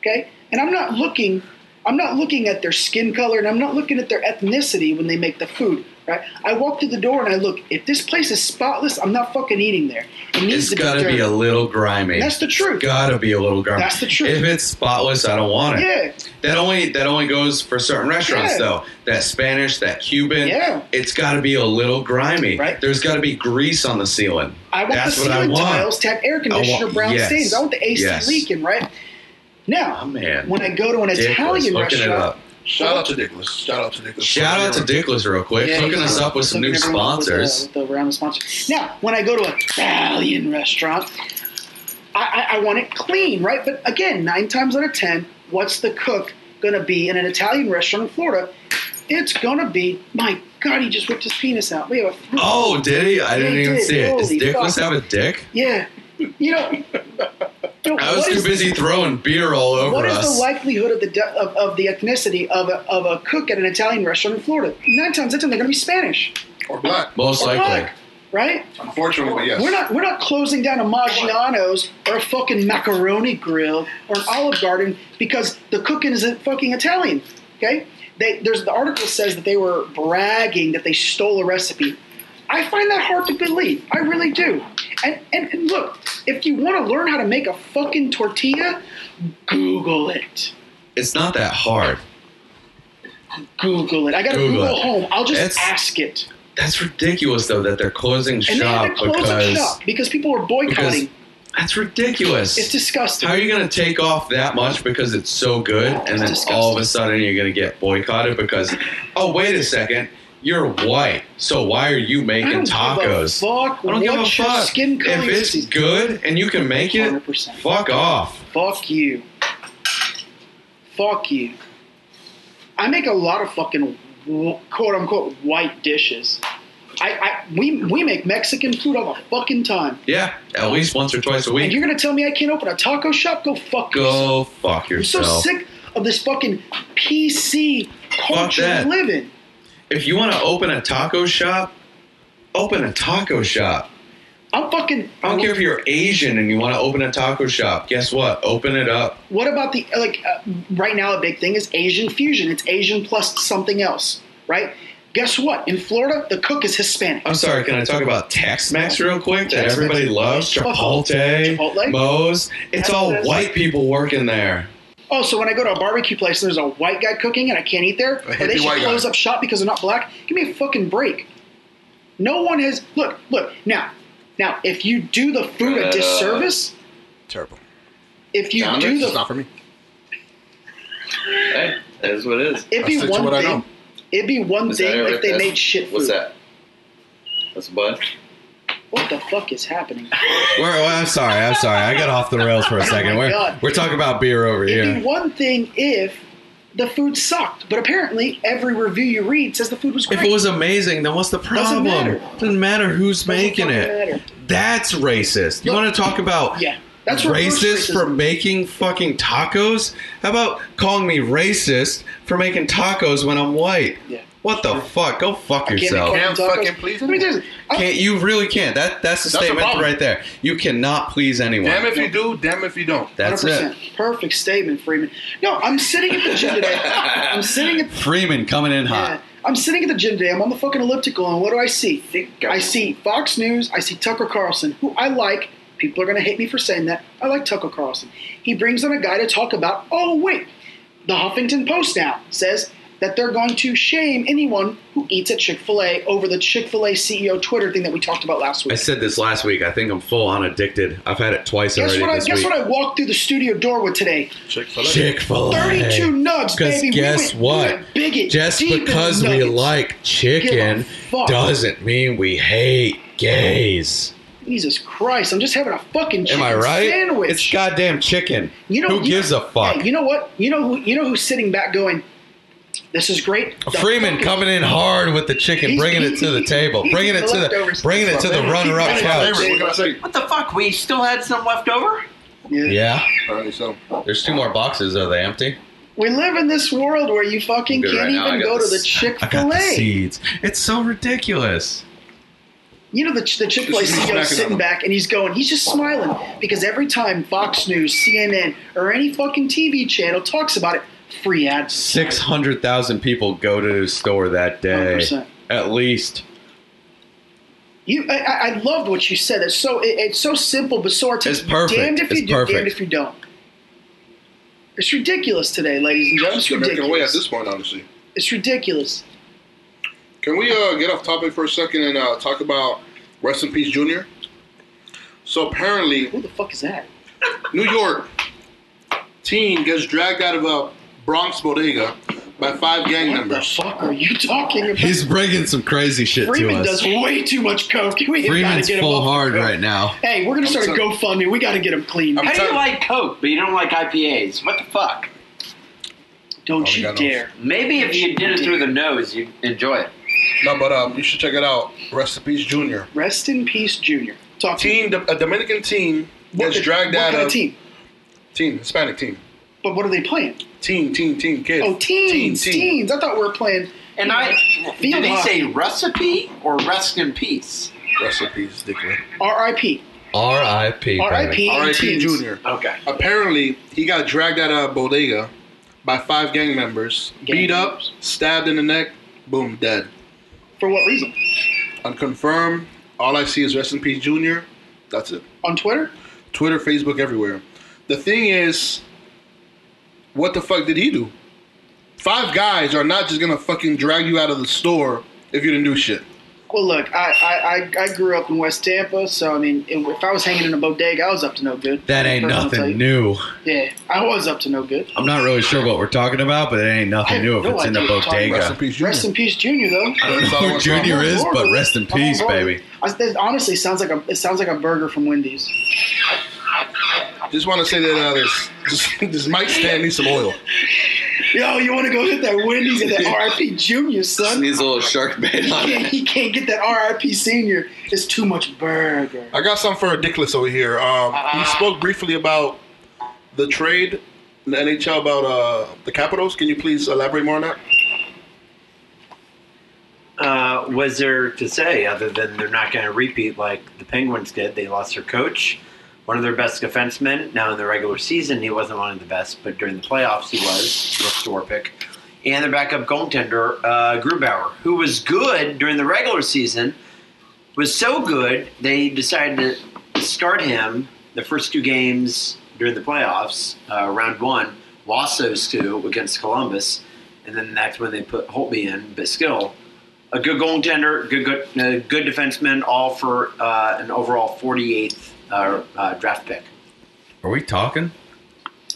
[SPEAKER 2] Okay, and I'm not looking, I'm not looking at their skin color, and I'm not looking at their ethnicity when they make the food. Right? I walk through the door and I look. If this place is spotless, I'm not fucking eating there. It needs
[SPEAKER 7] It's
[SPEAKER 2] to
[SPEAKER 7] gotta
[SPEAKER 2] dirty.
[SPEAKER 7] be a little grimy.
[SPEAKER 2] That's the truth.
[SPEAKER 7] Gotta be a little grimy.
[SPEAKER 2] That's the truth.
[SPEAKER 7] If it's spotless, I don't want it.
[SPEAKER 2] yeah,
[SPEAKER 7] That only that only goes for certain restaurants
[SPEAKER 2] Yeah.
[SPEAKER 7] though. That Spanish, that Cuban.
[SPEAKER 2] Yeah.
[SPEAKER 7] It's got to be a little grimy.
[SPEAKER 2] Right.
[SPEAKER 7] There's got to be grease on the ceiling.
[SPEAKER 2] I want
[SPEAKER 7] That's
[SPEAKER 2] the
[SPEAKER 7] what I
[SPEAKER 2] ceiling
[SPEAKER 7] want.
[SPEAKER 2] tiles to have air conditioner
[SPEAKER 7] want-
[SPEAKER 2] brown
[SPEAKER 7] yes.
[SPEAKER 2] stains. I want the AC
[SPEAKER 7] Yes.
[SPEAKER 2] leaking. Right? Now,
[SPEAKER 7] Oh man.
[SPEAKER 2] when I go to an
[SPEAKER 7] Dickless,
[SPEAKER 2] Italian
[SPEAKER 7] hooking it
[SPEAKER 2] restaurant,
[SPEAKER 7] up.
[SPEAKER 8] Shout out to Nicholas. Shout out to Nicholas.
[SPEAKER 7] Shout out to Dickless real quick,
[SPEAKER 2] Yeah,
[SPEAKER 7] hooking
[SPEAKER 2] he's-
[SPEAKER 7] us up with some new
[SPEAKER 2] hooking everyone up with the-
[SPEAKER 7] sponsors.
[SPEAKER 2] with the round of sponsors. Now, when I go to a Italian restaurant, I, I, I want it clean, right? But again, nine times out of ten, what's the cook going to be in an Italian restaurant in Florida? It's going to be, my God, he just whipped his penis out. We have a
[SPEAKER 7] Oh, did he? I didn't
[SPEAKER 2] He
[SPEAKER 7] even
[SPEAKER 2] did.
[SPEAKER 7] see it. Does
[SPEAKER 2] Holy
[SPEAKER 7] Dickless
[SPEAKER 2] fuck.
[SPEAKER 7] have a dick?
[SPEAKER 2] Yeah. You know, you know,
[SPEAKER 7] I was
[SPEAKER 2] what
[SPEAKER 7] too
[SPEAKER 2] is-
[SPEAKER 7] busy throwing beer all over
[SPEAKER 2] What is
[SPEAKER 7] us.
[SPEAKER 2] the likelihood of the de- of, of the ethnicity of a, of a cook at an Italian restaurant in Florida? Nine times out of ten, they're going to be Spanish
[SPEAKER 8] Or black.
[SPEAKER 7] Most
[SPEAKER 2] or
[SPEAKER 7] likely.
[SPEAKER 2] black, right?
[SPEAKER 8] Unfortunately, but yes.
[SPEAKER 2] We're not we're not closing down a Maggiano's or a fucking macaroni grill or an Olive Garden because the cooking isn't fucking Italian. Okay, they, there's the article says that they were bragging that they stole a recipe. I find that hard to believe. I really do. And and, and look, if you want to learn how to make a fucking tortilla, Google it.
[SPEAKER 7] It's not that hard.
[SPEAKER 2] Google it. I got to
[SPEAKER 7] Google
[SPEAKER 2] Google,
[SPEAKER 7] it.
[SPEAKER 2] home. I'll just
[SPEAKER 7] It's-
[SPEAKER 2] ask it.
[SPEAKER 7] That's ridiculous though that they're closing
[SPEAKER 2] And they
[SPEAKER 7] shop
[SPEAKER 2] had to close up
[SPEAKER 7] because
[SPEAKER 2] shop because people were
[SPEAKER 7] because
[SPEAKER 2] boycotting.
[SPEAKER 7] that's ridiculous.
[SPEAKER 2] It's disgusting.
[SPEAKER 7] How are you going to take off that much because it's so good, and then
[SPEAKER 2] disgusting.
[SPEAKER 7] all of a sudden you're going to get boycotted because, oh wait a second, you're white, so why are you
[SPEAKER 2] I
[SPEAKER 7] making
[SPEAKER 2] don't
[SPEAKER 7] tacos?
[SPEAKER 2] Give a fuck
[SPEAKER 7] I don't give a
[SPEAKER 2] what your
[SPEAKER 7] fuck.
[SPEAKER 2] skin color
[SPEAKER 7] If it's
[SPEAKER 2] is.
[SPEAKER 7] good and you can make it,
[SPEAKER 2] 100%.
[SPEAKER 7] fuck off.
[SPEAKER 2] Fuck you. Fuck you. I make a lot of fucking quote unquote white dishes. I, I we we make Mexican food all the fucking time.
[SPEAKER 7] Yeah, at least once or twice a
[SPEAKER 2] And
[SPEAKER 7] week.
[SPEAKER 2] you're gonna tell me I can't open a taco shop? Go fuck yourself.
[SPEAKER 7] Go fuck
[SPEAKER 2] I'm so
[SPEAKER 7] yourself.
[SPEAKER 2] sick of this fucking PC culture
[SPEAKER 7] that.
[SPEAKER 2] living.
[SPEAKER 7] If you want to open a taco shop, open a taco shop.
[SPEAKER 2] I'm fucking.
[SPEAKER 7] I don't care if you're Asian and you want to open a taco shop. Guess what? Open it up.
[SPEAKER 2] What about the like uh, right now? A big thing is Asian fusion. It's Asian plus something else, right? Guess what? In Florida, the cook is Hispanic.
[SPEAKER 7] I'm sorry, can I talk about Tex-Mex real quick? That
[SPEAKER 2] Tex-Mex.
[SPEAKER 7] everybody loves
[SPEAKER 3] Oh,
[SPEAKER 7] Chipotle,
[SPEAKER 2] Chipotle?
[SPEAKER 7] Moe's. It's all
[SPEAKER 2] That's-
[SPEAKER 7] white people working there.
[SPEAKER 2] Oh, so when I go to a barbecue place and there's a white guy cooking and I can't eat there, or they
[SPEAKER 8] hippie
[SPEAKER 2] should
[SPEAKER 8] white guy.
[SPEAKER 2] close up shop because they're not black. Give me a fucking break. No one has look, look now, now if you do the food a
[SPEAKER 1] Uh,
[SPEAKER 2] disservice,
[SPEAKER 8] Terrible.
[SPEAKER 2] if you
[SPEAKER 8] John,
[SPEAKER 2] do
[SPEAKER 8] this is
[SPEAKER 2] the
[SPEAKER 8] not for me.
[SPEAKER 1] Hey, that is what it is.
[SPEAKER 8] I
[SPEAKER 2] it'd be
[SPEAKER 8] stick to
[SPEAKER 2] one
[SPEAKER 8] what I
[SPEAKER 2] thing.
[SPEAKER 8] know.
[SPEAKER 2] It'd be one
[SPEAKER 1] Is that
[SPEAKER 2] thing
[SPEAKER 1] it right
[SPEAKER 2] if they
[SPEAKER 1] there?
[SPEAKER 2] made shit food.
[SPEAKER 1] What's that? That's a bud.
[SPEAKER 2] What the fuck is happening?
[SPEAKER 3] We're, well, I'm sorry. I'm sorry. I got off the rails
[SPEAKER 7] Oh
[SPEAKER 3] for a second.
[SPEAKER 2] my
[SPEAKER 3] We're,
[SPEAKER 2] God.
[SPEAKER 3] we're talking about beer over
[SPEAKER 2] It'd be
[SPEAKER 3] here.
[SPEAKER 2] one thing if the food sucked, but apparently every review you read says the food was great.
[SPEAKER 3] If it was amazing, then what's the problem?
[SPEAKER 2] matter.
[SPEAKER 3] Doesn't matter who's
[SPEAKER 2] Doesn't
[SPEAKER 3] making
[SPEAKER 2] fucking
[SPEAKER 3] it.
[SPEAKER 2] matter.
[SPEAKER 3] That's racist. You
[SPEAKER 2] Look-
[SPEAKER 3] want to talk about
[SPEAKER 2] Yeah, that's reverse
[SPEAKER 3] racist
[SPEAKER 2] racism.
[SPEAKER 3] for making fucking tacos? How about calling me racist for making tacos when I'm white?
[SPEAKER 2] Yeah.
[SPEAKER 7] What the fuck? Go fuck
[SPEAKER 2] I
[SPEAKER 7] yourself.
[SPEAKER 2] make
[SPEAKER 8] Can't
[SPEAKER 2] tacos.
[SPEAKER 8] fucking please
[SPEAKER 2] Let me tell you, I-
[SPEAKER 7] Can't you really can't? That that's the
[SPEAKER 8] That's a
[SPEAKER 7] statement
[SPEAKER 8] problem.
[SPEAKER 7] right there. You cannot please anyone.
[SPEAKER 8] Damn if you do, damn if you don't.
[SPEAKER 7] That's it.
[SPEAKER 2] 100%. Perfect statement, Freeman. No, I'm sitting at the gym today. I'm sitting at
[SPEAKER 7] Freeman coming in hot.
[SPEAKER 2] Yeah. I'm sitting at the gym today. I'm on the fucking elliptical, and what do I see? I see Fox News. I see Tucker Carlson, who I like. People are going to hate me for saying that. I like Tucker Carlson. He brings on a guy to talk about, oh, wait, the Huffington Post now says that they're going to shame anyone who eats at Chick fil A over the Chick fil A CEO Twitter thing that we talked about last
[SPEAKER 7] I
[SPEAKER 2] week.
[SPEAKER 7] said this last week. I think I'm full on addicted. I've had it twice
[SPEAKER 2] Guess
[SPEAKER 7] already
[SPEAKER 2] what, I,
[SPEAKER 7] this
[SPEAKER 2] guess
[SPEAKER 7] week.
[SPEAKER 2] what I walked through the studio door with today?
[SPEAKER 8] Chick fil
[SPEAKER 7] Chick Fil A.
[SPEAKER 2] 32 nugs,
[SPEAKER 7] Because
[SPEAKER 2] baby. We
[SPEAKER 7] guess
[SPEAKER 2] went- we
[SPEAKER 7] what?
[SPEAKER 2] went bigot
[SPEAKER 7] Just
[SPEAKER 2] deep in the
[SPEAKER 7] because we
[SPEAKER 2] nuggets.
[SPEAKER 7] like chicken
[SPEAKER 2] Give a fuck.
[SPEAKER 7] doesn't mean we hate gays.
[SPEAKER 2] Jesus Christ, I'm just having a fucking chicken
[SPEAKER 7] Am I right?
[SPEAKER 2] sandwich.
[SPEAKER 7] It's goddamn chicken. Who gives a fuck?
[SPEAKER 2] Hey, you know what? You know who? You know who's sitting back going, "This is great." The
[SPEAKER 7] Freeman
[SPEAKER 2] fucking-
[SPEAKER 7] coming in hard with the chicken,
[SPEAKER 2] He's-
[SPEAKER 7] bringing it to the
[SPEAKER 2] he-
[SPEAKER 7] table,
[SPEAKER 2] he's
[SPEAKER 7] bringing it to the
[SPEAKER 2] leftovers.
[SPEAKER 7] bringing it to the runner-up
[SPEAKER 8] That's my
[SPEAKER 7] couch.
[SPEAKER 8] favorite. What can I say?
[SPEAKER 9] What the fuck? We still had some left over?
[SPEAKER 2] Yeah.
[SPEAKER 7] Yeah,
[SPEAKER 8] Apparently so.
[SPEAKER 7] there's two more boxes. Are they empty?
[SPEAKER 2] We live in this world where you fucking
[SPEAKER 7] I'm good
[SPEAKER 2] can't
[SPEAKER 7] right now.
[SPEAKER 2] even
[SPEAKER 7] I got
[SPEAKER 2] go
[SPEAKER 7] the
[SPEAKER 2] to the
[SPEAKER 7] s-
[SPEAKER 2] Chick
[SPEAKER 7] I got
[SPEAKER 2] Fil
[SPEAKER 7] the
[SPEAKER 2] A.
[SPEAKER 7] seeds. It's so ridiculous.
[SPEAKER 2] You know the, the Chick Fil A
[SPEAKER 8] This is
[SPEAKER 2] CEO
[SPEAKER 8] smacking on
[SPEAKER 2] sitting
[SPEAKER 8] him.
[SPEAKER 2] back and he's going, he's just smiling because every time Fox News, CNN, or any fucking TV channel talks about it, free ads.
[SPEAKER 7] Six hundred thousand people go to the store that day,
[SPEAKER 2] 100%.
[SPEAKER 7] at least.
[SPEAKER 2] You, I- I, I loved what you said. It's so it, it's so simple, but so artistic.
[SPEAKER 7] It's perfect.
[SPEAKER 2] Damned if
[SPEAKER 7] It's
[SPEAKER 2] you do,
[SPEAKER 7] perfect.
[SPEAKER 2] damned if you don't. It's ridiculous today, ladies and gentlemen. It's
[SPEAKER 8] It's the American way at
[SPEAKER 2] ridiculous.
[SPEAKER 8] this point, honestly.
[SPEAKER 2] It's ridiculous.
[SPEAKER 8] Can we uh, get off topic for a second and uh, talk about Rest in Peace Junior? So apparently,
[SPEAKER 2] Who the fuck is that?
[SPEAKER 8] New York teen gets dragged out of a Bronx bodega by five gang
[SPEAKER 2] What the
[SPEAKER 8] members.
[SPEAKER 2] fuck are you talking about?
[SPEAKER 7] He's bringing some crazy shit to
[SPEAKER 2] Freeman
[SPEAKER 7] us.
[SPEAKER 2] does way too much coke. We have got to
[SPEAKER 7] Freeman's
[SPEAKER 2] get him
[SPEAKER 7] full
[SPEAKER 2] off.
[SPEAKER 7] hard right now.
[SPEAKER 2] Hey, we're gonna
[SPEAKER 8] I'm
[SPEAKER 2] start a
[SPEAKER 8] sorry.
[SPEAKER 2] GoFundMe. We got to get him clean.
[SPEAKER 8] I'm
[SPEAKER 9] How do you
[SPEAKER 8] telling-
[SPEAKER 9] like Coke, but you don't like IPAs? What the fuck?
[SPEAKER 2] Don't
[SPEAKER 8] Oh,
[SPEAKER 2] you
[SPEAKER 8] God, no.
[SPEAKER 2] dare!
[SPEAKER 9] Maybe if you did it through the nose, you'd enjoy it.
[SPEAKER 8] No, but um, you should check it out. Rest in Peace Junior.
[SPEAKER 2] Rest in peace, Junior. Talk to me.
[SPEAKER 8] Teen, a Dominican teen
[SPEAKER 2] What
[SPEAKER 8] gets
[SPEAKER 2] the-
[SPEAKER 8] dragged
[SPEAKER 2] what
[SPEAKER 8] out
[SPEAKER 2] kind
[SPEAKER 8] of
[SPEAKER 2] of team?
[SPEAKER 8] teen, Hispanic teen,
[SPEAKER 2] But what are they playing?
[SPEAKER 8] teen, teen, teen, kid.
[SPEAKER 2] Oh, teens,
[SPEAKER 8] teen,
[SPEAKER 2] teens. I thought we were playing.
[SPEAKER 9] And I
[SPEAKER 2] Field
[SPEAKER 9] did he
[SPEAKER 2] hockey.
[SPEAKER 9] say recipe or rest in peace?
[SPEAKER 8] Rest in peace, Dickler.
[SPEAKER 2] R.I.P.
[SPEAKER 7] R.I.P.
[SPEAKER 2] R.I.P. and
[SPEAKER 8] R.I.P.
[SPEAKER 2] teens.
[SPEAKER 8] Junior.
[SPEAKER 9] Okay.
[SPEAKER 8] Apparently, he got dragged out of a bodega by five gang members,
[SPEAKER 2] Gang
[SPEAKER 8] beat up,
[SPEAKER 2] members.
[SPEAKER 8] stabbed in the neck, boom, dead.
[SPEAKER 2] For what reason?
[SPEAKER 8] Unconfirmed. All I see is rest in peace, Junior. That's it.
[SPEAKER 2] On Twitter?
[SPEAKER 8] Twitter, Facebook, everywhere. The thing is, what the fuck did he do? Five guys are not just gonna fucking drag you out of the store if you didn't do shit.
[SPEAKER 2] Well, look, I, I, I, I grew up in West Tampa, so I mean, if I was hanging in a bodega, I was up to no good.
[SPEAKER 7] That ain't
[SPEAKER 2] First, I'll tell
[SPEAKER 7] nothing new.
[SPEAKER 2] you. Yeah, I was up to no good.
[SPEAKER 7] I'm not really sure what we're talking about, but it ain't
[SPEAKER 2] I
[SPEAKER 7] nothing
[SPEAKER 2] have
[SPEAKER 7] new if
[SPEAKER 2] no
[SPEAKER 7] it's in a
[SPEAKER 2] idea what you're talking
[SPEAKER 8] Rest
[SPEAKER 7] bodega.
[SPEAKER 8] in peace, Junior.
[SPEAKER 2] Rest in peace, Junior. Though.
[SPEAKER 8] I don't know
[SPEAKER 7] Who
[SPEAKER 8] who
[SPEAKER 7] Junior
[SPEAKER 2] I'm on
[SPEAKER 7] is,
[SPEAKER 2] board
[SPEAKER 7] but
[SPEAKER 2] with it.
[SPEAKER 7] rest in
[SPEAKER 2] I'm on
[SPEAKER 7] peace,
[SPEAKER 2] board with
[SPEAKER 7] baby.
[SPEAKER 2] it. I, that honestly sounds like a it sounds like a burger from Wendy's.
[SPEAKER 8] Just want to say that uh, this, this this mic stand needs some oil.
[SPEAKER 2] Yo, you want to go hit that Wendy's and that RIP Junior,
[SPEAKER 1] Just
[SPEAKER 2] son?
[SPEAKER 1] needs a little shark bait
[SPEAKER 2] He
[SPEAKER 1] on
[SPEAKER 2] can't,
[SPEAKER 1] it.
[SPEAKER 2] he can't get that RIP Senior. It's too much burger.
[SPEAKER 8] I got some for Dickless over here. Um, he spoke briefly about the trade, the NHL, about uh, the Capitals. Can you please elaborate more on that?
[SPEAKER 10] uh, was there to say other than they're not going to repeat like the Penguins did? They lost their coach, one of their best defensemen. Now in the regular season, he wasn't one of the best, but during the playoffs, he was Brooks Dorpick, and their backup goaltender uh, Grubauer, who was good during the regular season, was so good they decided to start him the first two games during the playoffs, uh, round one. Lost those two against Columbus, and then that's when they put Holtby in Biskill a good goaltender, good good uh, good defenseman, all for uh, an overall 48th uh, uh, draft pick.
[SPEAKER 7] Are we talking?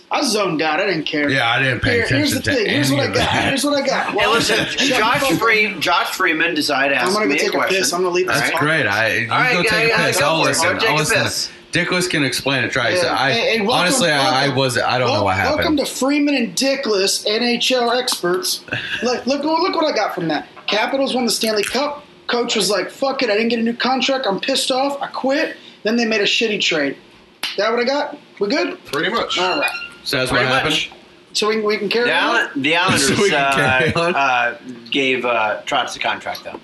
[SPEAKER 2] I zoned out. I didn't care.
[SPEAKER 7] Yeah, I didn't pay
[SPEAKER 2] Here-
[SPEAKER 7] attention
[SPEAKER 2] here's the
[SPEAKER 7] to
[SPEAKER 2] thing. Here's
[SPEAKER 7] any
[SPEAKER 2] what I
[SPEAKER 7] of
[SPEAKER 2] got.
[SPEAKER 7] that.
[SPEAKER 2] Here's what I got.
[SPEAKER 10] Hey,
[SPEAKER 2] Well,
[SPEAKER 10] listen,
[SPEAKER 2] shut your
[SPEAKER 10] Josh
[SPEAKER 2] phone.
[SPEAKER 10] Freeman, Josh Freeman decided to
[SPEAKER 2] I'm
[SPEAKER 10] ask
[SPEAKER 2] gonna
[SPEAKER 10] me
[SPEAKER 2] go
[SPEAKER 10] a
[SPEAKER 2] take a
[SPEAKER 10] question.
[SPEAKER 2] piss. I'm gonna leave this.
[SPEAKER 7] That's
[SPEAKER 2] talk.
[SPEAKER 7] great. I you
[SPEAKER 10] All right,
[SPEAKER 7] go
[SPEAKER 10] yeah,
[SPEAKER 7] take
[SPEAKER 10] yeah,
[SPEAKER 7] a piss.
[SPEAKER 10] go
[SPEAKER 7] I'll
[SPEAKER 10] for it.
[SPEAKER 7] listen.
[SPEAKER 10] Go take
[SPEAKER 7] I'll
[SPEAKER 10] a
[SPEAKER 7] listen.
[SPEAKER 10] piss.
[SPEAKER 7] Dickless can explain it. Try.
[SPEAKER 2] Yeah.
[SPEAKER 7] So I
[SPEAKER 2] Hey, hey, welcome-
[SPEAKER 7] honestly, I, I
[SPEAKER 2] welcome.
[SPEAKER 7] was. I don't know what happened.
[SPEAKER 2] Welcome to Freeman and Dickless, NHL experts. look, look, look what I got from that. Capitals won the Stanley Cup. Coach was like, "Fuck it, I didn't get a new contract. I'm pissed off. I quit." Then they made a shitty trade. That what I got? We good?
[SPEAKER 8] Pretty much.
[SPEAKER 2] All right.
[SPEAKER 7] so that's what happened.
[SPEAKER 2] So we, we can carry
[SPEAKER 9] The,
[SPEAKER 2] on.
[SPEAKER 9] Isle- the Islanders
[SPEAKER 2] So we can
[SPEAKER 9] uh,
[SPEAKER 2] carry on.
[SPEAKER 9] uh, gave uh, Trotz a contract, though.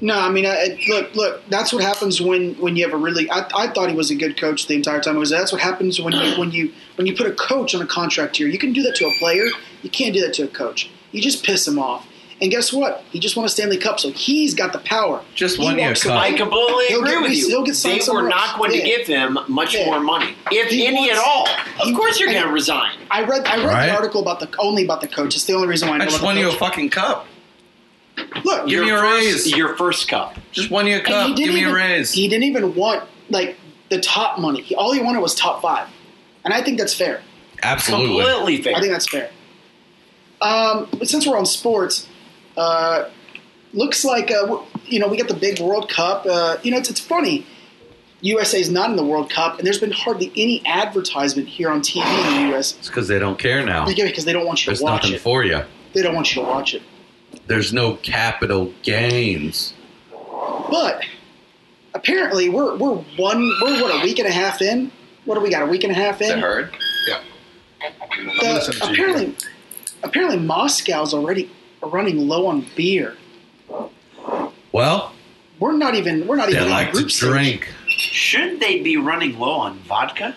[SPEAKER 2] No, I mean, I, I- look, look. That's what happens when, when you have a really. I, I thought he was a good coach the entire time I was there. That's what happens when you when you when you put a coach on a contract here. You can do that to a player. You can't do that to a coach. You just piss him off. And guess what? He just won a Stanley Cup, so he's got the power.
[SPEAKER 7] Just
[SPEAKER 2] He
[SPEAKER 7] won you a
[SPEAKER 2] walks
[SPEAKER 7] cup.
[SPEAKER 2] away.
[SPEAKER 7] I
[SPEAKER 9] completely
[SPEAKER 2] He'll
[SPEAKER 9] agree
[SPEAKER 2] get-
[SPEAKER 9] with you.
[SPEAKER 2] He'll get signed
[SPEAKER 9] they were
[SPEAKER 2] somewhere
[SPEAKER 9] not
[SPEAKER 2] else.
[SPEAKER 9] going
[SPEAKER 2] Yeah.
[SPEAKER 9] to give him much
[SPEAKER 2] Yeah.
[SPEAKER 9] more money, if
[SPEAKER 2] He
[SPEAKER 9] any
[SPEAKER 2] wants-
[SPEAKER 9] at all. Of
[SPEAKER 2] he-
[SPEAKER 9] course, you're
[SPEAKER 2] and-
[SPEAKER 9] going to resign.
[SPEAKER 2] I read I read
[SPEAKER 7] Right.
[SPEAKER 2] the article about the only about the coach. It's the only reason why I know
[SPEAKER 7] I just
[SPEAKER 2] about
[SPEAKER 7] won
[SPEAKER 2] the
[SPEAKER 7] you a
[SPEAKER 2] coach.
[SPEAKER 7] fucking cup.
[SPEAKER 2] Look,
[SPEAKER 7] Give me a raise.
[SPEAKER 9] Your first cup.
[SPEAKER 7] Just won you a
[SPEAKER 2] And
[SPEAKER 7] cup. Give me
[SPEAKER 2] even,
[SPEAKER 7] a raise.
[SPEAKER 2] He didn't even want like the top money. He, all he wanted was top five, and I think that's fair.
[SPEAKER 7] Absolutely.
[SPEAKER 9] Completely fair.
[SPEAKER 2] I think that's fair. Um, but since we're on sports, uh, looks like uh, w- you know we got the big World Cup. Uh, you know, it's, it's funny. USA is not in the World Cup, and there's been hardly any advertisement here on TV in the US
[SPEAKER 7] It's because they don't care now.
[SPEAKER 2] because they don't want you
[SPEAKER 7] There's
[SPEAKER 2] to watch
[SPEAKER 7] nothing
[SPEAKER 2] it.
[SPEAKER 7] for you.
[SPEAKER 2] they don't want you to watch it.
[SPEAKER 7] There's no capital gains.
[SPEAKER 2] But apparently, we're we're one we're what a week and a half in. What do we got? A week and a half in.
[SPEAKER 7] Is it heard?
[SPEAKER 2] The-
[SPEAKER 8] Listen to you.
[SPEAKER 2] apparently, apparently Moscow's already running low on beer.
[SPEAKER 7] Well,
[SPEAKER 2] We're not even we're not
[SPEAKER 7] they
[SPEAKER 2] even in
[SPEAKER 7] like to
[SPEAKER 2] group stage.
[SPEAKER 7] drink.
[SPEAKER 9] Shouldn't they be running low on vodka?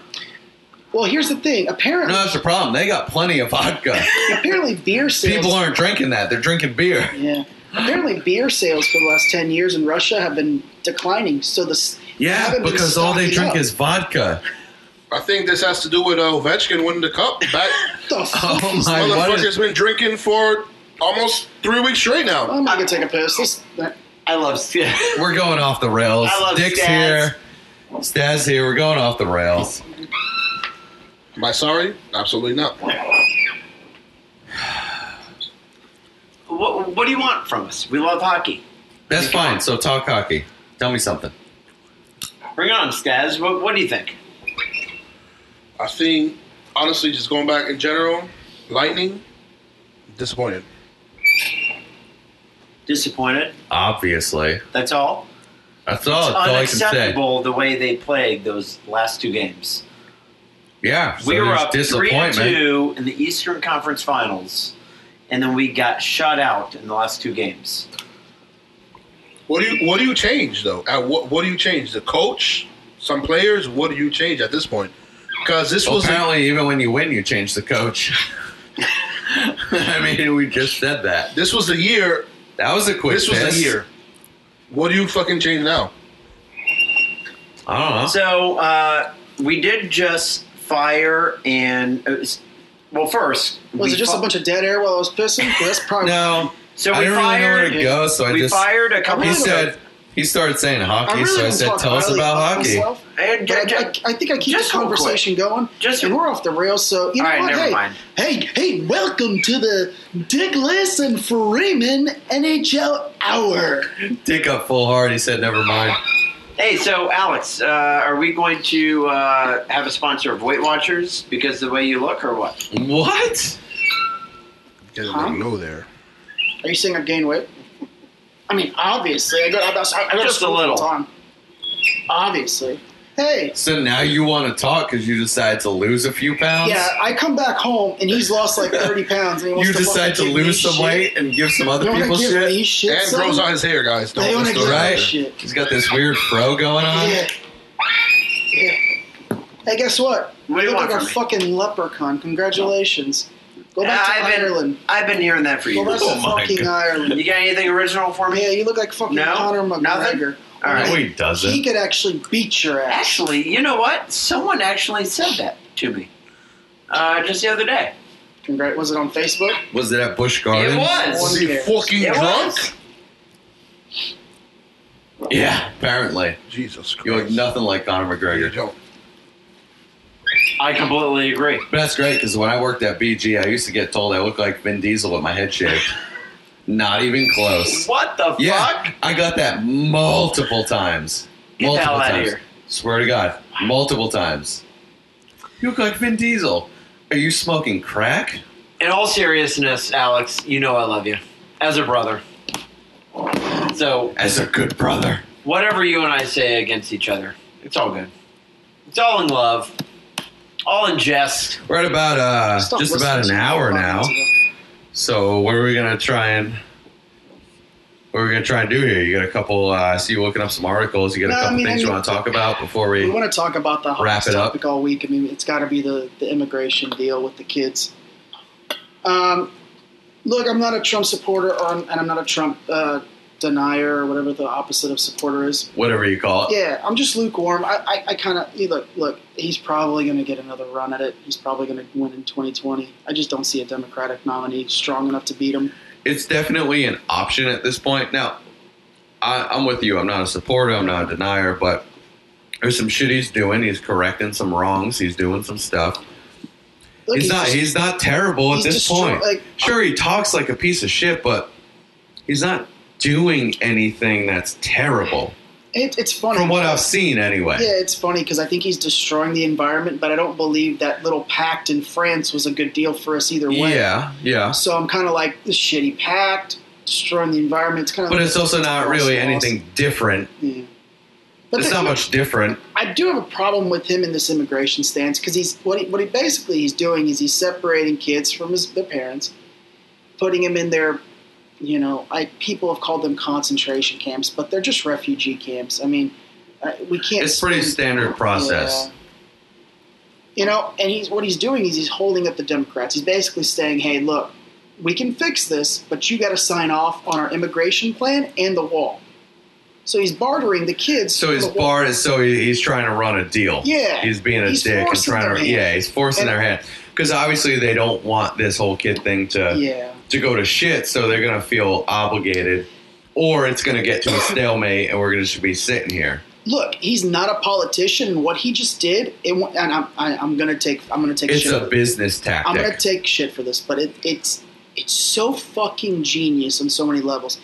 [SPEAKER 2] Well, here's the thing.
[SPEAKER 7] No,
[SPEAKER 2] Apparently,
[SPEAKER 7] that's the problem. They got plenty of vodka.
[SPEAKER 2] apparently beer sales.
[SPEAKER 7] People aren't drinking that. They're drinking beer.
[SPEAKER 2] yeah. Apparently, beer sales for the last ten years in Russia have been declining. So this
[SPEAKER 7] Yeah, because all they drink
[SPEAKER 2] up.
[SPEAKER 7] is vodka.
[SPEAKER 8] I think this has to do with uh, Ovechkin winning the cup. Back
[SPEAKER 2] What the fuck
[SPEAKER 7] Oh
[SPEAKER 2] is-
[SPEAKER 7] my! What
[SPEAKER 8] motherfucker's
[SPEAKER 7] is,
[SPEAKER 8] been drinking for almost three weeks straight now.
[SPEAKER 2] I'm not gonna take a piss. This, that,
[SPEAKER 9] I love.
[SPEAKER 7] we're going off the rails.
[SPEAKER 9] I love
[SPEAKER 7] Dick's
[SPEAKER 9] Staz.
[SPEAKER 7] here. Staz here. We're going off the rails.
[SPEAKER 8] Am I sorry? Absolutely not.
[SPEAKER 9] what, what do you want from us? We love hockey.
[SPEAKER 7] That's fine. So talk hockey. Tell me something.
[SPEAKER 9] Bring it on, Staz. What, what do you think?
[SPEAKER 8] I think, honestly, just going back in general, Lightning, disappointed.
[SPEAKER 9] Disappointed.
[SPEAKER 7] Obviously,
[SPEAKER 9] That's all.
[SPEAKER 7] that's all. Oh, That's all I can say.
[SPEAKER 9] Unacceptable the way they played those last two games.
[SPEAKER 7] Yeah, so
[SPEAKER 9] we were
[SPEAKER 7] there's
[SPEAKER 9] up three and
[SPEAKER 7] disappointment.
[SPEAKER 9] two in the Eastern Conference Finals, and then we got shut out in the last two games.
[SPEAKER 8] What do you What do you change though? At what What do you change? The coach, some players. What do you change at this point? Because this
[SPEAKER 7] Well,
[SPEAKER 8] was a,
[SPEAKER 7] apparently, even when you win, you change the coach. I mean, we just said that.
[SPEAKER 8] this was the year.
[SPEAKER 7] That was a quick.
[SPEAKER 8] This was
[SPEAKER 7] piss.
[SPEAKER 8] the year. What do you fucking change now?
[SPEAKER 7] I don't know.
[SPEAKER 9] So uh, we did just fire and uh, s- well, first
[SPEAKER 2] was
[SPEAKER 9] we
[SPEAKER 2] it just a
[SPEAKER 9] fi-
[SPEAKER 2] bunch of dead air while I was pissing? That's probably
[SPEAKER 7] No,
[SPEAKER 9] So we
[SPEAKER 7] I didn't really know
[SPEAKER 9] fired.
[SPEAKER 7] where to go, so I
[SPEAKER 9] we
[SPEAKER 7] just.
[SPEAKER 9] fired a couple.
[SPEAKER 7] he
[SPEAKER 9] of-
[SPEAKER 7] said he started saying
[SPEAKER 2] I
[SPEAKER 7] hockey,
[SPEAKER 2] really
[SPEAKER 7] so I
[SPEAKER 2] don't
[SPEAKER 7] said,
[SPEAKER 2] talk
[SPEAKER 7] "Tell us
[SPEAKER 2] highly
[SPEAKER 7] about hockey."
[SPEAKER 2] myself,
[SPEAKER 9] And-
[SPEAKER 2] but I- I, I think I keep the
[SPEAKER 9] Just real quick.
[SPEAKER 2] conversation going,
[SPEAKER 9] Just-
[SPEAKER 2] and we're off the rails. So you know
[SPEAKER 9] All right,
[SPEAKER 2] what?
[SPEAKER 9] never
[SPEAKER 2] hey,
[SPEAKER 9] mind.
[SPEAKER 2] hey, hey! Welcome to the Dickless and Freeman NHL Hour.
[SPEAKER 7] Dick up full hard. He said, "Never mind."
[SPEAKER 9] Hey, so Alex, uh, are we going to uh, have a sponsor of Weight Watchers because the way you look, or what?
[SPEAKER 7] What?
[SPEAKER 8] Get a
[SPEAKER 2] Huh?
[SPEAKER 8] little no there.
[SPEAKER 2] Are you saying I've gained weight? I mean, obviously, I go, I go, I go to
[SPEAKER 9] Just a
[SPEAKER 2] school all
[SPEAKER 9] little.
[SPEAKER 2] the time. Obviously, hey.
[SPEAKER 7] So now you want to talk because you decide to lose a few pounds?
[SPEAKER 2] Yeah, I come back home and he's lost like thirty pounds. And he wants
[SPEAKER 7] You
[SPEAKER 2] to
[SPEAKER 7] decide to
[SPEAKER 2] fucking give me
[SPEAKER 7] lose some
[SPEAKER 2] shit.
[SPEAKER 7] weight and give some
[SPEAKER 2] They
[SPEAKER 7] other
[SPEAKER 2] wanna
[SPEAKER 7] people
[SPEAKER 2] give me
[SPEAKER 7] shit,
[SPEAKER 2] shit
[SPEAKER 8] and
[SPEAKER 2] son.
[SPEAKER 8] grows out his hair, guys. Don't
[SPEAKER 2] They wanna
[SPEAKER 8] listen
[SPEAKER 2] give
[SPEAKER 8] to
[SPEAKER 2] me
[SPEAKER 8] that.
[SPEAKER 7] right?
[SPEAKER 2] shit.
[SPEAKER 7] He's got this weird fro going on.
[SPEAKER 2] Yeah. Yeah. Hey, guess what?
[SPEAKER 9] What do you
[SPEAKER 2] look
[SPEAKER 9] want
[SPEAKER 2] like a
[SPEAKER 9] from me?
[SPEAKER 2] fucking leprechaun. Congratulations. Go back to
[SPEAKER 9] Ah, I've been
[SPEAKER 2] Ireland.
[SPEAKER 9] I've been hearing that for
[SPEAKER 2] Go back
[SPEAKER 9] years.
[SPEAKER 7] Oh
[SPEAKER 2] to
[SPEAKER 7] my
[SPEAKER 2] fucking
[SPEAKER 7] God.
[SPEAKER 2] Ireland.
[SPEAKER 9] You got anything original for me?
[SPEAKER 2] Yeah, you look like fucking
[SPEAKER 9] No?
[SPEAKER 2] Conor McGregor.
[SPEAKER 9] Nothing? All right.
[SPEAKER 7] No, he doesn't.
[SPEAKER 2] He could actually beat your ass.
[SPEAKER 9] Actually, you know what? Someone actually said that to me uh, just the other day.
[SPEAKER 2] Congrats. Was it on Facebook?
[SPEAKER 7] Was it at Bush Gardens?
[SPEAKER 9] It
[SPEAKER 8] Was
[SPEAKER 9] was.
[SPEAKER 8] he
[SPEAKER 2] cares?
[SPEAKER 8] fucking
[SPEAKER 9] It
[SPEAKER 8] drunk?
[SPEAKER 9] was.
[SPEAKER 7] Yeah, apparently.
[SPEAKER 8] Jesus Christ!
[SPEAKER 7] You look nothing like Conor
[SPEAKER 8] You
[SPEAKER 7] McGregor.
[SPEAKER 8] don't.
[SPEAKER 9] I completely agree.
[SPEAKER 7] But that's great because when I worked at BG, I used to get told I look like Vin Diesel with my head shaved. Not even close.
[SPEAKER 9] What the
[SPEAKER 7] Yeah,
[SPEAKER 9] fuck?
[SPEAKER 7] I got that multiple times.
[SPEAKER 9] Get the
[SPEAKER 7] multiple
[SPEAKER 9] hell outta
[SPEAKER 7] times.
[SPEAKER 9] here.
[SPEAKER 7] Swear to God, multiple times. You look like Vin Diesel. Are you smoking crack?
[SPEAKER 9] In all seriousness, Alex, you know I love you as a brother. So
[SPEAKER 7] As a good brother.
[SPEAKER 9] whatever you and I say against each other, it's all good. It's all in love. All in jest.
[SPEAKER 7] We're at about uh,
[SPEAKER 9] Stop
[SPEAKER 7] just
[SPEAKER 9] listening
[SPEAKER 7] about
[SPEAKER 9] to
[SPEAKER 7] an
[SPEAKER 9] me
[SPEAKER 7] hour
[SPEAKER 9] five
[SPEAKER 7] now.
[SPEAKER 9] minutes ago.
[SPEAKER 7] So what are we gonna try and what are we gonna try and do here? You got a couple. Uh, I see you looking up some articles. You got a
[SPEAKER 2] No, I
[SPEAKER 7] couple
[SPEAKER 2] mean,
[SPEAKER 7] things
[SPEAKER 2] I
[SPEAKER 7] you
[SPEAKER 2] mean-
[SPEAKER 7] want to talk about before we.
[SPEAKER 2] We want to talk about the
[SPEAKER 7] Wrap
[SPEAKER 2] hottest
[SPEAKER 7] it up.
[SPEAKER 2] topic all week. I mean, it's got to be the, the immigration deal with the kids. Um, look, I'm not a Trump supporter, or and I'm not a Trump uh, denier, or whatever the opposite of supporter is.
[SPEAKER 7] Whatever you call it.
[SPEAKER 2] Yeah, I'm just lukewarm. I, I, I kind of look. Look, he's probably going to get another run at it. He's probably going to win in 2020. I just don't see a Democratic nominee strong enough to beat him.
[SPEAKER 7] It's definitely an option at this point. Now, I, I'm with you. I'm not a supporter. I'm not a denier. But there's some shit he's doing. He's correcting some wrongs. He's doing some stuff.
[SPEAKER 2] Look,
[SPEAKER 7] he's, not.
[SPEAKER 2] just-
[SPEAKER 7] he's not terrible at
[SPEAKER 2] he's
[SPEAKER 7] this
[SPEAKER 2] destroy-
[SPEAKER 7] point.
[SPEAKER 2] like-
[SPEAKER 7] sure, he talks like a piece of shit, but he's not doing anything that's terrible.
[SPEAKER 2] It, it's funny
[SPEAKER 7] From what I've seen, anyway.
[SPEAKER 2] Yeah, it's funny because I think he's destroying the environment, but I don't believe that little pact in France was a good deal for us either way.
[SPEAKER 7] Yeah, yeah.
[SPEAKER 2] So I'm kind of like this shitty pact, destroying the environment. It's kind of,
[SPEAKER 7] But it's also not really anything different.
[SPEAKER 2] But
[SPEAKER 7] It's
[SPEAKER 2] the-
[SPEAKER 7] not much different.
[SPEAKER 2] I do have a problem with him in this immigration stance because he's what he, what he basically he's doing is he's separating kids from his their parents, putting them in their, you know, I people have called them concentration camps, but they're just refugee camps. I mean, uh, we can't.
[SPEAKER 7] It's pretty
[SPEAKER 2] spend-
[SPEAKER 7] standard process.
[SPEAKER 2] Yeah. You know, and he's what he's doing is he's holding up the Democrats. He's basically saying, "Hey, look, we can fix this, but you got to sign off on our immigration plan and the wall." So he's bartering the kids.
[SPEAKER 7] So
[SPEAKER 2] from
[SPEAKER 7] his
[SPEAKER 2] the wall.
[SPEAKER 7] bar is so he- he's trying to run a deal.
[SPEAKER 2] Yeah.
[SPEAKER 7] he's being a
[SPEAKER 2] He's
[SPEAKER 7] dick and
[SPEAKER 2] forcing
[SPEAKER 7] trying
[SPEAKER 2] their
[SPEAKER 7] to
[SPEAKER 2] hand.
[SPEAKER 7] yeah he's forcing
[SPEAKER 2] And-
[SPEAKER 7] their hand because obviously they don't want this whole kid thing to
[SPEAKER 2] Yeah.
[SPEAKER 7] to go to shit. So they're gonna feel obligated, or it's gonna get to a stalemate, and we're gonna just be sitting here.
[SPEAKER 2] Look, he's not a politician, and what he just did, it, wa- and I'm, I, I'm gonna take, I'm gonna take.
[SPEAKER 7] It's
[SPEAKER 2] shit
[SPEAKER 7] a business tactic.
[SPEAKER 2] I'm gonna take shit for this, but it, it's it's so fucking genius on so many levels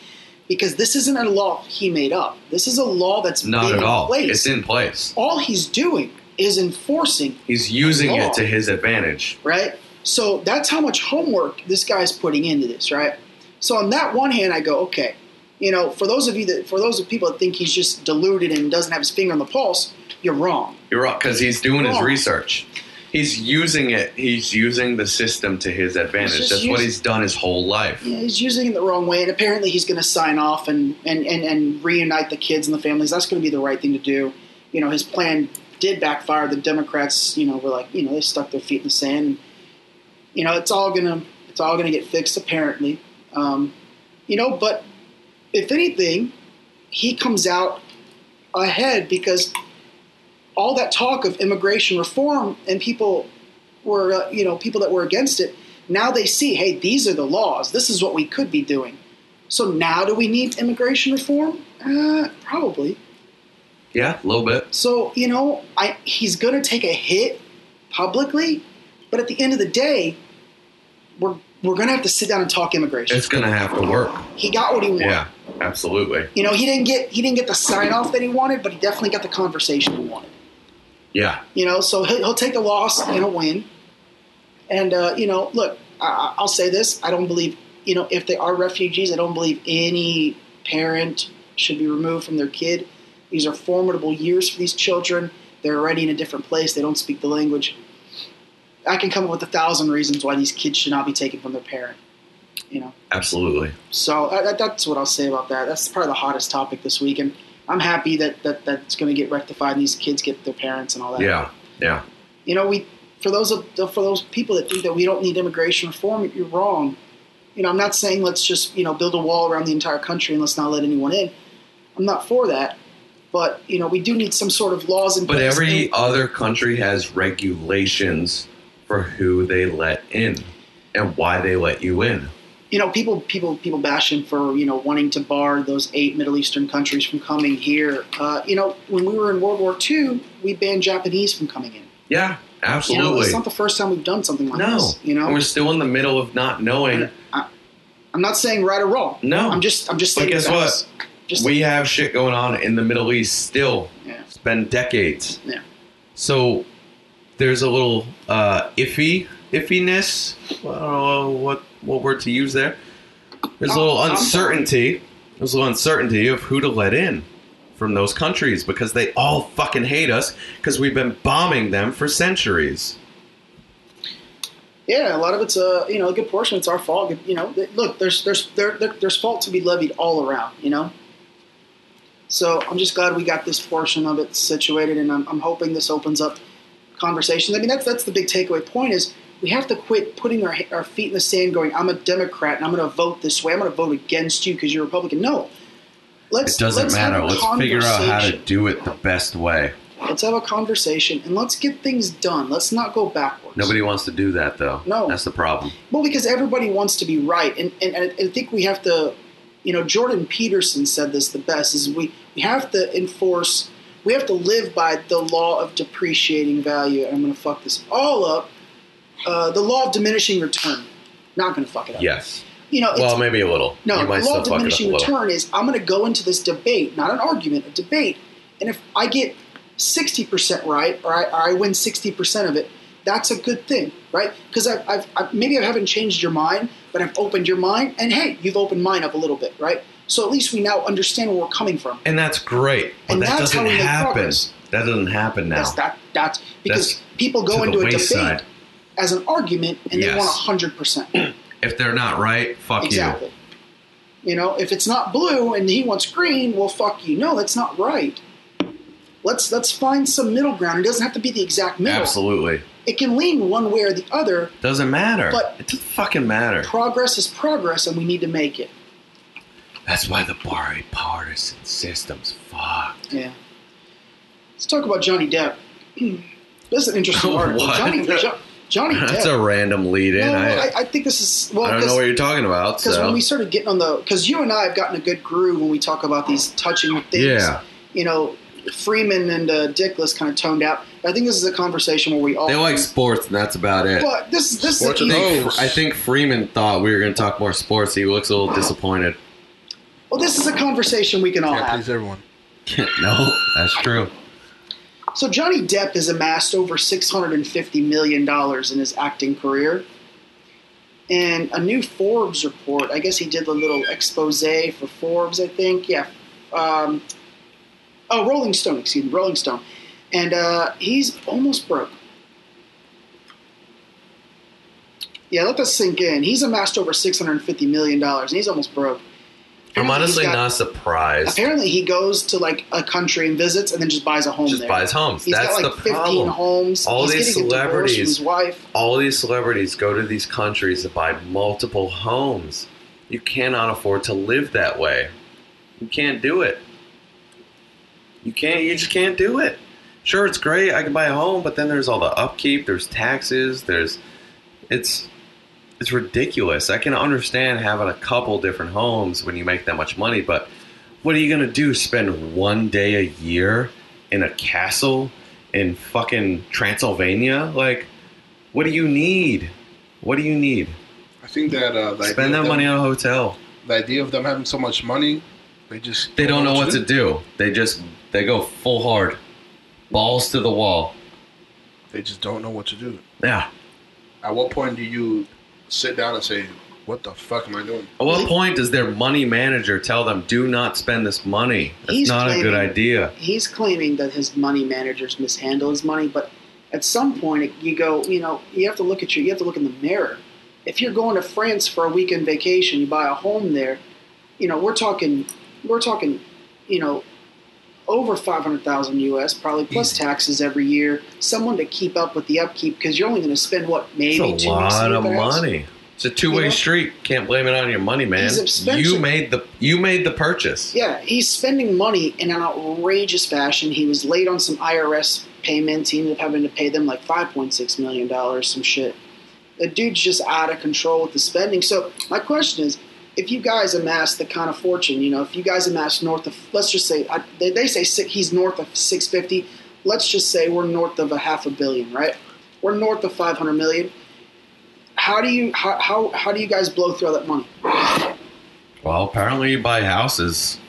[SPEAKER 2] because this isn't a law he made up. This is a law that's
[SPEAKER 7] Not
[SPEAKER 2] been
[SPEAKER 7] at all.
[SPEAKER 2] In place.
[SPEAKER 7] It's in place.
[SPEAKER 2] all he's doing is enforcing,
[SPEAKER 7] He's using
[SPEAKER 2] Law.
[SPEAKER 7] it to his advantage.
[SPEAKER 2] right? So that's how much homework this guy's putting into this, right? So on that one hand, I go, okay, you know, for those of you that, for those of people that think he's just deluded and doesn't have his finger on the pulse, you're wrong.
[SPEAKER 7] You're right, because he's doing his
[SPEAKER 2] Wrong.
[SPEAKER 7] research. He's using it. He's using the system to his advantage.
[SPEAKER 2] just
[SPEAKER 7] That's what
[SPEAKER 2] using-
[SPEAKER 7] he's done his whole life.
[SPEAKER 2] Yeah, he's using it the wrong way, and apparently he's going to sign off and, and, and, and reunite the kids and the families. That's going to be the right thing to do. You know, his plan did backfire. The Democrats, you know, were like, you know, they stuck their feet in the sand. You know, it's all gonna it's all gonna get fixed apparently. Um, you know, but if anything, he comes out ahead because all that talk of immigration reform and people were uh, you know people that were against it now they see hey these are the laws this is what we could be doing so now do we need immigration reform uh, probably
[SPEAKER 7] Yeah, a little bit.
[SPEAKER 2] so you know I, he's going to take a hit publicly but at the end of the day we're, we're going to have to sit down and talk immigration
[SPEAKER 7] It's gonna have to work.
[SPEAKER 2] he got what he wanted
[SPEAKER 7] Yeah, absolutely.
[SPEAKER 2] you know he didn't get he didn't get the sign off that he wanted but he definitely got the conversation he wanted
[SPEAKER 7] Yeah,
[SPEAKER 2] You know, so he'll, he'll take a loss and a win. And uh, you know, look, I- I, I'll say this: I don't believe you know if they are refugees, I don't believe any parent should be removed from their kid. These are formidable years for these children. They're already in a different place. They don't speak the language. I can come up with a thousand reasons why these kids should not be taken from their parent. You know.
[SPEAKER 7] absolutely.
[SPEAKER 2] So uh, that, that's what I'll say about that. That's probably the hottest topic this week, and I'm happy that, that that's going to get rectified. and These kids get their parents and all that.
[SPEAKER 7] Yeah, yeah.
[SPEAKER 2] You know, we for those of, for those people that think that we don't need immigration reform, you're wrong. You know, I'm not saying let's just you know build a wall around the entire country and let's not let anyone in. I'm not for that, but you know we do need some sort of laws in
[SPEAKER 7] But
[SPEAKER 2] place.
[SPEAKER 7] every
[SPEAKER 2] And-
[SPEAKER 7] other country has regulations for who they let in and why they let you in.
[SPEAKER 2] you know people people people bash him for you know wanting to bar those eight Middle Eastern countries from coming here. Uh, you know, when we were in World War II, we banned Japanese from coming in.
[SPEAKER 7] Yeah,
[SPEAKER 2] You know,
[SPEAKER 7] absolutely.
[SPEAKER 2] it's not the first time we've done something like
[SPEAKER 7] no,
[SPEAKER 2] this. You know,
[SPEAKER 7] And we're still in the middle of not knowing.
[SPEAKER 2] I'm not saying right or wrong.
[SPEAKER 7] No.
[SPEAKER 2] I'm just I'm just
[SPEAKER 7] But
[SPEAKER 2] saying.
[SPEAKER 7] guess
[SPEAKER 2] facts.
[SPEAKER 7] what?
[SPEAKER 2] Just
[SPEAKER 7] we have shit going on in the Middle East still.
[SPEAKER 2] Yeah.
[SPEAKER 7] It's been decades.
[SPEAKER 2] Yeah.
[SPEAKER 7] So there's a little uh, iffy iffiness. I don't know what what word to use there. There's a little
[SPEAKER 2] I'm- I'm
[SPEAKER 7] uncertainty. There's a little uncertainty of who to let in from those countries because they all fucking hate us because we've been bombing them for centuries.
[SPEAKER 2] Yeah, a lot of it's uh, you know a good portion. It's our fault. You know, th- look, there's there's there, there, there's fault to be levied all around. You know, so I'm just glad we got this portion of it situated, and I'm, I'm hoping this opens up conversations. I mean, that's that's the big takeaway point is we have to quit putting our our feet in the sand, going, I'm a Democrat and I'm going to vote this way. I'm going to vote against you because you're Republican. No, let's
[SPEAKER 7] It doesn't
[SPEAKER 2] let's have
[SPEAKER 7] matter.
[SPEAKER 2] a
[SPEAKER 7] Let's figure out how to
[SPEAKER 2] conversation.
[SPEAKER 7] do it the best way.
[SPEAKER 2] Let's have a conversation and let's get things done. Let's not go backwards.
[SPEAKER 7] Nobody wants to do that, though.
[SPEAKER 2] No.
[SPEAKER 7] That's the problem.
[SPEAKER 2] Well, because everybody wants to be right, and, and, and I think we have to, you know, Jordan Peterson said this the best: is we we have to enforce, we have to live by the law of depreciating value. And I'm going to fuck this all up. Uh, the law of diminishing return. Not going to fuck it up.
[SPEAKER 7] Yes.
[SPEAKER 2] You know, it's,
[SPEAKER 7] Well, maybe a little.
[SPEAKER 2] no,
[SPEAKER 7] you might
[SPEAKER 2] the law
[SPEAKER 7] still
[SPEAKER 2] of
[SPEAKER 7] fuck it up a
[SPEAKER 2] diminishing
[SPEAKER 7] little.
[SPEAKER 2] return is I'm going to go into this debate, not an argument, a debate. And if I get 60% right, or I, or I win 60% of it, that's a good thing, right? Because I've, I've, I've, maybe I haven't changed your mind, but I've opened your mind, and hey, you've opened mine up a little bit, right? So at least we now understand where we're coming from.
[SPEAKER 7] And that's great, but
[SPEAKER 2] And
[SPEAKER 7] that
[SPEAKER 2] that's
[SPEAKER 7] doesn't
[SPEAKER 2] how we make
[SPEAKER 7] happen.
[SPEAKER 2] progress.
[SPEAKER 7] That doesn't happen now.
[SPEAKER 2] That's, that, that's because
[SPEAKER 7] That's
[SPEAKER 2] people go
[SPEAKER 7] to the
[SPEAKER 2] into a debate
[SPEAKER 7] wayside.
[SPEAKER 2] as an argument, and
[SPEAKER 7] Yes.
[SPEAKER 2] they want 100%.
[SPEAKER 7] If they're not right, fuck
[SPEAKER 2] exactly. You know, if it's not blue and he wants green, well, fuck you. No, that's not right. Let's let's find some middle ground. It doesn't have to be the exact
[SPEAKER 7] you.
[SPEAKER 2] middle.
[SPEAKER 7] Absolutely.
[SPEAKER 2] It can lean one way or the other.
[SPEAKER 7] Doesn't matter.
[SPEAKER 2] But-
[SPEAKER 7] it doesn't fucking matter.
[SPEAKER 2] Progress is progress, and we need to make it.
[SPEAKER 7] That's why the Bari partisan system's fucked.
[SPEAKER 2] Yeah. Let's talk about Johnny Depp. this is an interesting article.
[SPEAKER 7] What?
[SPEAKER 2] Johnny, Jo- Johnny Depp.
[SPEAKER 7] That's a random lead in.
[SPEAKER 2] No,
[SPEAKER 7] I,
[SPEAKER 2] I, I think this is well.
[SPEAKER 7] I don't know
[SPEAKER 2] 'cause-
[SPEAKER 7] what you're talking about.
[SPEAKER 2] Because
[SPEAKER 7] So.
[SPEAKER 2] when we started getting on the, because you and I have gotten a good groove when we talk about these touching things.
[SPEAKER 7] Yeah.
[SPEAKER 2] You know, Freeman and uh, Dickless kind of toned out. I think this is a conversation where we all.
[SPEAKER 7] they like sports, and that's about it.
[SPEAKER 2] But this is this
[SPEAKER 7] I
[SPEAKER 2] is an easy,
[SPEAKER 7] think, I think Freeman thought we were going to talk more sports. He looks a little disappointed.
[SPEAKER 2] well, this is a conversation we can all have.
[SPEAKER 8] please everyone.
[SPEAKER 7] no, that's true.
[SPEAKER 2] So Johnny Depp has amassed over six hundred and fifty million dollars in his acting career, and a new Forbes report. I guess he did a little expose for Forbes. I think, yeah. Um, oh, Rolling Stone. Excuse me, Rolling Stone. And uh, he's almost broke. Yeah, let that sink in. He's amassed over six hundred and fifty million dollars, and he's almost broke.
[SPEAKER 7] I'm
[SPEAKER 2] Apparently he's
[SPEAKER 7] honestly
[SPEAKER 2] got-
[SPEAKER 7] not surprised.
[SPEAKER 2] Apparently, he goes to like a country and visits, and then just buys a home.
[SPEAKER 7] Just
[SPEAKER 2] there.
[SPEAKER 7] buys homes.
[SPEAKER 2] He's
[SPEAKER 7] That's
[SPEAKER 2] got
[SPEAKER 7] the
[SPEAKER 2] like 15
[SPEAKER 7] problem.
[SPEAKER 2] homes.
[SPEAKER 7] All
[SPEAKER 2] He's
[SPEAKER 7] these
[SPEAKER 2] getting a divorce
[SPEAKER 7] celebrities-
[SPEAKER 2] From his wife.
[SPEAKER 7] All these celebrities go to these countries to buy multiple homes. You cannot afford to live that way. You can't do it. You can't. You just can't do it. Sure, it's great. I can buy a home, but then there's all the upkeep. There's taxes. There's it's it's ridiculous. I can understand having a couple different homes when you make that much money, but what are you gonna do? Spend one day a year in a castle in fucking Transylvania? Like, what do you need? What do you need?
[SPEAKER 8] I think that uh, the
[SPEAKER 7] Spend
[SPEAKER 8] idea
[SPEAKER 7] that
[SPEAKER 8] of them-
[SPEAKER 7] money on a hotel.
[SPEAKER 8] The idea of them having so much money, they just
[SPEAKER 7] They don't know what to do. They just they go full hard, balls to the wall.
[SPEAKER 8] They just don't know what to do.
[SPEAKER 7] Yeah.
[SPEAKER 8] At what point do you sit down and say, "What the fuck am I doing?"
[SPEAKER 7] At what point does their money manager tell them, "Do not spend this money. That's
[SPEAKER 2] He's
[SPEAKER 7] not a good
[SPEAKER 2] claiming-
[SPEAKER 7] idea."
[SPEAKER 2] He's claiming that his money managers mishandle his money, but at some point it- you go, you know, you have to look at your, you have to look in the mirror. If you're going to France for a weekend vacation, you buy a home there. You know, we're talking, we're talking, you know, over five hundred thousand US, probably plus taxes every year. Someone to keep up with the upkeep because you're only going to spend what maybe
[SPEAKER 7] It's a
[SPEAKER 2] two weeks in
[SPEAKER 7] lot
[SPEAKER 2] your
[SPEAKER 7] of
[SPEAKER 2] house?
[SPEAKER 7] money. It's a two-way
[SPEAKER 2] You know?
[SPEAKER 7] street. Can't blame it on your money, man.
[SPEAKER 2] These expensive-
[SPEAKER 7] You made the you made the purchase.
[SPEAKER 2] Yeah, he's spending money in an outrageous fashion. He was late on some IRS payments. He ended up having to pay them like $5.6 million, some shit. The dude's just out of control with the spending. So, my question is if you guys amass the kind of fortune, you know, if you guys amass north of, let's just say, I, they, they say six, he's north of 650. Let's just say we're north of a half a billion, right? We're north of 500 million. How do you how, how, how do you guys blow through all that money?
[SPEAKER 7] Well, apparently you buy houses.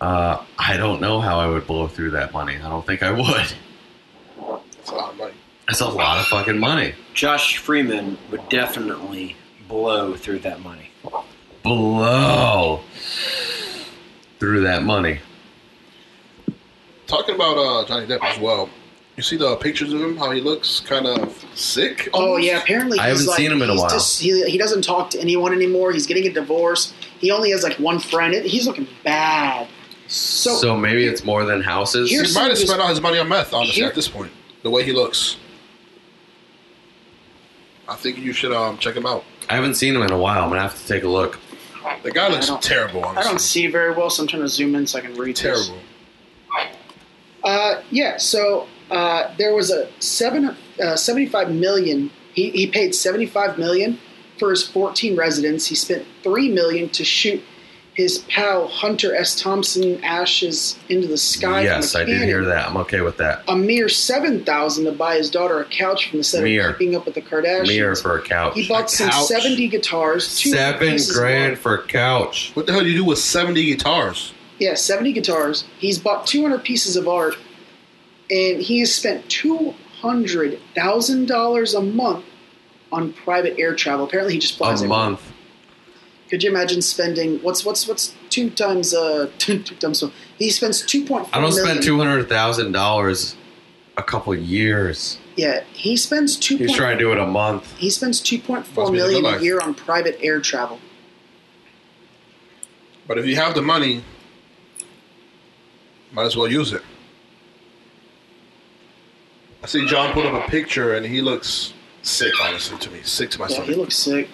[SPEAKER 7] Uh, I don't know how I would blow through that money. I don't think I would.
[SPEAKER 8] It's a lot of money.
[SPEAKER 7] That's a lot of fucking money.
[SPEAKER 9] Josh Freeman would definitely blow through that money.
[SPEAKER 7] Blow through that money.
[SPEAKER 8] Talking about uh, Johnny Depp as well, You see the pictures of him, how he looks kind of sick.
[SPEAKER 2] Oh
[SPEAKER 8] almost?
[SPEAKER 2] yeah, apparently
[SPEAKER 8] I
[SPEAKER 2] he's,
[SPEAKER 8] haven't
[SPEAKER 2] like-
[SPEAKER 8] seen him in a
[SPEAKER 2] he's
[SPEAKER 8] while.
[SPEAKER 2] Just, he, he doesn't talk to anyone anymore. He's getting a divorce. He only has like one friend. It- he's looking bad. So,
[SPEAKER 7] So, maybe it's more than houses.
[SPEAKER 8] he might have spent all his money on meth, honestly, at this point. The way he looks, I think you should um, check him out.
[SPEAKER 7] I haven't seen him in a while. I'm gonna have to take a look.
[SPEAKER 8] The guy looks
[SPEAKER 2] I don't-
[SPEAKER 8] terrible.
[SPEAKER 2] I don't see very well, so I'm trying to zoom in so I can read. this.
[SPEAKER 8] Terrible.
[SPEAKER 2] Uh, yeah. So uh, there was a seven uh, seventy-five million. He, he paid seventy-five million for his fourteen residents. He spent three million to shoot his pal Hunter S. Thompson ashes into the sky. from
[SPEAKER 7] yes,
[SPEAKER 2] a
[SPEAKER 7] I did hear
[SPEAKER 2] cannon.
[SPEAKER 7] that. I'm okay with that.
[SPEAKER 2] A mere seven thousand to buy his daughter a couch from the set
[SPEAKER 7] Mere.
[SPEAKER 2] of Keeping Up with the Kardashians.
[SPEAKER 7] Mirror for a couch.
[SPEAKER 2] He bought some
[SPEAKER 7] Couch.
[SPEAKER 2] seventy guitars. Two
[SPEAKER 7] Seven
[SPEAKER 2] pieces of
[SPEAKER 7] grand for a couch.
[SPEAKER 8] What the hell do you do with seventy guitars?
[SPEAKER 2] Yeah, 70 guitars. He's bought 200 pieces of art, and he has spent $200,000 a month on private air travel. Apparently, he just flies
[SPEAKER 7] A
[SPEAKER 2] everywhere.
[SPEAKER 7] month.
[SPEAKER 2] Could you imagine spending what's what's what's two times uh two, two times so he spends two point
[SPEAKER 7] I
[SPEAKER 2] four
[SPEAKER 7] don't
[SPEAKER 2] million.
[SPEAKER 7] spend two hundred thousand dollars a couple years.
[SPEAKER 2] Yeah, he spends two.
[SPEAKER 7] He's
[SPEAKER 2] point-
[SPEAKER 7] trying to do it a month.
[SPEAKER 2] He spends two point
[SPEAKER 7] Must
[SPEAKER 2] four
[SPEAKER 7] be the good
[SPEAKER 2] million a
[SPEAKER 7] life.
[SPEAKER 2] year on private air travel.
[SPEAKER 8] But if you have the money, might as well use it. I see John put up a picture and he looks sick, honestly, to me. Sick to my
[SPEAKER 9] Yeah,
[SPEAKER 8] stomach.
[SPEAKER 9] he
[SPEAKER 2] looks sick.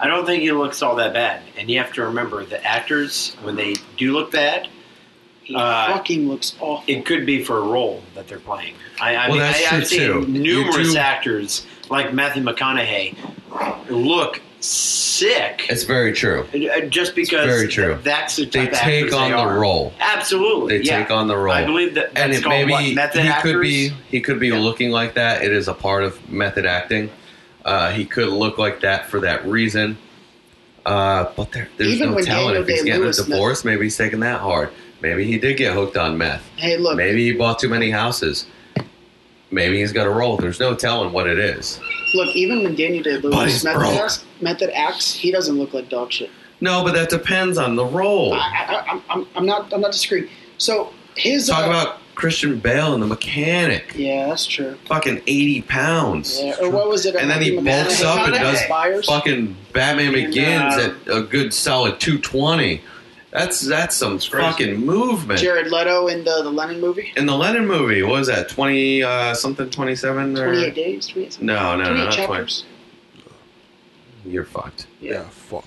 [SPEAKER 9] I don't think he looks all that bad. And you have to remember the actors when they do look bad. He
[SPEAKER 7] Uh,
[SPEAKER 2] fucking looks awful.
[SPEAKER 9] It could be for a role that they're playing. I, I
[SPEAKER 7] Well,
[SPEAKER 9] mean,
[SPEAKER 7] that's
[SPEAKER 9] I, I've
[SPEAKER 7] true, too.
[SPEAKER 9] seen
[SPEAKER 7] You
[SPEAKER 9] numerous
[SPEAKER 7] do-
[SPEAKER 9] actors like Matthew McConaughey look sick
[SPEAKER 7] It's very true.
[SPEAKER 9] uh, just because
[SPEAKER 7] very true.
[SPEAKER 9] th- that's the type
[SPEAKER 7] They
[SPEAKER 9] of
[SPEAKER 7] take
[SPEAKER 9] actors
[SPEAKER 7] on
[SPEAKER 9] they
[SPEAKER 7] the
[SPEAKER 9] are.
[SPEAKER 7] role.
[SPEAKER 9] Absolutely,
[SPEAKER 7] They
[SPEAKER 9] yeah.
[SPEAKER 7] take on the role.
[SPEAKER 9] I believe that that's
[SPEAKER 7] and it
[SPEAKER 9] called
[SPEAKER 7] maybe
[SPEAKER 9] what, method
[SPEAKER 7] he
[SPEAKER 9] actors.
[SPEAKER 7] could be he could be looking like that. It is a part of method acting. Uh, he could look like that for that reason. Uh, but there, there's
[SPEAKER 2] Even
[SPEAKER 7] no
[SPEAKER 2] when
[SPEAKER 7] telling
[SPEAKER 2] Daniel
[SPEAKER 7] if he's getting a
[SPEAKER 2] Day-Lewis met-
[SPEAKER 7] divorce. Maybe he's taking that hard. Maybe he did get hooked on meth.
[SPEAKER 2] Hey, look.
[SPEAKER 7] Maybe he bought too many houses. Maybe he's got a role. There's no telling what it is.
[SPEAKER 2] Look, even when Danny Day
[SPEAKER 7] Buddy's
[SPEAKER 2] Lewis
[SPEAKER 7] broke.
[SPEAKER 2] method acts, method acts, he doesn't look like dog shit.
[SPEAKER 7] No, but that depends on the role.
[SPEAKER 2] I, I, I'm- I'm, I'm not I'm not disagreeing. So his
[SPEAKER 7] Talk
[SPEAKER 2] uh,
[SPEAKER 7] about Christian Bale and the mechanic.
[SPEAKER 2] Yeah, that's true.
[SPEAKER 7] Fucking 80 pounds.
[SPEAKER 2] Yeah, or what was it?
[SPEAKER 7] And then he bulks
[SPEAKER 2] Matthew McConaughey-
[SPEAKER 7] up and does
[SPEAKER 2] Spires?
[SPEAKER 7] fucking Batman
[SPEAKER 2] And,
[SPEAKER 7] Begins
[SPEAKER 2] uh,
[SPEAKER 7] at a good solid 220. That's that's some fucking movement.
[SPEAKER 2] Jared Leto in the, the Lennon movie,
[SPEAKER 7] In the Lennon movie, what was that? 20 uh, something 27 or
[SPEAKER 2] 28 days, 28 something.
[SPEAKER 7] No, no, no,
[SPEAKER 2] 28
[SPEAKER 7] not 20.
[SPEAKER 2] chapters.
[SPEAKER 7] You're fucked.
[SPEAKER 2] Yeah.
[SPEAKER 8] fuck.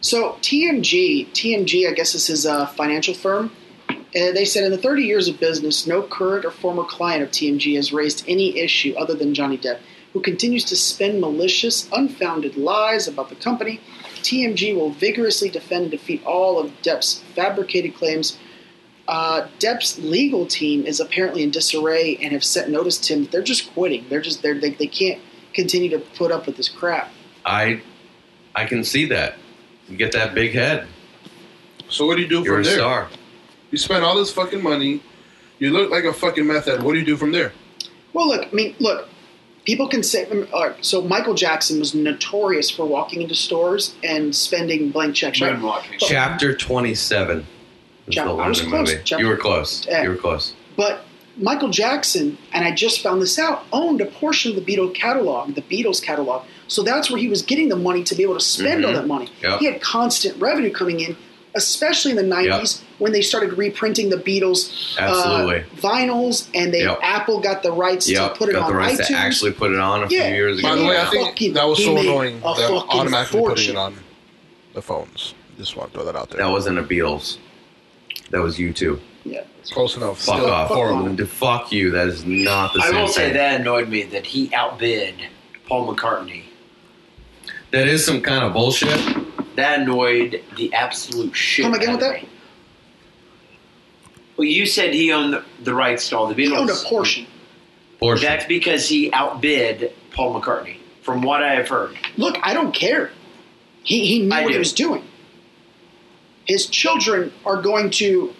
[SPEAKER 2] So TMG, TMG, I guess is his uh, financial firm. Uh, they said in the 30 years of business, no current or former client of TMG has raised any issue other than Johnny Depp, who continues to spin malicious, unfounded lies about the company. TMG will vigorously defend and defeat all of Depp's fabricated claims. Uh, Depp's legal team is apparently in disarray and have sent notice to him. They're just quitting. They're just they're, they they can't continue to put up with this crap.
[SPEAKER 7] I I can see that. You get that big head.
[SPEAKER 8] So what do you do
[SPEAKER 7] You're
[SPEAKER 8] from
[SPEAKER 7] a
[SPEAKER 8] there?
[SPEAKER 7] star.
[SPEAKER 8] You spend all this fucking money. You look like a fucking meth head. What do you do from there?
[SPEAKER 2] Well, look, I mean, look, people can say, I mean, all right, so Michael Jackson was notorious for walking into stores and spending blank checks. Right? But,
[SPEAKER 7] Chapter 27. was
[SPEAKER 2] Chap-
[SPEAKER 7] the
[SPEAKER 2] I was
[SPEAKER 7] Lennon
[SPEAKER 2] close.
[SPEAKER 7] movie.
[SPEAKER 2] Chapter-
[SPEAKER 7] you were close.
[SPEAKER 2] Yeah.
[SPEAKER 7] You were close.
[SPEAKER 2] but Michael Jackson, and I just found this out, owned a portion of the Beatles catalog, the Beatles catalog. So that's where he was getting the money to be able to spend all
[SPEAKER 7] Mhm.
[SPEAKER 2] that money.
[SPEAKER 7] Yep.
[SPEAKER 2] He had constant revenue coming in, especially in the 90s when they started reprinting the Beatles uh,
[SPEAKER 7] Absolutely.
[SPEAKER 2] vinyls and they
[SPEAKER 7] Yep.
[SPEAKER 2] Apple got the rights
[SPEAKER 7] Yep.
[SPEAKER 2] to put it
[SPEAKER 7] got
[SPEAKER 2] on
[SPEAKER 7] the rights
[SPEAKER 2] iTunes.
[SPEAKER 7] to actually put it on a few years ago.
[SPEAKER 8] By the way, I
[SPEAKER 7] now.
[SPEAKER 8] think that was
[SPEAKER 2] he
[SPEAKER 8] so
[SPEAKER 2] made
[SPEAKER 8] annoying.
[SPEAKER 2] a
[SPEAKER 8] That
[SPEAKER 2] fucking
[SPEAKER 8] automatically putting
[SPEAKER 2] fortune.
[SPEAKER 8] it on the phones. Just want to throw that out there.
[SPEAKER 7] that wasn't a Beatles. That was you two.
[SPEAKER 2] yeah.
[SPEAKER 8] Close enough.
[SPEAKER 7] Fuck
[SPEAKER 8] Still
[SPEAKER 7] off.
[SPEAKER 8] horrible.
[SPEAKER 7] Horrible. Fuck you. That is not the
[SPEAKER 9] I
[SPEAKER 7] same
[SPEAKER 9] will say
[SPEAKER 7] thing.
[SPEAKER 9] that annoyed me that he outbid Paul McCartney.
[SPEAKER 7] That is some kind of bullshit.
[SPEAKER 9] That annoyed the absolute shit.
[SPEAKER 2] Come again
[SPEAKER 9] out
[SPEAKER 2] with
[SPEAKER 9] of
[SPEAKER 2] that?
[SPEAKER 9] me. Well, you said he owned the, the rights to all the Beatles.
[SPEAKER 2] He owned a portion.
[SPEAKER 7] Portion.
[SPEAKER 9] That's because he outbid Paul McCartney, from what I have heard.
[SPEAKER 2] Look, I don't care. He, he knew
[SPEAKER 9] I
[SPEAKER 2] what
[SPEAKER 9] do.
[SPEAKER 2] he was doing. His children are going to,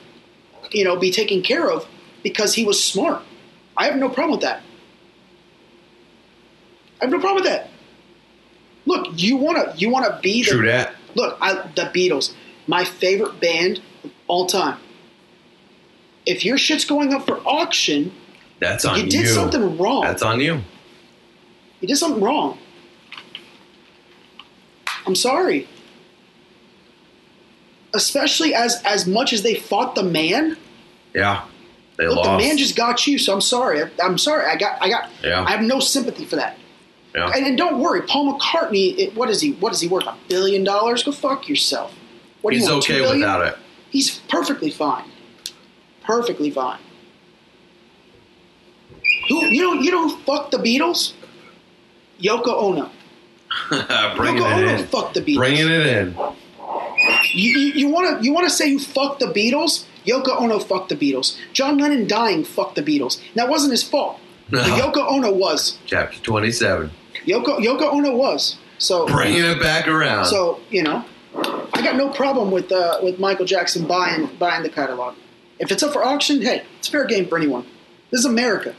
[SPEAKER 2] you know, be taken care of because he was smart. I have no problem with that. I have no problem with that. Look, you wanna you wanna be the
[SPEAKER 7] True that.
[SPEAKER 2] Look, I, the Beatles, my favorite band of all time. If your shit's going up for auction,
[SPEAKER 7] That's on
[SPEAKER 2] He did
[SPEAKER 7] you.
[SPEAKER 2] something wrong.
[SPEAKER 7] That's on you.
[SPEAKER 2] He did something wrong. I'm sorry. Especially as as much as they fought the man,
[SPEAKER 7] Yeah. They
[SPEAKER 2] look, the
[SPEAKER 7] lost.
[SPEAKER 2] man just got you. So I'm sorry. I, I'm sorry. I got I got.
[SPEAKER 7] Yeah.
[SPEAKER 2] I have no sympathy for that.
[SPEAKER 7] Yeah.
[SPEAKER 2] And, and don't worry, Paul McCartney. It, what is he? What is he worth? A billion dollars? Go fuck yourself. What do
[SPEAKER 7] He's
[SPEAKER 2] you want, two
[SPEAKER 7] okay
[SPEAKER 2] billion?
[SPEAKER 7] without it.
[SPEAKER 2] He's perfectly fine. Perfectly fine. Who you know you know who fucked the Beatles? Yoko Ono.
[SPEAKER 7] Bringing
[SPEAKER 2] Yoko Ono
[SPEAKER 7] it in.
[SPEAKER 2] fucked the Beatles.
[SPEAKER 7] Bringing it in.
[SPEAKER 2] You, you, you wanna you wanna say who fucked the Beatles? Yoko Ono fucked the Beatles. John Lennon dying fucked the Beatles. And that wasn't his fault.
[SPEAKER 7] No.
[SPEAKER 2] But Yoko Ono was.
[SPEAKER 7] Chapter 27.
[SPEAKER 2] Yoko Yoko Ono was. So
[SPEAKER 7] Bringing it back around.
[SPEAKER 2] So you know, I got no problem with uh, with Michael Jackson buying buying the catalog. If it's up for auction, hey, it's fair game for anyone. This is America.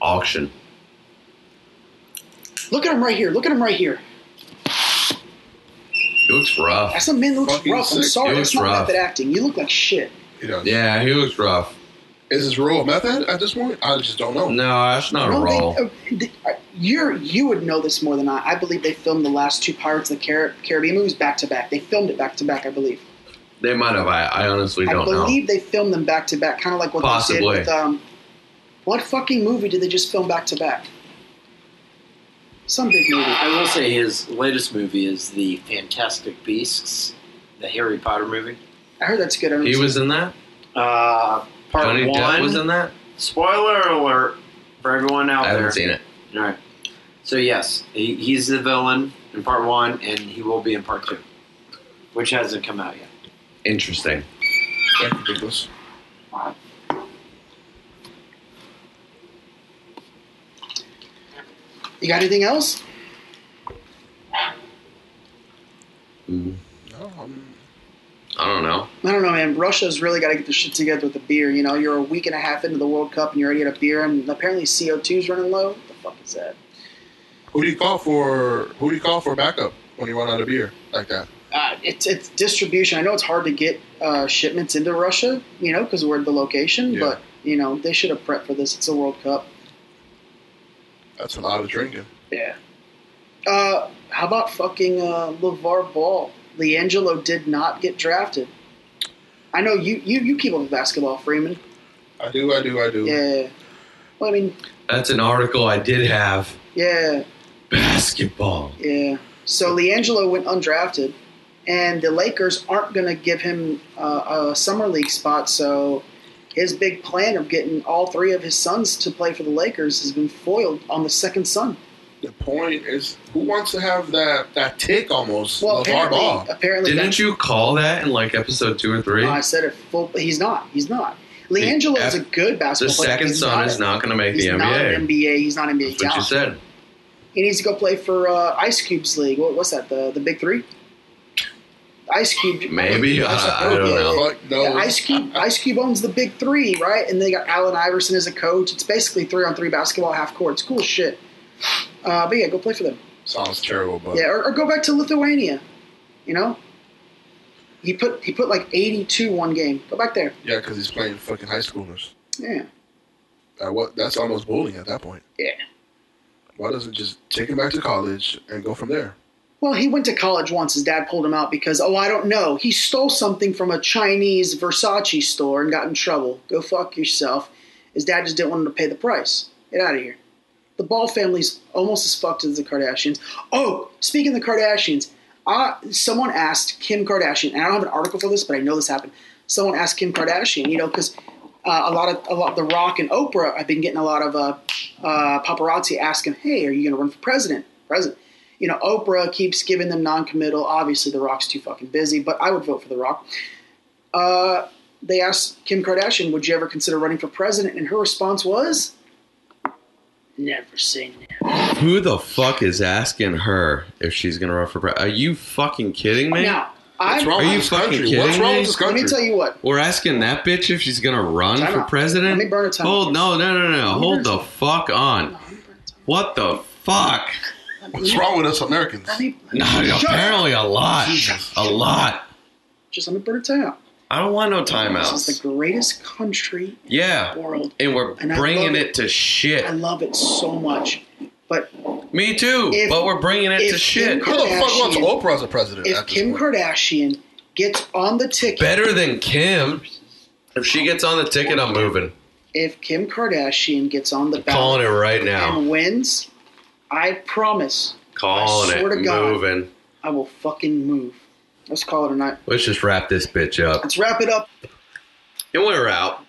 [SPEAKER 7] Auction.
[SPEAKER 2] Look at him right here. Look at him right here.
[SPEAKER 7] He looks rough.
[SPEAKER 2] That's a man that looks
[SPEAKER 8] Fucking
[SPEAKER 2] rough. I'm
[SPEAKER 8] sick.
[SPEAKER 2] sorry,
[SPEAKER 7] He
[SPEAKER 2] that's
[SPEAKER 7] looks
[SPEAKER 2] not
[SPEAKER 7] rough.
[SPEAKER 2] method acting. You look like shit.
[SPEAKER 8] You know,
[SPEAKER 7] Yeah, he looks rough.
[SPEAKER 8] is this raw method at this point? I just don't know.
[SPEAKER 7] No, that's not a
[SPEAKER 2] Don't they-
[SPEAKER 7] roll.
[SPEAKER 2] uh, th- uh, you're you would know this more than I. I believe they filmed the last two Pirates of the Car- Caribbean movies back to back. They filmed it back to back, I believe.
[SPEAKER 7] They might have. I, I honestly
[SPEAKER 2] I
[SPEAKER 7] don't know.
[SPEAKER 2] believe they filmed them back to back, kind of like what they
[SPEAKER 7] Possibly.
[SPEAKER 2] did with um, what fucking movie did they just film back to back? Some big movie.
[SPEAKER 9] I will say his latest movie is the Fantastic Beasts, the Harry Potter movie.
[SPEAKER 2] I heard that's good. I
[SPEAKER 7] He was in that.
[SPEAKER 9] Uh, part
[SPEAKER 7] Johnny
[SPEAKER 9] one.
[SPEAKER 7] Depp was in that.
[SPEAKER 9] Spoiler alert for everyone out
[SPEAKER 7] I
[SPEAKER 9] there.
[SPEAKER 7] haven't seen it.
[SPEAKER 9] All right. So yes, he, he's the villain in part one, and he will be in part two, which hasn't come out yet.
[SPEAKER 7] Interesting.
[SPEAKER 8] That's ridiculous.
[SPEAKER 2] you got anything else?
[SPEAKER 7] Mm,
[SPEAKER 8] Um,
[SPEAKER 7] I don't know.
[SPEAKER 2] I don't know, man. Russia's really got to get their shit together with the beer. You know, you're a week and a half into the World Cup and you already got a beer, and apparently CO2's running low. What the fuck is that?
[SPEAKER 8] Who do you call for? Who do you call for backup when you run out of beer like that?
[SPEAKER 2] Uh, it's it's distribution. I know it's hard to get uh, shipments into Russia, you know, because we're at the location.
[SPEAKER 8] Yeah.
[SPEAKER 2] But you know, they should have prepped for this. It's a World Cup.
[SPEAKER 8] That's a lot of drinking.
[SPEAKER 2] Yeah. Uh, how about fucking uh, LeVar Ball? LiAngelo did not get drafted. I know you, you, you keep up with basketball, Freeman.
[SPEAKER 8] I do, I do, I do.
[SPEAKER 2] Yeah. Well, I mean,
[SPEAKER 7] That's an article I did have.
[SPEAKER 2] yeah,
[SPEAKER 7] Basketball.
[SPEAKER 2] yeah. So LiAngelo went undrafted, and the Lakers aren't going to give him uh, a summer league spot. So his big plan of getting all three of his sons to play for the Lakers has been foiled on the second son.
[SPEAKER 8] The point is, who wants to have that that tick almost?
[SPEAKER 2] Well,
[SPEAKER 8] LeVar
[SPEAKER 2] apparently,
[SPEAKER 8] Ball.
[SPEAKER 2] apparently,
[SPEAKER 7] Didn't you call that in like episode two or three?
[SPEAKER 2] I said it full. He's not. He's not. Leangelo is a good
[SPEAKER 7] The
[SPEAKER 2] basketball player.
[SPEAKER 7] second
[SPEAKER 2] He's
[SPEAKER 7] son
[SPEAKER 2] a-
[SPEAKER 7] is not going to make
[SPEAKER 2] He's
[SPEAKER 7] the
[SPEAKER 2] not
[SPEAKER 7] NBA.
[SPEAKER 2] an NBA. He's not an NBA
[SPEAKER 7] That's what you
[SPEAKER 2] talent.
[SPEAKER 7] said.
[SPEAKER 2] He needs to go play for uh, Ice Cube's league. What, what's that? The the Big Three. Ice Cube.
[SPEAKER 7] Maybe. I, I don't
[SPEAKER 2] Yeah,
[SPEAKER 7] know.
[SPEAKER 8] Fuck no.
[SPEAKER 2] yeah, Ice Cube. Ice Cube owns the Big Three, right? And they got Allen Iverson as a coach. It's basically three on three basketball half court. It's cool shit. Uh, but yeah, go play for them.
[SPEAKER 8] Sounds terrible, but
[SPEAKER 2] Yeah, or, or go back to Lithuania. You know. He put he put like eighty two one game. Go back there.
[SPEAKER 8] yeah, because he's playing fucking high schoolers.
[SPEAKER 2] Yeah.
[SPEAKER 8] Uh, what? That's almost bullying at that point.
[SPEAKER 2] Yeah.
[SPEAKER 8] Why doesn't just take him back to college and go from there?
[SPEAKER 2] Well, he went to college once. His dad pulled him out because, oh, I don't know. He stole something from a Chinese Versace store and got in trouble. Go fuck yourself. His dad just didn't want him to pay the price. Get out of here. The Ball family's almost as fucked as the Kardashians. Oh, speaking of the Kardashians, uh, someone asked Kim Kardashian, and I don't have an article for this, but I know this happened. Someone asked Kim Kardashian, you know, because uh, a lot of a lot, The Rock and Oprah, I've been getting a lot of uh, uh, paparazzi asking, "Hey, are you going to run for president?" President, you know, Oprah keeps giving them non-committal. Obviously, The Rock's too fucking busy, but I would vote for The Rock. Uh, they asked Kim Kardashian, "Would you ever consider running for president?" And her response was, "Never say never."
[SPEAKER 7] Who the fuck is asking her if she's going to run for president? Are you fucking kidding me?
[SPEAKER 2] Now,
[SPEAKER 8] What's
[SPEAKER 2] I
[SPEAKER 8] wrong
[SPEAKER 7] Are
[SPEAKER 8] with
[SPEAKER 7] you
[SPEAKER 8] this
[SPEAKER 7] fucking
[SPEAKER 8] country?
[SPEAKER 7] kidding
[SPEAKER 8] What's wrong
[SPEAKER 7] me?
[SPEAKER 8] with this
[SPEAKER 2] let
[SPEAKER 8] country?
[SPEAKER 2] me tell you what.
[SPEAKER 7] We're asking that bitch if she's going to run
[SPEAKER 2] Time
[SPEAKER 7] for
[SPEAKER 2] out.
[SPEAKER 7] president?
[SPEAKER 2] Let me burn a time
[SPEAKER 7] Hold,
[SPEAKER 2] out.
[SPEAKER 7] no, no, no, no.
[SPEAKER 2] me
[SPEAKER 7] Hold
[SPEAKER 2] burn
[SPEAKER 7] the fuck on. What the fuck?
[SPEAKER 8] What's wrong with us Americans?
[SPEAKER 2] Let me,
[SPEAKER 7] No,
[SPEAKER 2] Shut up.
[SPEAKER 7] apparently a lot.
[SPEAKER 8] Jesus.
[SPEAKER 7] A lot.
[SPEAKER 2] Just let me burn it down.
[SPEAKER 7] I don't want no timeouts.
[SPEAKER 2] This is the greatest country
[SPEAKER 7] Yeah.
[SPEAKER 2] world.
[SPEAKER 7] And we're
[SPEAKER 2] And I love
[SPEAKER 7] bringing
[SPEAKER 2] it.
[SPEAKER 7] it to shit.
[SPEAKER 2] I love it so much. But
[SPEAKER 7] Me too.
[SPEAKER 2] If-
[SPEAKER 7] but we're bringing it
[SPEAKER 2] if
[SPEAKER 7] to shit.
[SPEAKER 2] Kim Who the fuck wants Kardashian-
[SPEAKER 8] Oprah's a president.
[SPEAKER 2] if Kim Kardashian gets on the ticket,
[SPEAKER 7] Better than Kim. If she gets on the ticket, I'm moving.
[SPEAKER 2] if Kim Kardashian gets on the ballot
[SPEAKER 7] Calling it right now.
[SPEAKER 2] and wins, I promise
[SPEAKER 7] Calling
[SPEAKER 2] I swear
[SPEAKER 7] it.
[SPEAKER 2] to God.
[SPEAKER 7] Moving.
[SPEAKER 2] I will fucking move. Let's call it a night.
[SPEAKER 7] Let's just wrap this bitch up.
[SPEAKER 2] Let's wrap it up.
[SPEAKER 7] And we're out.